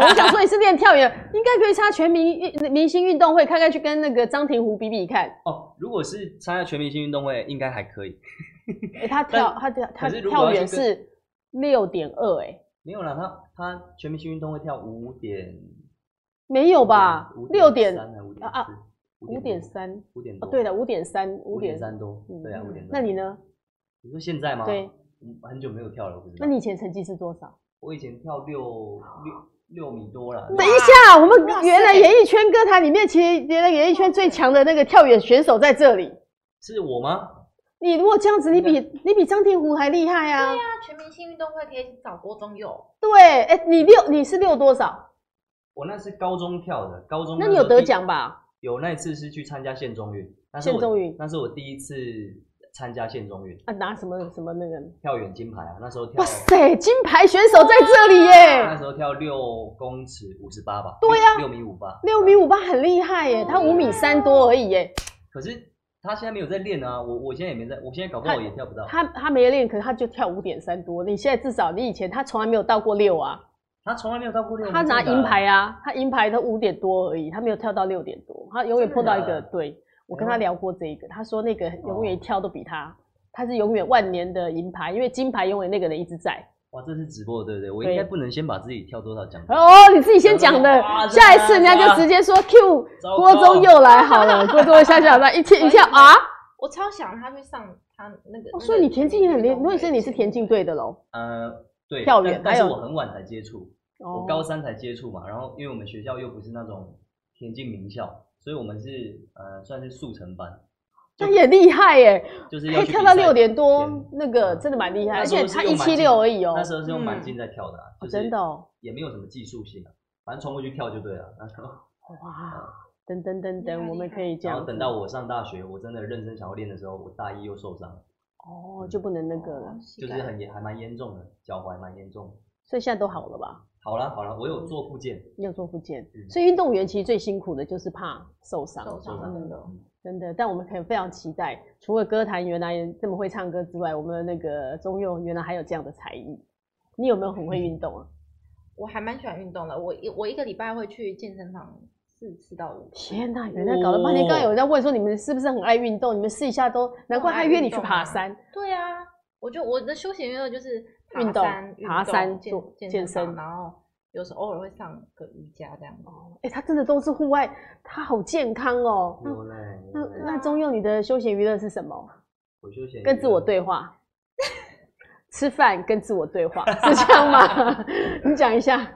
[SPEAKER 2] 哦，我想说你是练跳远，应该可以参加全民运明星运动会，看看去跟那个张庭湖比比看。
[SPEAKER 3] 哦，如果是参加全明星运动会，应该还可以，
[SPEAKER 2] 哎、他跳
[SPEAKER 3] 但
[SPEAKER 2] 他跳他
[SPEAKER 3] 可是如果
[SPEAKER 2] 跳
[SPEAKER 3] 要去
[SPEAKER 2] 远
[SPEAKER 3] 跟
[SPEAKER 2] 是六点二，哎，
[SPEAKER 3] 没有啦，他他全明星运动会跳五点，
[SPEAKER 2] 没有吧？六点
[SPEAKER 3] 啊
[SPEAKER 2] 啊
[SPEAKER 3] 啊，
[SPEAKER 2] 五点，三
[SPEAKER 3] 五点
[SPEAKER 2] 哦，
[SPEAKER 3] 多，
[SPEAKER 2] 对了，五点三五
[SPEAKER 3] 五
[SPEAKER 2] 点
[SPEAKER 3] 点三多，对啊，
[SPEAKER 2] 嗯
[SPEAKER 3] 五点多。
[SPEAKER 2] 那你呢？
[SPEAKER 3] 你说现在吗？
[SPEAKER 2] 对
[SPEAKER 3] 嗯，很久没有跳了，我不知道。
[SPEAKER 2] 那你以前成绩是多少？
[SPEAKER 3] 我以前跳六六六米多了，
[SPEAKER 2] 等一下，我们
[SPEAKER 4] 哇塞
[SPEAKER 2] 原来演艺圈歌坛里面，其实原来演艺圈最强的那个跳远选手在这里。
[SPEAKER 3] 是我吗？
[SPEAKER 2] 你如果这样子，你比你比张庭湖还厉害啊
[SPEAKER 4] 对！啊，全明星运动会可以找郭宗佑，
[SPEAKER 2] 对，哎、你六你是六多少？
[SPEAKER 3] 我那是高中跳的，高中
[SPEAKER 2] 那
[SPEAKER 3] 时
[SPEAKER 2] 你
[SPEAKER 3] 候
[SPEAKER 2] 有得
[SPEAKER 3] 第
[SPEAKER 2] 奖？吧？
[SPEAKER 3] 有那一次是去参加县中运，那是
[SPEAKER 2] 县
[SPEAKER 3] 我
[SPEAKER 2] 中运
[SPEAKER 3] 那是我第一次参加县中运
[SPEAKER 2] 啊，拿什么什么那个？
[SPEAKER 3] 跳远金牌啊，那时候跳
[SPEAKER 2] 哇塞，金牌选手在这里
[SPEAKER 3] 那
[SPEAKER 2] 耶！
[SPEAKER 3] 时候跳六公尺五十八吧，
[SPEAKER 2] 对啊
[SPEAKER 3] 六六米五八，
[SPEAKER 2] 六米五八很厉害
[SPEAKER 3] 哦
[SPEAKER 2] 耶，他五米三多而已耶。
[SPEAKER 3] 可是他现在没有在练啊，我我现在也没在，我现在搞不好
[SPEAKER 2] 他
[SPEAKER 3] 也跳不到。
[SPEAKER 2] 他他没练，可是他就跳五点三多。你现在至少你以前他从来没有到过六啊，
[SPEAKER 3] 他从来没有到过六米，
[SPEAKER 2] 他拿
[SPEAKER 3] 嗯真的
[SPEAKER 2] 银牌啊，他银牌都五点多而已，他没有跳到六点多，他永远碰到一个
[SPEAKER 3] 真的假的啊
[SPEAKER 2] 对。我跟他聊过这一个，他说那个永远一跳都比他，他是永远万年的银牌，因为金牌永远那个人一直在。
[SPEAKER 3] 哇，这是直播对不对？我
[SPEAKER 2] 对
[SPEAKER 3] 应该不能先把自己跳多少讲出来。
[SPEAKER 2] 哦，你自己先讲的，
[SPEAKER 3] 哇真的啊
[SPEAKER 2] 下一次人家就直接说 Q
[SPEAKER 3] 糟糕
[SPEAKER 2] 郭宗佑来好 了，郭宗佑下下来一跳一跳啊！
[SPEAKER 4] 我超想他去上他那个。
[SPEAKER 2] 哦，所以你田径也很厉害，如果是你是田
[SPEAKER 4] 田
[SPEAKER 2] 径队的喽。
[SPEAKER 3] 呃，对，
[SPEAKER 2] 跳远哎哦
[SPEAKER 3] 但但
[SPEAKER 2] 还
[SPEAKER 3] 是
[SPEAKER 2] 有
[SPEAKER 3] 我很晚才接触，我高三才接触嘛。然后因为我们学校又不是那种田径名校，所以我们是呃算是速成班，
[SPEAKER 2] 那也厉害耶，
[SPEAKER 3] 就是
[SPEAKER 2] 可
[SPEAKER 3] 要
[SPEAKER 2] 以
[SPEAKER 3] 去
[SPEAKER 2] 跳到
[SPEAKER 3] 比赛
[SPEAKER 2] 六点多哦
[SPEAKER 3] 前，
[SPEAKER 2] 那个真的蛮厉害，而
[SPEAKER 3] 那时候
[SPEAKER 2] 且
[SPEAKER 3] 是
[SPEAKER 2] 他一
[SPEAKER 3] 用蛮
[SPEAKER 2] 七
[SPEAKER 3] 近
[SPEAKER 2] 六而已哦
[SPEAKER 3] 那，时候是用蛮
[SPEAKER 4] 嗯
[SPEAKER 3] 劲在跳的啊，
[SPEAKER 2] 哦
[SPEAKER 3] 就是
[SPEAKER 2] 真的哦，
[SPEAKER 3] 也没有什么技术性啊，反正冲过去跳就对了。然后
[SPEAKER 2] 哇，等等等
[SPEAKER 4] 厉
[SPEAKER 2] 等，
[SPEAKER 4] 害
[SPEAKER 2] 我们
[SPEAKER 4] 厉害
[SPEAKER 2] 可以这
[SPEAKER 3] 嗯然后
[SPEAKER 2] 样，
[SPEAKER 3] 等到我上大学，我真的认真想要练的时候，我大一又受伤了，
[SPEAKER 2] 哦就不能那个了，
[SPEAKER 3] 就是很严，还蛮严重的，脚踝蛮严重的。
[SPEAKER 2] 所以现在都好了吧？
[SPEAKER 3] 好了好了，我有做复健，
[SPEAKER 2] 要做复健，
[SPEAKER 3] 嗯
[SPEAKER 2] 所以运动员其实最辛苦的就是怕受伤，
[SPEAKER 4] 受伤
[SPEAKER 2] 嗯
[SPEAKER 4] 真的。
[SPEAKER 2] 真的，但我们可以非常期待，除了歌坛原来这么会唱歌之外，我们那个中佑原来还有这样的才艺。你有没有很会运动啊？
[SPEAKER 4] 我还蛮喜欢运动的，我一我一个礼拜会去健身房四次到五次。
[SPEAKER 2] 天呐，原来搞了半天，
[SPEAKER 3] 哦
[SPEAKER 2] 刚刚有人在问说你们是不是很爱运动？你们试一下都，难怪他约你去爬山。
[SPEAKER 4] 对啊，我就我的休闲娱乐就是爬
[SPEAKER 2] 运动
[SPEAKER 4] 山运
[SPEAKER 2] 爬
[SPEAKER 4] 动
[SPEAKER 2] 山
[SPEAKER 4] 健
[SPEAKER 2] 做
[SPEAKER 4] 健
[SPEAKER 2] 健
[SPEAKER 4] 身
[SPEAKER 2] 身
[SPEAKER 4] 房，然后有时候偶尔会上个瑜伽这样子。
[SPEAKER 2] 哎、他真的都是户外，他好健康哦。
[SPEAKER 3] 有嘞，
[SPEAKER 2] 那
[SPEAKER 3] 有嘞
[SPEAKER 2] 那中佑，你的休闲娱乐是什么？
[SPEAKER 3] 我休闲
[SPEAKER 2] 跟
[SPEAKER 3] 娱
[SPEAKER 2] 自我
[SPEAKER 3] 乐
[SPEAKER 2] 对话，吃饭跟自我对话，是这样吗？你讲一下。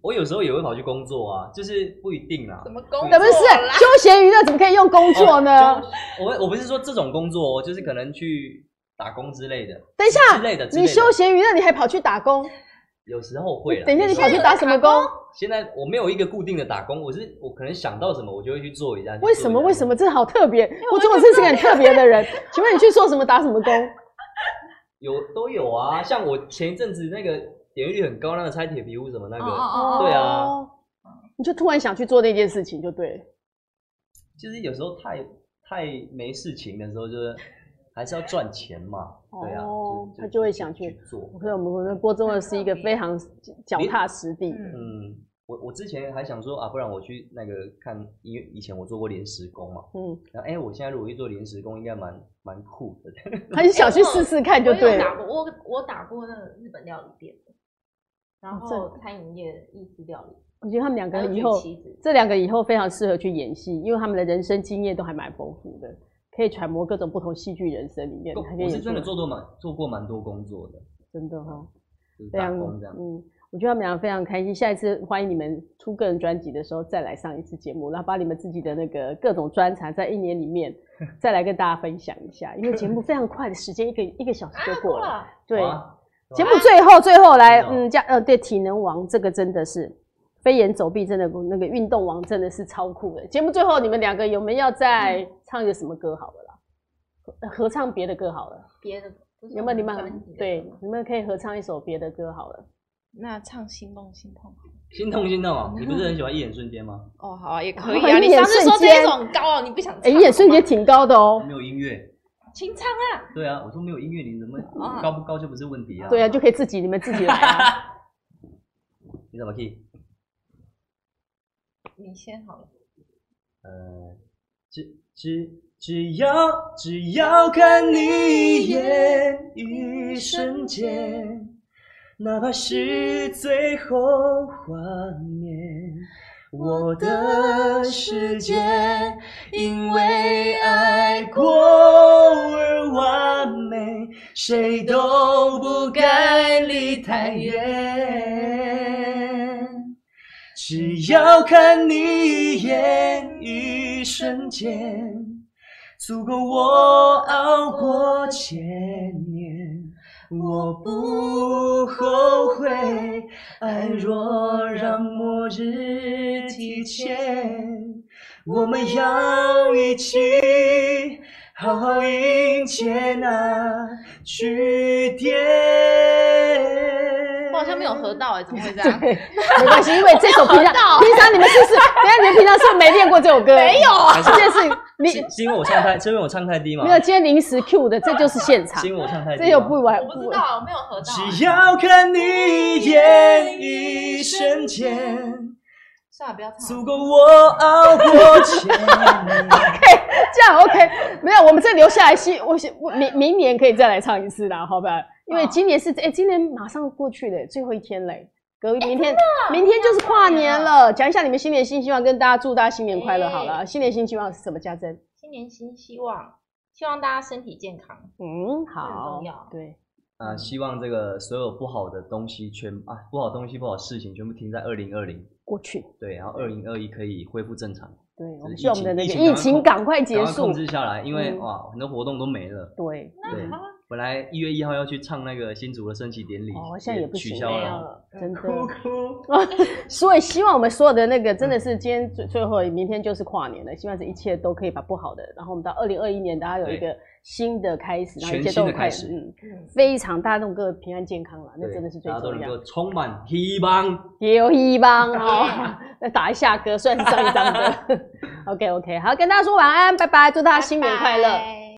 [SPEAKER 3] 我有时候也会跑去工作啊，就是不一定啦。
[SPEAKER 4] 什么工
[SPEAKER 2] 怎么是
[SPEAKER 4] 作啦
[SPEAKER 2] 休闲娱乐？怎么可以用工作呢？
[SPEAKER 3] 哦？就我我不是说这种工作、哦，就是可能去打工之类的。
[SPEAKER 2] 等一下
[SPEAKER 3] 之类的，之
[SPEAKER 2] 啊
[SPEAKER 3] 类
[SPEAKER 2] 你
[SPEAKER 3] 的
[SPEAKER 2] 休闲娱乐，你还跑去打工？
[SPEAKER 3] 有时候会啦。
[SPEAKER 2] 等一下，
[SPEAKER 3] 有
[SPEAKER 2] 你
[SPEAKER 3] 时
[SPEAKER 2] 跑
[SPEAKER 3] 候
[SPEAKER 2] 去打什么工？
[SPEAKER 3] 现在我没有一个固定的打工，我是我可能想到什么，我就会去做一下。
[SPEAKER 2] 为什么？为什
[SPEAKER 3] 么？
[SPEAKER 2] 么？这好特别！我中文真是个很特别的人。请问你去做什么？打什么工？
[SPEAKER 3] 有都有啊，像我前一阵子那个点阅率很高，那个拆铁皮屋什么那个，
[SPEAKER 4] 哦
[SPEAKER 3] 对啊
[SPEAKER 2] 哦，你就突然想去做那件事情，就对了。
[SPEAKER 3] 就是有时候太太没事情的时候，就是还是要赚钱 嘛。对啊，
[SPEAKER 2] 哦
[SPEAKER 3] 就
[SPEAKER 2] 他就会想去
[SPEAKER 3] 去做。
[SPEAKER 2] 所以我们的郭宗佑是一个非常脚踏实地。
[SPEAKER 4] 嗯，
[SPEAKER 3] 嗯，我我之前还想说啊，不然我去那个看，因为以前我做过临时工嘛，
[SPEAKER 2] 嗯，
[SPEAKER 3] 然后哎、我现在如果去做临时工，应该蛮蛮酷的。
[SPEAKER 2] 他就想去试试看，就
[SPEAKER 4] 我
[SPEAKER 3] 哎
[SPEAKER 2] 对
[SPEAKER 4] 有
[SPEAKER 2] 了
[SPEAKER 4] 打。过，我我打过那个日本料理店的，然
[SPEAKER 2] 哦这
[SPEAKER 4] 后餐饮业意式料理，
[SPEAKER 2] 我觉得他们两个
[SPEAKER 4] 还有
[SPEAKER 2] 以
[SPEAKER 4] 举
[SPEAKER 2] 后
[SPEAKER 4] 旗子。
[SPEAKER 2] 这两个以后非常适合去演戏，因为他们的人生经验都还蛮丰富的。可以揣摩各种不同戏剧人生里面，还可以
[SPEAKER 3] 我是
[SPEAKER 2] 演
[SPEAKER 3] 真的
[SPEAKER 2] 出
[SPEAKER 3] 做过蛮做过蛮多工作的，
[SPEAKER 2] 真的哈、哦，
[SPEAKER 3] 就是
[SPEAKER 2] 非
[SPEAKER 3] 打
[SPEAKER 2] 常
[SPEAKER 3] 工这样。
[SPEAKER 2] 嗯，我觉得他们俩非常开心。下一次欢迎你们出个人专辑的时候再来上一次节目，然后把你们自己的那个各种专长在一年里 面再来跟大家分享一下，因为节目非常快的时间，一个一个小时
[SPEAKER 4] 啊
[SPEAKER 2] 就过了。
[SPEAKER 4] 哇
[SPEAKER 2] 对，
[SPEAKER 3] 啊哇
[SPEAKER 2] 节目最后最后来，
[SPEAKER 3] 真的哦
[SPEAKER 2] 嗯，加呃对体能王这个真的是飞檐走壁，真的那个运动王真的是超酷的。节目最后你们两个有没有要
[SPEAKER 3] 嗯
[SPEAKER 2] 再唱一个什么歌好了啦？合合唱别的歌好了，
[SPEAKER 4] 别的不是
[SPEAKER 2] 有没有你
[SPEAKER 4] 我专
[SPEAKER 2] 们
[SPEAKER 4] 辑的
[SPEAKER 2] 对
[SPEAKER 4] 歌吗
[SPEAKER 2] 你们可以合唱一首别的歌好了。
[SPEAKER 4] 那唱《心动心痛
[SPEAKER 3] 心痛心痛哦！你不是很喜欢一眼瞬间吗？》
[SPEAKER 4] 哦，好啊，也可以
[SPEAKER 2] 哦
[SPEAKER 4] 啊。
[SPEAKER 2] 一
[SPEAKER 4] 你
[SPEAKER 2] 眼
[SPEAKER 4] 上次
[SPEAKER 2] 瞬
[SPEAKER 4] 说这一
[SPEAKER 2] 间
[SPEAKER 4] 种高啊傲，你不想
[SPEAKER 2] 哎、
[SPEAKER 4] 唱
[SPEAKER 2] 一眼瞬
[SPEAKER 4] 吗
[SPEAKER 2] 间挺高的哦、
[SPEAKER 3] 没有音乐，
[SPEAKER 4] 清唱啊，
[SPEAKER 3] 对啊，我说没有音乐，你怎么
[SPEAKER 4] 啊
[SPEAKER 3] 高不高就不是问题啊？
[SPEAKER 2] 对啊，就可以自己你们自己来 啊。
[SPEAKER 3] 你怎么 key？
[SPEAKER 4] 你先好了。
[SPEAKER 3] 呃，只只只要只要看你一眼，一瞬间，哪怕是最后画面，我的世界因为爱过而完美，谁都不该离太远。只要看你一眼，一瞬间，足够我熬过千年。我不后悔，爱若让末日提前，我们要一起好好迎接那句点。
[SPEAKER 4] 我好像没有合到哎、怎么会这 样？
[SPEAKER 2] 对，没关系，因为这首平常平常你们是不是？等一下你们平常是不是没练过这首歌，没有啊。这件事你
[SPEAKER 3] 是是因为我唱太，是因为我唱太低吗？
[SPEAKER 2] 没有，今天临时 Q 的，这就是现场
[SPEAKER 3] 是，因为我唱太低
[SPEAKER 2] 这
[SPEAKER 3] 吗。
[SPEAKER 2] 又不完。
[SPEAKER 4] 我不知道，我没有合到、啊。
[SPEAKER 3] 只要看你一眼，一瞬间，
[SPEAKER 4] 算了，不要唱了。
[SPEAKER 3] 足够我熬过千年。
[SPEAKER 2] 这样 OK，没有，我们这留下来，希我希我明明年可以再来唱一次啦，好吧？因
[SPEAKER 4] 啊
[SPEAKER 2] 为今年是哎、今年马上过去了，最后一天嘞。隔
[SPEAKER 4] 哎
[SPEAKER 2] 明天，
[SPEAKER 4] 啊
[SPEAKER 2] 明天就是跨年了。讲一下你们新年新希望，跟大家祝大家新年
[SPEAKER 4] 哎
[SPEAKER 2] 快乐好了。新年新希望是什么？家珍？
[SPEAKER 4] 新年新希望，希望大家身体健康。
[SPEAKER 2] 嗯，
[SPEAKER 4] 很
[SPEAKER 2] 好
[SPEAKER 4] 重要，
[SPEAKER 2] 对，
[SPEAKER 3] 啊，希望这个所有不好的东西全啊，不好的东西、不好的事情全部停在二零二零，
[SPEAKER 2] 过去，
[SPEAKER 3] 对，然后二零二一可以恢复正常，
[SPEAKER 2] 对，我
[SPEAKER 3] 就是
[SPEAKER 2] 们
[SPEAKER 3] 疫
[SPEAKER 2] 希望我们的那个
[SPEAKER 3] 情
[SPEAKER 2] 疫
[SPEAKER 3] 疫
[SPEAKER 2] 情
[SPEAKER 3] 情
[SPEAKER 2] 赶快
[SPEAKER 3] 赶
[SPEAKER 2] 结
[SPEAKER 3] 快控
[SPEAKER 2] 束。
[SPEAKER 3] 制下来，因为、
[SPEAKER 2] 嗯
[SPEAKER 3] 哇，很多活动都没了。
[SPEAKER 2] 对，
[SPEAKER 3] 对
[SPEAKER 4] 好，啊
[SPEAKER 3] 本来一月一号要去唱那个新竹的升旗典礼，
[SPEAKER 2] 哦现在也不
[SPEAKER 3] 取
[SPEAKER 2] 行
[SPEAKER 3] 消
[SPEAKER 2] 了
[SPEAKER 4] 没有
[SPEAKER 3] 了。
[SPEAKER 4] 了。
[SPEAKER 2] 真的。
[SPEAKER 3] 哭哭，
[SPEAKER 2] 所以希望我们所有的那个真的是今天最最后，明天就是跨年了，希望这一切都可以把不好的，然后我们到二零二一年，大家有一个新的开始，然后一
[SPEAKER 3] 全
[SPEAKER 2] 切都
[SPEAKER 3] 新的
[SPEAKER 2] 很快
[SPEAKER 3] 开始
[SPEAKER 2] 嗯，
[SPEAKER 4] 嗯，
[SPEAKER 2] 非常大众各平安健康了，那
[SPEAKER 3] 对
[SPEAKER 2] 真的是最
[SPEAKER 3] 大家都
[SPEAKER 2] 重
[SPEAKER 3] 能
[SPEAKER 2] 要。
[SPEAKER 3] 够充满希望。
[SPEAKER 2] 也有一帮哦，那打一下歌，算是上一张歌。OK OK，好，跟大家说晚安，拜拜，祝大家新年快乐。
[SPEAKER 4] 拜拜